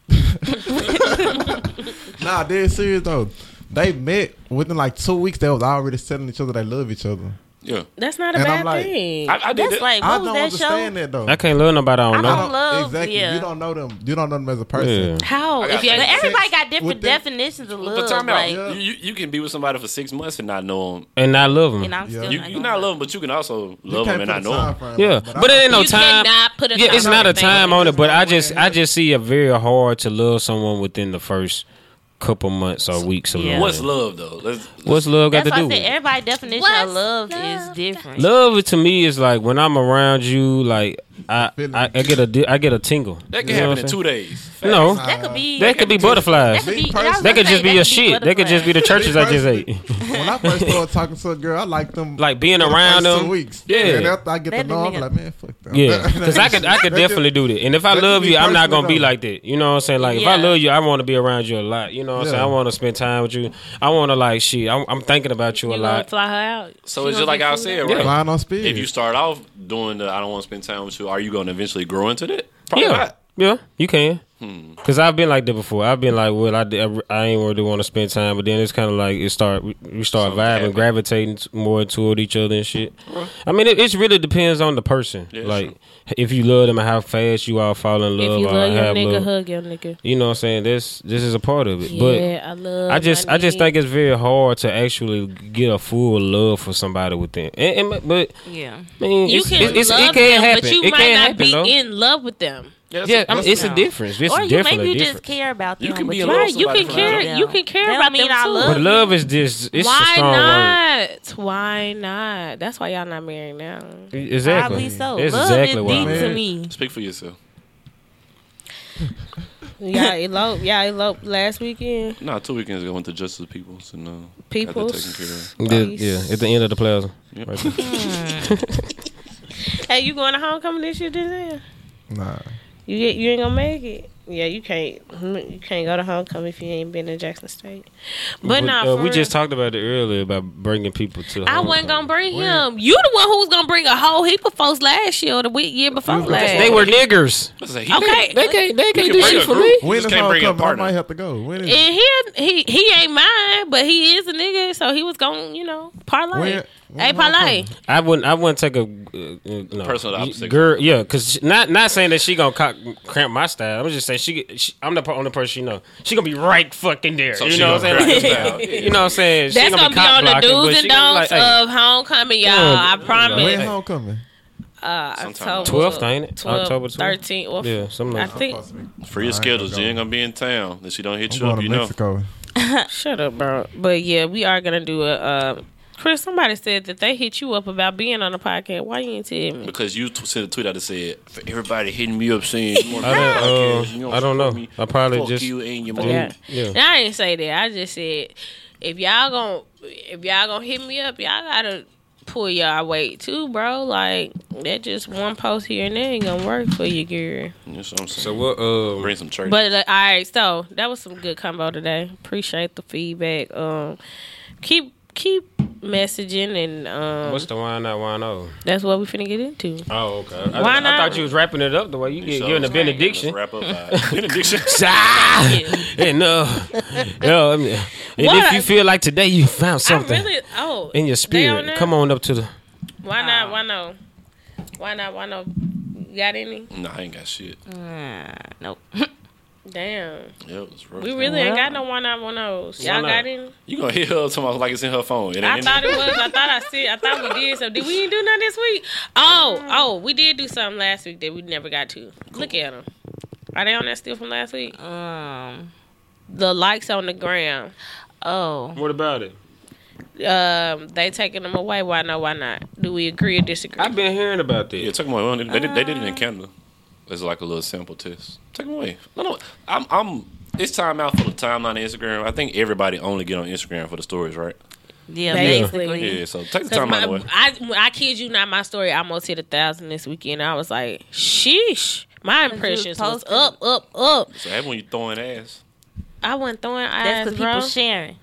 Mm-hmm.
[LAUGHS] nah, dead serious though. They met within like two weeks. They was already telling each other they love each other.
Yeah,
That's not a
And I'm
bad
like-
thing.
I, I did.
That's
that.
like what
I don't
was that
understand
show?
that though.
I can't love nobody I don't
I
know.
don't love-
exactly.
yeah.
You don't know them. You don't know them as a person.
Yeah.
How?
I
If
got
you
you.
But everybody got
With
different
that-
definitions of
But
love.
time out.
like,
Yeah.
You, you you can be with somebody for six months and not know them.
And I love them.
and I'm
Yeah.
still
You,
not
you
gonna
not love them, but you can also
You
love them
can't
and
put
not
a
know
time
them.
frame on
Yeah,
it,
but it ain't no
you
time.
cannot put a
Yeah, it's
time
not a
frame.
time on it, but I
It's not
just I just see a very hard to love someone within the first couple months or weeks of
Yeah.
love.
What's love though? Let's,
What's love got
That's
to
why
do
I
with
said
it?
everybody's definition
What's
of love,
love?
is different.
love to me is like when I'm around you, like I
Feeling.
I, I get a di- I get a tingle.
that can
You know
happen
what
in
I'm saying?
two days.
No,
Nah.
that could be.
that could be
That
butterflies.
could be.
Big
yeah, I was
person.
That
gonna
could just
say,
be your
could be
shit. That could just be the churches I just ate. [LAUGHS]
when I first started talking to a girl, I liked them.
Like being
for the
around
first
them.
Two weeks.
Yeah.
And after I get
That
to know,
nigga-
them, I'm like, man, fuck
[LAUGHS]
them.
Yeah, because
[LAUGHS]
I could I could
That just-
definitely do that. And if I
that
love
could be
you, I'm not
personal,
gonna be
though.
like that. You know what I'm saying? Like if I
Yeah.
love you, I want to be around you a lot. You know what I'm saying?
Yeah.
I want to spend time with you. I want to like shit. I'm, I'm thinking about you a
You gonna
lot.
fly her out?
So
She
it's
gonna
just like
be
I
cool
said,
Yeah.
right?
Flying on speed.
If you start Oh, off doing the I don't want to spend time with you, are you going to eventually grow into that? Probably
Yeah,
not.
yeah, you can.
Hmm.
Cause I've been like that before. I've been like, well, I, did- I ain't really want to spend time, but then it's kind of like it start we start
Something
vibing,
happened.
gravitating t- more toward each other and shit. I mean, it, it really depends on the person.
Yeah,
like if you love them and how fast you all fall in love,
if you
or
love your
have
nigga,
love.
hug your nigga.
You know what I'm saying? This this is a part of it, but.
yeah, I love.
I just
my
I just
nigga.
think it's very hard to actually get a full love for somebody within. And, and but
Yeah.
I mean,
you
it's,
can
it's,
love
it can
them,
happen.
but you
it
might
can
not
happen
be
though.
in love with them.
yeah, I mean, it's a difference. It's
Or you
definitely
maybe you
a difference.
just care about them.
You can
but
be in
Right,
love
you
somebody
can
for
care.
real.
You can
That
care
don't
about
mean
them
I
too.
love
But love is just it's a
Why
strong word.
not? Why not? That's why y'all not married now.
Exactly.
Probably so.
That's
love
exactly
is
why.
deep
I'm-
to me.
Speak for yourself.
[LAUGHS]
Y'all eloped. Y'all eloped last weekend.
No, two weekends ago, I went to Justice Peoples and uh, Got
Peoples.
that taken care of.
The- yeah, at the end of the plaza.
Yep.
[LAUGHS]
Right there.
Hey, you going to homecoming this year, Denzel?
Nah.
You get, you ain't gonna make it. Yeah, you can't. You can't go to homecoming if you ain't been to Jackson State. But, not
uh,
for
we
real.
just talked about it earlier about bringing people to.
I wasn't gonna bring him. You the one who was gonna bring a whole heap of folks last year or the week year before last.
They were niggers.
I said, he
okay.
They can't. They
can
can't do
bring
shit
a
for
group.
me.
You
When
just
is
can't bring your
homecoming? I
partner.
might have to go. When is
And he he he ain't mine, but he is a nigga, so he was gonna you know parlay.
When- when
hey, parlay.
homecoming?
I wouldn't. I wouldn't take a uh, uh, no.
Person of the opposite
girl. Yeah, because not not saying that she gonna cock, cramp my style. I'm just saying she, she. I'm the per- only person she know. She gonna be right fucking there.
So
you
she
know what
gonna
I'm [LAUGHS] saying?
crack
Like,
his style.
You know what I'm saying? She
That's gonna, be
cock
on the
blocking, but
dudes
she
and
gonna be
don'ts
like, hey,
of homecoming, y'all.
Yeah,
I promise.
When homecoming?
Uh,
Sometime.
October
12th, ain't it?
12th,
October 12th?
13th. Well,
Yeah, something
I
like that.
think.
Free your schedules. You ain't gonna be in town. If she don't hit
I'm
you up,
going
you
to
know. [LAUGHS]
Mexico.
Shut up, bro. But yeah, we are gonna do a. Uh, Chris, somebody said that they hit you up about being on the podcast. Why you ain't tell me?
Because you t- sent a tweet out that said, "For everybody hitting me up saying, you want
I don't, uh,
you
I don't
fuck
know.
me,
I probably
fuck
just-
you and your mom."
Yeah.
Mm-hmm. Yeah.
And I didn't say that. I just said if y'all gonna if y'all gonna hit me up, y'all gotta pull y'all weight too, bro. Like that just one post here and there ain't gonna work for you, girl.
That's what I'm saying.
So what? Uh,
Bring some church.
But uh, all right, so that was some good combo today. Appreciate the feedback. Um, keep keep messaging and um,
what's the wine not wine oh?
that's what we finna get into.
Oh, okay. I,
Why
I
not?
thought you was wrapping it up the way you get giving a benediction. [LAUGHS]
Wrap up. uh, benediction. [LAUGHS]
Ah, and uh, yeah, I mean, and
What?
if you feel like today you found something
I really oh
in your
they on
spirit,
there?
come on up to the.
Why not? Why no? Why not? Why no? You Got any?
Nah, I ain't got shit.
Uh, nope.
Damn.
Yeah, it was rough.
We really ain't got no one out one O's. Y'all
not?
got any?
You gonna hit her up tomorrow like it's in her phone? It ain't
I
in
thought
there.
it was. I thought I said. I thought we did something. Did we ain't do nothing this week? Oh, oh, we did do something last week that we never got to. Look at them. Are they on that still from last week?
Um.
The likes on the ground.
Oh.
What about it?
Um, they taking them away. Why no? Why not? Do we agree or disagree?
I've been hearing about that.
Yeah, took them away. They, they, did- they did it
Ah.
in Canada. It's like a little sample test. Take them away. No, no. I'm. I'm. It's time out for the timeline of Instagram. I think everybody only get on Instagram for the stories, right?
Yeah.
Basically.
Basically.
Yeah. So take the
'Cause
timeline
my-
away.
I, I kid you not, my story almost hit a thousand this weekend. I was like, sheesh. My impressions was
posted
up, up, up.
So everyone you throwing ass.
I wasn't throwing eyes,
That's because
bro.
people sharing.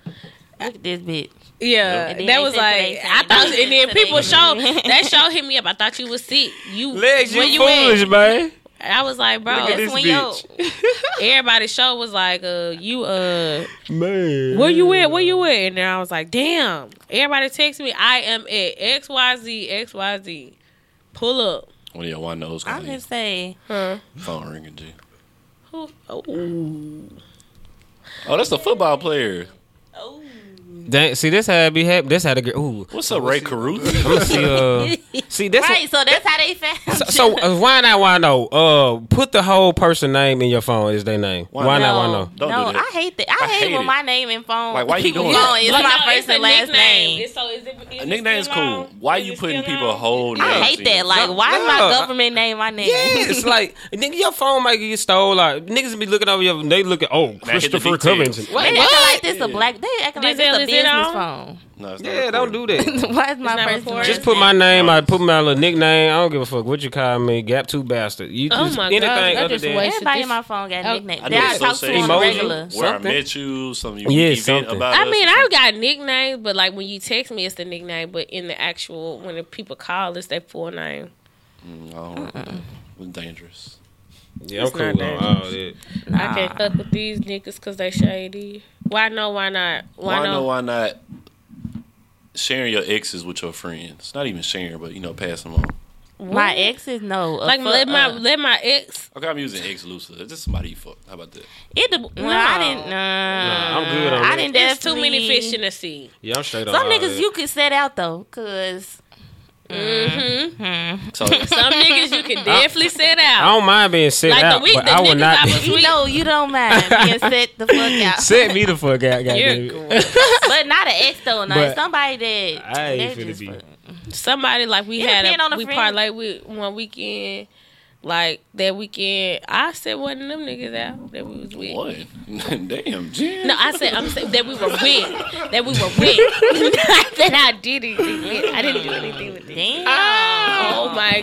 Look at this bitch.
Yeah,
And then
that
they
was
said
like
today
I
Sunday.
thought, and then
Today
people show
Sunday.
[LAUGHS] that show hit me up. I thought you was sick. You
Legs, you,
where you
foolish,
at?
man.
I was like,
Oh,
bro.
Look at this
when yo-
bitch.
Everybody's show was like, uh, you uh,
Man.
where you at? Where you at? And then I was like, damn. Everybody text me, I am at X Y Z X Y Z. Pull up.
One of your one nose
I'm
gonna
gonna say
Huh?
phone ringing. G.
Who? Oh.
Oh, that's the football player.
Dang, see, this had be happy. This had a girl. Ooh,
What's up,
[LAUGHS]
Ray Caruth?
I'm gonna see.
[LAUGHS]
Uh, see, this.
right. So that's
[LAUGHS]
how they found.
So uh, why not? Why no? Uh, put the whole person name in your phone. Is their name? Why,
Why
not? Why
no,
no?
Don't
no,
do that.
I hate that. I,
I
hate,
hate
when
it.
my name and phone.
Like, why you
people
doing
phone.
that?
It's
Like,
my
no,
first
it's a
and last
nickname.
name.
It's- so is it- is
A
it
nickname's
still
cool.
on?
Why
Is
you
it
putting
still
people a
on?
whole name?
I hate that. Like, why is my
no.
government name my name? [LAUGHS]
[LAUGHS]
Yes, like nigga, your phone might get stole. Like niggas be looking over your, they looking. Oh,
Now hit the
Christopher
details.
Covington.
They
What?
acting like this a black. They acting like this
Denzel,
a
is it
business
on?
phone. [LAUGHS]
No, it's not
Yeah, don't do
recorded.
[LAUGHS]
that.
Why is my
not
first
recorded?
name?
Just put my name. I put my little nickname. I don't give a fuck what you call me. Gap two bastard. You
Oh
just
my God,
anything
that
other
just
than
waste-
Everybody in
This-
my phone got
Oh,
nicknames.
I
They
know
I
it's
talk
so
to on the
Emoji.
regular.
Where I
Something.
met you, some unique
Yeah,
event
something.
about
I
us,
mean,
or
I've
something.
got nicknames, but like when you text me, it's the nickname. But in the actual, when the people call, it's their full name.
Mm, I don't remember that. It was dangerous.
Yeah, I'm
It's
cool
not
on
that.
all that.
I can't fuck with these niggas because they shady. Why no? Why not?
Why,
Why,
no?
no?
Why not sharing your exes with your friends? Not even sharing, but you know, pass them on.
My exes know.
Like let my let my ex.
Okay, I'm using ex loosely. It's just somebody you fuck. How about that?
It de- no, I didn't. Nah,
I'm good
Uh,
on
I
that.
didn't.
There's too
definitely-
many fish in the sea.
Yeah, I'm straight on
Some
all
niggas
that.
you could set out though, cause
Mm-hmm.
So
[LAUGHS] Some niggas you
[LAUGHS]
can definitely set out.
I don't mind being set
Like the
out,
week-
but
the
I will
niggas
not [LAUGHS]
I was-
you know you don't mind being set the fuck out.
set me the fuck out. Goddamn.
You're cool.
but not an ex though. No,
But
somebody that
I ain't
they
finna
just
be.
fuck.
Somebody like we
It
had
depend
a,
on the
we
friend.
parlayed with one weekend. Like that weekend, I said one of them niggas out that we was with.
what? [LAUGHS] Damn, Jen.
No, I said I'm saying that we were with. That we were with. [LAUGHS] Not that I did anything with. I didn't do anything with it.
Damn.
Ah,
Oh my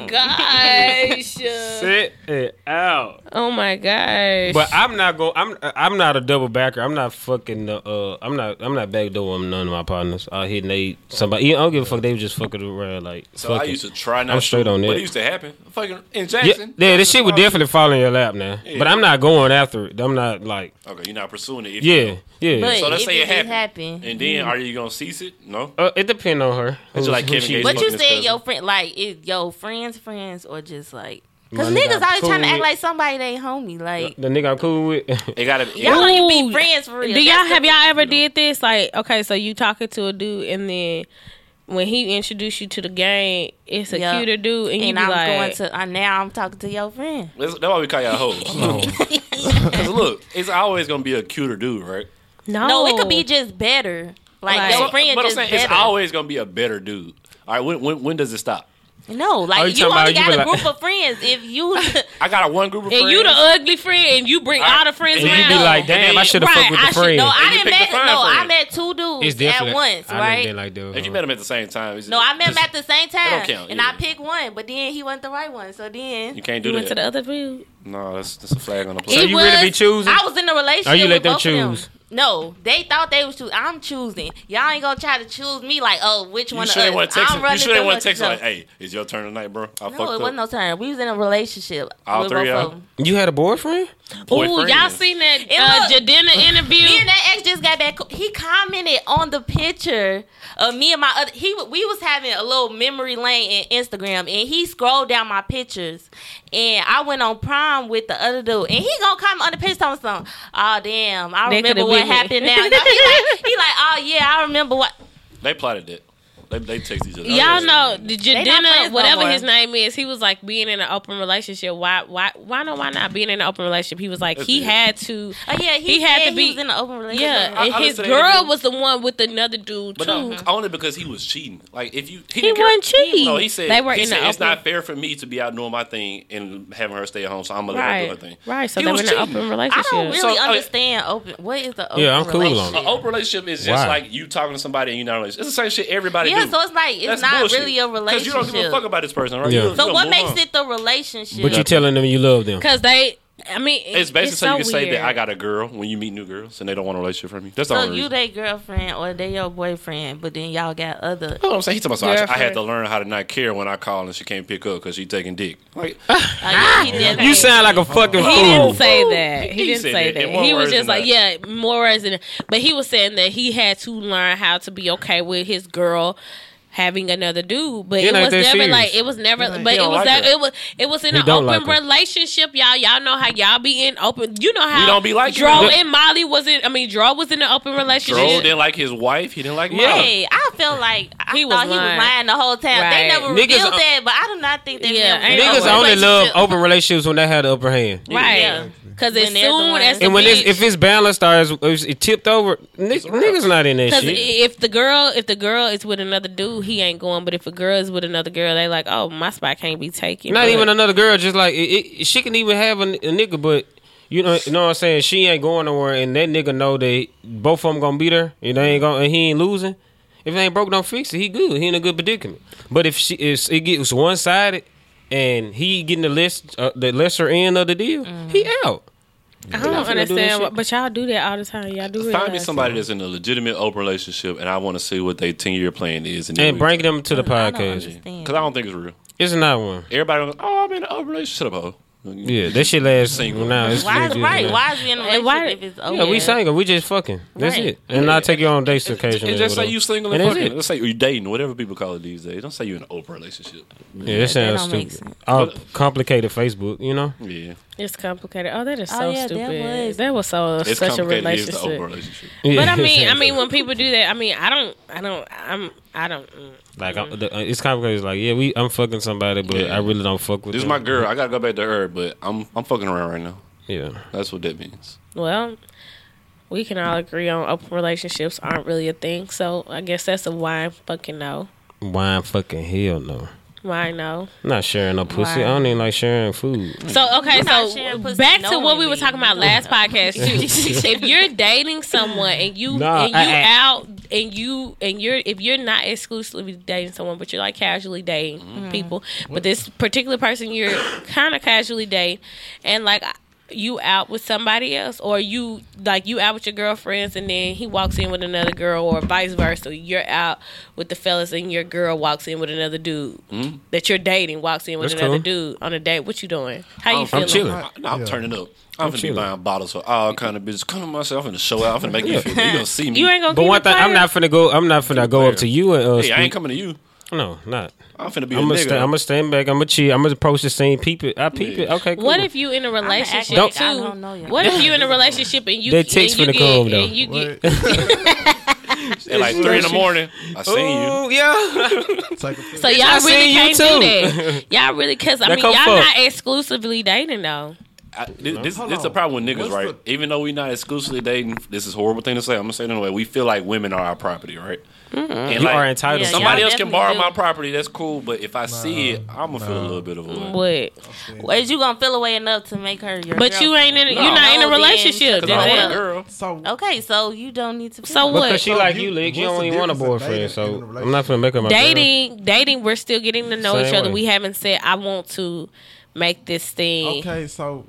[LAUGHS]
gosh.
Set it out.
Oh my gosh.
But I'm not going. I'm I'm not a double backer. I'm not fucking. the, Uh, I'm not. I'm not backdooring none of my partners. I hit they somebody. I don't give a fuck. They was just fucking around like.
So
fuck
I
it.
used to try not.
I'm straight
to,
on
But
that.
it used to happen. Fucking in
Yeah,
Jackson.
yeah, this shit would definitely fall in your lap now. But I'm not going after it. I'm not like.
Okay, you're not pursuing it. if you
Yeah,
know.
yeah.
But
So let's
if
say it
it did
happened.
happen.
And then are you gonna cease it? No.
uh, it depends on her.
It's like
Who
Kevin
she-
Gates.
But
fucking
you
his
said
cousin.
your friend, like, is your friends friends or just like? Cause
My nigga,
niggas always
cool
trying to
with-
act like somebody they homie. Like
The nigga I'm cool with.
It gotta be.
y'all don't even
Ooh.
be friends for real.
Do y'all
That's the-
have y'all ever did this? Like, okay, so you talking to a dude and then when he introduced you to the game, it's a
Yeah.
cuter dude and, you
And
be
I'm
like,
going to. Uh, now I'm talking to your friend.
That's, that's why we call y'all hoes. [LAUGHS]
[LAUGHS]
Because look, it's always gonna be a cuter dude, right?
no,
No, it could be just better. Like,
Like-
your
So-
friend
but I'm
just
saying
better.
it's always gonna be a better dude. All right, when when, when does it stop?
Oh,
no,
you
like
talking
you,
about
only
you
got
be
a
like-
group of friends. If you
I got a one group of
and
friends.
you the ugly friend [LAUGHS] and you bring
I-
all the
[LAUGHS]
friends
and you
around.
be like, damn, I should have
right,
fucked with the
I should-
friend.
no, I
you
didn't
pick
met
the
no,
fine
I
friend.
met two dudes
it's different.
at once,
I done
right?
been like that.
if you met him at the same time, it's-
no, I met him
just-
at the same time,
don't count,
and
yeah.
I picked one, but then he wasn't the right one. So then
You can't do
you went
that.
to the other dude.
No, that's that's a flag on the
so
play.
It
you really be
was-
choosing?
I was in a relationship.
Oh, you let
with
them
both
choose.
Of them. No, they thought they was choosing. I'm choosing. Y'all ain't gonna try to choose me like, oh, which
You
one
sure they
of
want
us?
to text
I'm
him. You
running
sure they
through
want
us,
to text him
so-
like, "Hey, it's your turn tonight, bro. I fucked
No, it
up."
wasn't no time. We was in a relationship.
All
with
three
both
of
of them.
you had a boyfriend?
Ooh,
Boyfriend.
y'all seen that uh,
And look-
Jadena interview?
Me and that ex just got back. He commented on the picture of me and my other. He we was having a little memory lane in Instagram, and he scrolled down my pictures, and I went on prom with the other dude, and he gonna comment on the picture on something. Oh damn, I
That
remember
could've
what
been me."
happened now. No, he, like,
[LAUGHS]
he like, oh yeah, I remember what.
They plotted that. They they text each other.
Y'all know the
not friends
Jadena,
no
whatever
more.
his name is, he was like being in an open relationship. Why, why, why no? Why not being in an open relationship? He was like
That's
he
it.
had to.
Oh yeah, he,
He had
said
to be-
he was in an open relationship.
Yeah,
I-
and
I
his
listened to
girl
interview.
was the one with another dude too.
But no, only because he was cheating. Like if you
He
didn't care-
wasn't cheating.
No, he said
They were
he
in
said,
the
it's
open-
not fair for me to be out doing my thing and having her stay at home, so I'm gonna let her
right,
do her thing.
right. So
He
they were
was
in an
cheating.
open
I
relationship.
don't really
So, oh, okay.
understand open. What is the open
Yeah, I'm cool on it.
relationship?
An open relationship is just
Why?
like you talking to somebody and you not relationship. It's the same shit everybody
Yeah,
do.
so it's like it's
That's
not
bullshit.
really a
'Cause
relationship.
you don't give a fuck about this person, right?
Yeah.
You- you
so
gonna
what
move
makes
on.
it the relationship?
But you telling them you love them.
because they. I mean, it-
It's basically so,
so
you can say
weird.
that I got a girl when you meet new girls and they don't want a relationship from you. That's the
So
only
you
reason.
they girlfriend or they your boyfriend, but then y'all got other. uh,
That's what I'm saying. He talking about, so I, I had
Girlfriend.
to learn how to not care when I call and she can't pick up because she taking dick. Like,
Ah,
Like, he did
You
that.
sound like a fucking
He didn't
fool.
say that. He,
He
didn't
said
say
that.
that.
In more
He was
words
just
than
like,
that.
yeah, more words than that. But he was saying that he had to learn how to be okay with his girl having another dude. But
It
it,
ain't
was
that
never
serious.
like it was never. But
He
it
don't
was
like
that
her.
it was it was in
He
an
don't
open
like her.
relationship, y'all. Y'all know how y'all be in open. You know how
We don't be liking
Dro
her.
and Molly was in. I mean, Dro was in an open
Dro
relationship.
didn't like his wife. He didn't like mine.
Hey, I feel like I
He was
thought he
lying.
was lying the whole time.
Right.
They never
Niggas
revealed
are-
that, but I do not think they.
Yeah,
Yeah,
ain't
Niggas
open
only love open relationships when they had the upper hand.
Right, because as
When they're the
soon
ones-
as the
And when it's,
bitch-
if it's balanced or it's, it's it tipped over, ni- niggas not in that
Because
shit.
if the girl, if the girl is with another dude, he ain't going. But if a girl is with another girl, they like, oh, my spot can't be taken.
Not
But-
even another girl, just like it, it, she can even have a, n- a nigga, but you know, you know what I'm saying. She ain't going nowhere, and that nigga know that both of them gonna be there, and they ain't gonna, and he ain't losing. If it ain't broke, don't fix it. He good. He in a good predicament. But if she, if it gets one sided, and he getting the less, uh, the lesser end of the deal, he
Mm-hmm.
out.
I
finna
don't
do that
understand.
shit.
What, but y'all do that all the time. Y'all do.
Find me
realize
somebody that's in a legitimate open relationship, and I want to see what their ten year plan is. And,
And bring them to the podcast.
because I don't think it's real.
It's not one.
Everybody, goes, oh, I'm in an open relationship. Shut up, hoe.
Yeah, that shit lasts
Single.
now. It's
Why is
legit,
right?
man.
Why is we in a relationship
why-
if it's over?
Yeah, we single. We just fucking. That's
Right.
it. And I take you on dates occasionally.
And just
or
say you
whatever.
single and,
And that's
fucking.
it.
Let's say you dating, whatever people call it these days. Don't say you in an open relationship.
Yeah, that sounds
don't make
stupid.
sense.
All complicated Facebook, you know.
Yeah,
It's complicated. Oh, that is
Oh,
so
yeah, that
stupid. That was,
was-
so
it's
such a
complicated. It's the
relationship.
open relationship.
But I
Yeah.
[LAUGHS]
[LAUGHS]
mean, I mean, when people do that, I mean, I don't, I don't, I'm, I don't. mm.
like I, the, uh, it's complicated. It's like, yeah, we I'm fucking somebody, but
Yeah.
I really don't fuck with.
This is
them.
my girl. I gotta go back to her, but I'm I'm fucking around right now.
Yeah,
That's what that means.
Well, we can all agree on open relationships aren't really a thing. So I guess that's a why fucking no.
why fucking hell no.
Why no?
I'm not sharing no pussy. I don't even like sharing food.
So okay,
not
so
sharing pussy
back to what we were
knowingly.
talking about last
[LAUGHS]
podcast too. if you're dating someone and you
Nah,
and you
I- I-
out and you and you're if you're not exclusively dating someone, but you're like casually dating
Mm-hmm.
people, but this particular person you're kind of casually dating, and like you out with somebody else, or you like you out with your girlfriends, and then he walks in with another girl, or vice versa. You're out with the fellas, and your girl walks in with another dude that you're dating, walks in with
Mm-hmm. That's
another
cool. Oh,
dude on a date. What you doing? How you
I'm
feeling?
chilling.
I, no, I'm
Yeah.
turning up. I'm, finna
chilling.
be buying bottles for all kind of bitches. Come to myself. I'm finna show out. I'm finna make you feel. You gonna see me.
You ain't gonna.
But
keep
one
it
thing, I'm
player?
not finna go. I'm not finna go up to you and uh,
hey, I ain't
speak.
coming to you.
No, not.
I'm finna be
I'm
a
gonna
nigga.
sta- I'm gonna stand back. I'm gonna cheat. I'm gonna approach the scene. Peep it. I peep it.
Yeah.
Okay. Cool.
What if you in a
acting
relationship
like
too?
I don't know y'all.
What if you
[LAUGHS]
in a relationship and you
That text
and you
finna come, though.
and you get,
at like three in the morning. I seen you.
Ooh, yeah. [LAUGHS]
Take a picture.
so y'all
I
really
seen you
can't
[LAUGHS]
do that. Y'all really cause I
Now
mean
come
y'all
fuck.
not exclusively dating though.
I, this this,
Hold
this the
on.
problem with niggas,
What's
right? Even though we not exclusively dating, this is a horrible thing to say. I'm gonna say it anyway. We feel like women are our property, right? And
you
like,
are entitled.
Yeah,
to
Somebody
y'all
else can
definitely
borrow
do.
my property. That's cool. But if I see it, I'm gonna feel a little bit of a.
Mm.
way.
But
Is you gonna feel away enough to make her your?
but you ain't in
girlfriend?
you're not in
No,
a
then
relationship.
shut
Cause I
the
want
fuck up.
a girl.
So
Okay, so you don't need to.
So
feel-
what?
Because she like you,
you-
Lick. You
what's
don't
the
even want a
difference in
boyfriend,
dating
so
and a
I'm not finna make her my
dating dating we're still getting to know each
Same
other.
way.
We haven't said I want to make this thing.
okay, so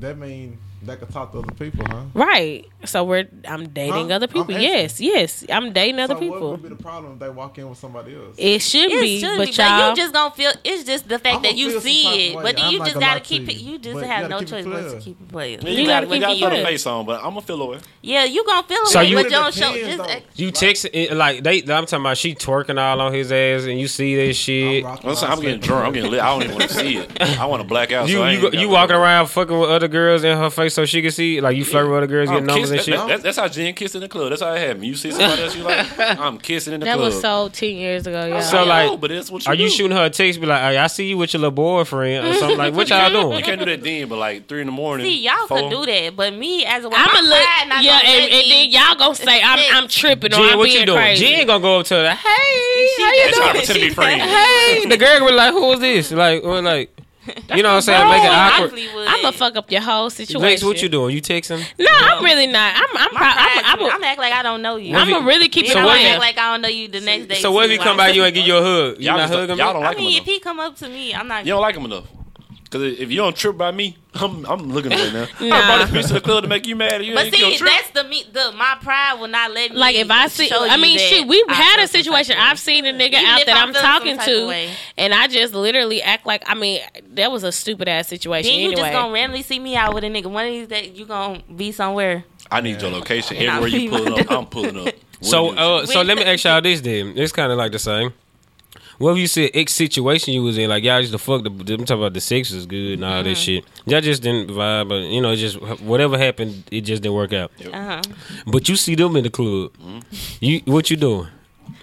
that mean that could talk to other people, huh?
Right. So we're I'm dating
Huh?
other people.
I'm asking.
yes, yes. I'm dating other
so what
people.
would be the problem if they walk in with somebody else?
It should
It
be,
should
but
be,
y'all
you just gonna feel. It's just the fact
I'ma
that you
feel some type of
see it,
way.
but then
I'm
you
not
just
gonna lie
gotta
to
keep it.
you,
You just
but you
have
gotta
no
keep it
choice but
player.
to keep it player.
You,
You
gotta,
gotta keep
put
it.
a face on, but I'm gonna feel away.
Yeah, you gonna feel
So
away,
you-
but you don't
It
show.
depends,
Just
though.
act-
You text it, like they. I'm talking about she twerking all on his ass, and you see this shit.
I'm rocking
Listen, I'm
my
getting
sleep.
drunk. I'm getting lit. I don't even want to see it. I want to black out. so
You
I ain't
you
got
you
no-
walking around fucking with other girls in her face so she can see like you flirt with other girls
I'm
getting numbers and
kissing-
shit.
that- that- that's how Jen kissed in the club. That's how it happened. You see somebody else
[LAUGHS]
you like, I'm kissing in the
that
club.
was so ten years ago, y'all.
So,
I
like,
know, but it's what you
Are you
do.
shooting her a text? Be like, hey, I see you with your little boyfriend or something. Like, what y'all
[LAUGHS]
You
doing?
can't do that then, but like three in the morning.
See, y'all
four,
could do that, but me as a woman,
I'm a
pride
look,
not
yeah,
gonna
and,
let
and then
me-
y'all gonna say I'm I'm tripping or
Jen,
I'm
what
being
you doing?
crazy.
Jen gonna go up to her. Like, hey, how you
That's
doing?
[LAUGHS]
an opportunity for friends.
Hey, the girl was like, who is this? Like, or like, you know what I'm saying? Make it
I
awkward.
definitely would.
I'm gonna fuck up your whole situation.
Lex, what you doing? You texting?
No, I'm really not. I'm I'm proud.
I'm,
I'm, I'm,
gonna act like I don't know you.
I'm gonna really keep
so
it
I'm
on
gonna
you.
act like I don't know you the next day.
So what if he
too.
come
Like,
by you and give you a hug? You
Y'all,
not
just
hugging
don't,
me?
y'all don't
I
like
mean, if
him enough.
he come up to me, I'm not.
You don't like him enough. Cause if you don't trip by me, I'm I'm looking right now. I brought this piece to the club to make you mad. and You
but
ain't gonna
see,
trip.
that's the me. The my pride will not let me.
like if I see,
show
I
you
mean,
that
shit, we've
I
had
feel some
a
type
situation.
of way.
I've seen a nigga
Even
out
if
that
I
I'm
feel some
talking
type
to,
of way.
and I just literally act like I mean that was a stupid ass situation.
Then you
anyway,
just gonna randomly see me out with a nigga. One of these days, you gonna be somewhere.
I need your location.
Nah,
Everywhere you
he
pulling
won't
up, I'm pulling up.
So,
What
uh,
is.
so let me ask y'all this then. It's kind of like the same. What if you said X situation you was in? Like y'all used to fuck. The, I'm talking about the sex was good and all that shit. Y'all just didn't vibe, but you know, it just whatever happened, it just didn't work out.
Uh huh.
But you see them in the club. You what you doing?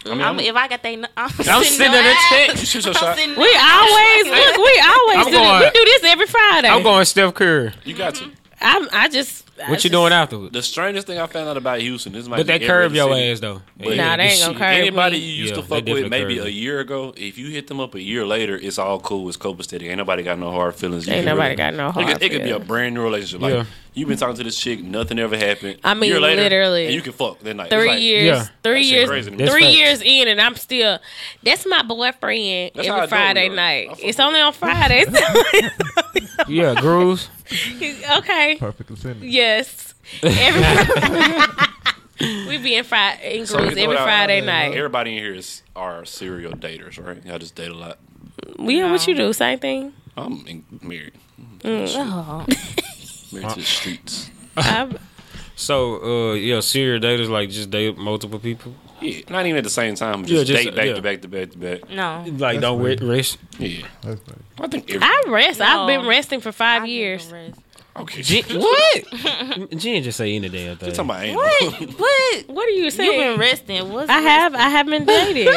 I
I'm,
mean, I'm,
if I got they, I'm,
I'm sitting at a
you
text.
shoot your
I'm
shot.
sitting
[LAUGHS] we always look. We always
I'm
do
going-
this. we do this every Friday.
I'm going Steph Curry.
You got to.
I'm, I just I
What you
just-
doing afterwards?
The strangest thing I found out about Houston is my.
But they curve your ass though.
But
Nah, they ain't
shit-
gonna curve
Anybody
me.
you
Yeah,
used to
they
fuck with
definitely
maybe
curve
a
me.
year ago, if you hit them up a year later, it's all cool. It's copacetic. Ain't nobody got no hard feelings. You
Ain't
can really-
nobody got no
It
hard
could, it could be a
feelings.
brand new relationship. Like
Yeah.
you've been talking to this chick, nothing ever happened.
I mean,
year later,
literally.
and you can fuck that night. It's
three
like,
years,
Yeah.
three
That shit
years,
crazy to me.
That's
three
facts.
years in, and I'm still. That's my boyfriend
That's how I know
every Friday
you. I
night.
fuck
It's
with
only on Fridays.
[LAUGHS] Yeah, grooves.
[LAUGHS]
okay.
Perfect sentence.
Yes. Every. [LAUGHS] we be in Friday in
So
groups
you know
every
what I-
Friday
uh,
night.
Everybody in here is are serial daters, right? Y'all just date a lot.
We yeah, what you do? Same thing.
I'm in- married.
Mm,
Oh.
Married
oh.
to the streets.
I'm,
So uh, yeah, serial daters like just date multiple people.
Yeah, not even at the same time. Just,
Yeah, just-
date back
yeah.
to back to back to back.
No.
Like
That's
don't
weird.
rest.
Yeah,
That's like,
I think every
I rest. I've been
No.
resting for five
I need
years.
to rest.
[LAUGHS]
okay.
Jen,
[LAUGHS]
what? [LAUGHS] Jen just say any damn thing.
You're talking about anal.
[LAUGHS] What? What?
What are you
You've
saying?
been resting. What's
I have. I haven't
[LAUGHS]
dated.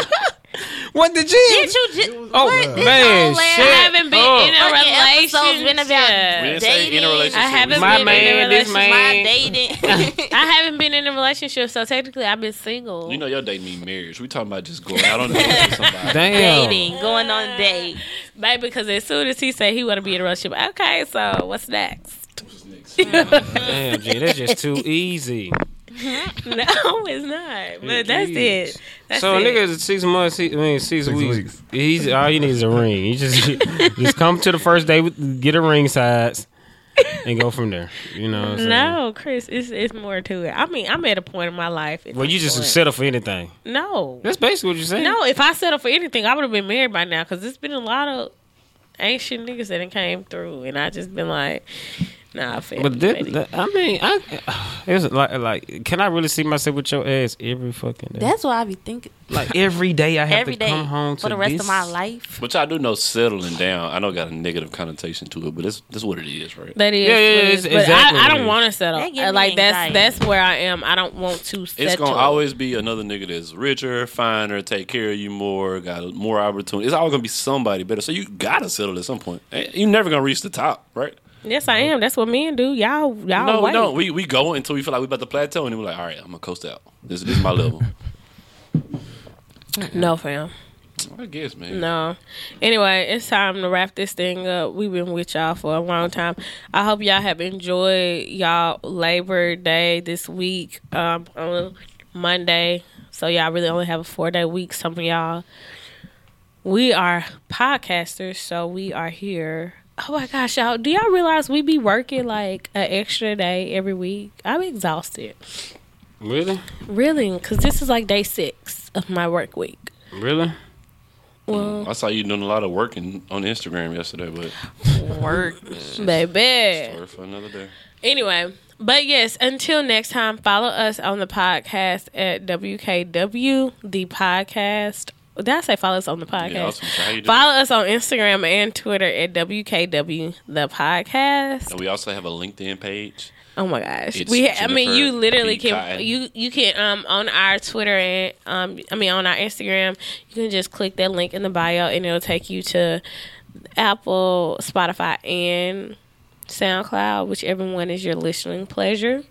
what the Jen?
Did you just?
Oh man,
whole ass-
I
shit. Oh,
haven't been
Oh.
up.
in a
Fucking
relationship.
episode's been about
We didn't
Yeah.
say
Dating.
in a relationship.
I haven't
My
been in a
man, this
relationship.
My
man.
dating.
I haven't been in a relationship, so technically I've been single.
You know your date mean marriage. We talking about just going out on dates with somebody.
Damn.
[LAUGHS] dating. Going on a date.
Baby, because as soon as he said he want to be in a relationship, okay, so what's next? [LAUGHS]
Damn, Jen, that's just too easy.
No, it's not. But
It
that's
is.
it. That's
so a
it.
nigga is six months. He, I mean six,
Six
weeks.
weeks.
He's all you need is a ring. You just
[LAUGHS]
just come to the first day, with, get a ring size, and go from there. You know. What I'm saying?
No, Chris, it's it's more to it. I mean, I'm at a point in my life. at
Well,
this
you just
point.
settle for anything.
No,
That's basically what you're saying.
no. If I settled for anything, I would have been married by now. Because there's been a lot of ancient niggas that done came through, and I just been like, nah, fam.
But then,
baby.
that- I [SIGHS] mean, I it was like like can I really see myself with your ass every fucking day?
That's what I be thinking.
like every day I have
Every
to
day
come home to
for the rest
this?
of my life.
But y'all do know settling down. I know it got a negative connotation to it, but it's that's what it is, right?
That is,
Yeah,
yeah,
yeah,
yeah,
it's
but
exactly
I, I
what it
don't
is.
want to settle. Uh,
That give me
like that's
anxiety.
that's where I am. I don't want to settle.
It's gonna always be another nigga that's richer, finer, take care of you more, got more opportunity. It's always gonna be somebody better. So you gotta settle at some point. Eh, You're never gonna reach the top, right?
Yes, I am. That's what men do. Y'all, y'all
no,
wait.
no. We we go until we feel like we about to plateau, and then we're like, all right, I'm gonna coast out. This, this is my level.
[LAUGHS]
no, fam.
I guess, man.
No. Anyway, it's time to wrap this thing up. We've been with y'all for a long time. I hope y'all have enjoyed y'all Labor Day this week um, on Monday. So y'all really only have a four day week. Some of y'all, we are podcasters, so we are here. Oh my gosh, y'all! Do y'all realize we be working like an extra day every week? I'm exhausted,
Really,
really, because this is like day six of my work week.
really.
Well,
Mm. I saw you doing a lot of working on Instagram yesterday, but
Work.
baby.
story for another day.
Anyway, but yes, until next time, follow us on the podcast at WKW the podcast. Did I say follow us on the podcast?
Yeah, I was gonna say, how you doing?
Follow us on Instagram and Twitter at WKW the podcast.
And we also have a LinkedIn page.
Oh my gosh,
It's
we! I mean, you
Jennifer
literally
B.
can
Cotton.
you you can um on our Twitter and um I mean on our Instagram you can just click that link in the bio and it'll take you to Apple, Spotify, and SoundCloud, whichever one is your listening pleasure.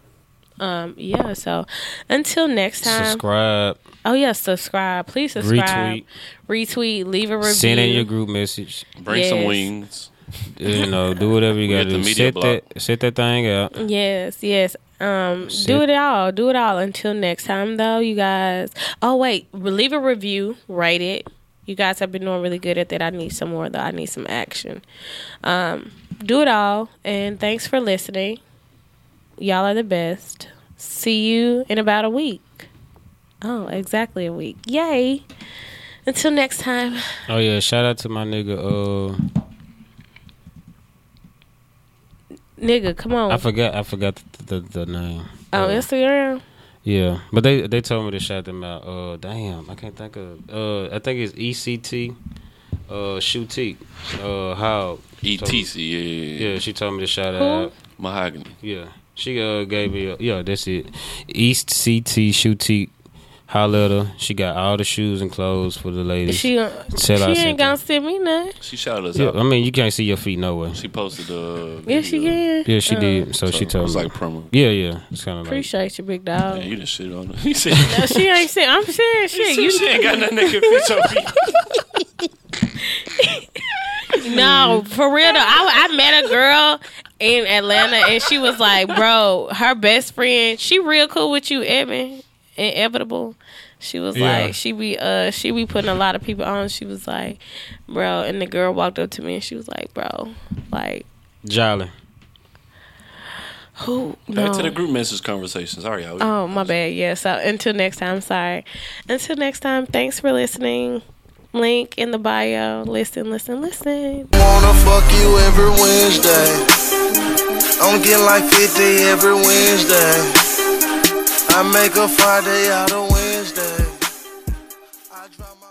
Um yeah, so until next time.
Subscribe,
Oh yeah, subscribe. Please subscribe.
retweet,
Retweet. leave a review.
send in your group message.
Bring some
Yes.
wings.
You know, do whatever you
We
got
got
to do.
the media
Set
block.
that, set that thing out.
Yes, yes. Um,
Oh, Shit.
do it all. Do it all. Until next time, though, you guys. Oh wait, leave a review. Rate it. You guys have been doing really good at that. I need some more though. I need some action. Um, do it all. And thanks for listening. Y'all are the best. See you in about a week. Oh, exactly a week. Yay! Until next time.
Oh yeah, shout out to my nigga. Uh,
Nigga, come on.
I forgot, I forgot the the, the name.
Oh,
on
Uh,
Instagram.
Yeah, but they they told me to shout them out. Uh, damn, I can't think of. Uh, I think it's ECT, uh, Shootique, uh, how.
ETC, yeah, yeah, yeah.
Yeah, she told me to shout
Who?
out.
Mahogany.
Yeah, she uh gave me. A, yeah, that's it. East CT Shootique, holla at her. She got all the shoes and clothes for the ladies.
She she
I
ain't
sent
gonna
it.
send me nothing.
She shouted us
yeah,
out.
I mean you can't see your feet nowhere.
She posted uh
Yes, she
video.
can.
Yeah, she
Uh,
did. So,
So
she told
It was
me.
like promo.
yeah, yeah. It's kind of like.
Appreciate you, big dog. [LAUGHS]
Man, you just shit on her. [LAUGHS] He said, no,
she ain't saying. I'm saying shit.
you
You
ain't got nothing
[LAUGHS]
that can fit your feet.
no, for real though. I, I met a girl in Atlanta, and she was like, "Bro, her best friend. She real cool with you, Evan. Inevitable." She was
Yeah.
like, she be uh, she be putting a lot of people on. She was like, "Bro," and the girl walked up to me, and she was like, "Bro, like
Jolly.
who?"
Back to
No.
the group message conversation. Sorry, y'all.
Oh, my bad. Yeah. So until next time, sorry. Until next time, thanks for listening. Link in the bio. Listen, listen, listen.
Wanna fuck you every Wednesday. Only get like 50 every Wednesday. I make a Friday out of Wednesday. I drop my-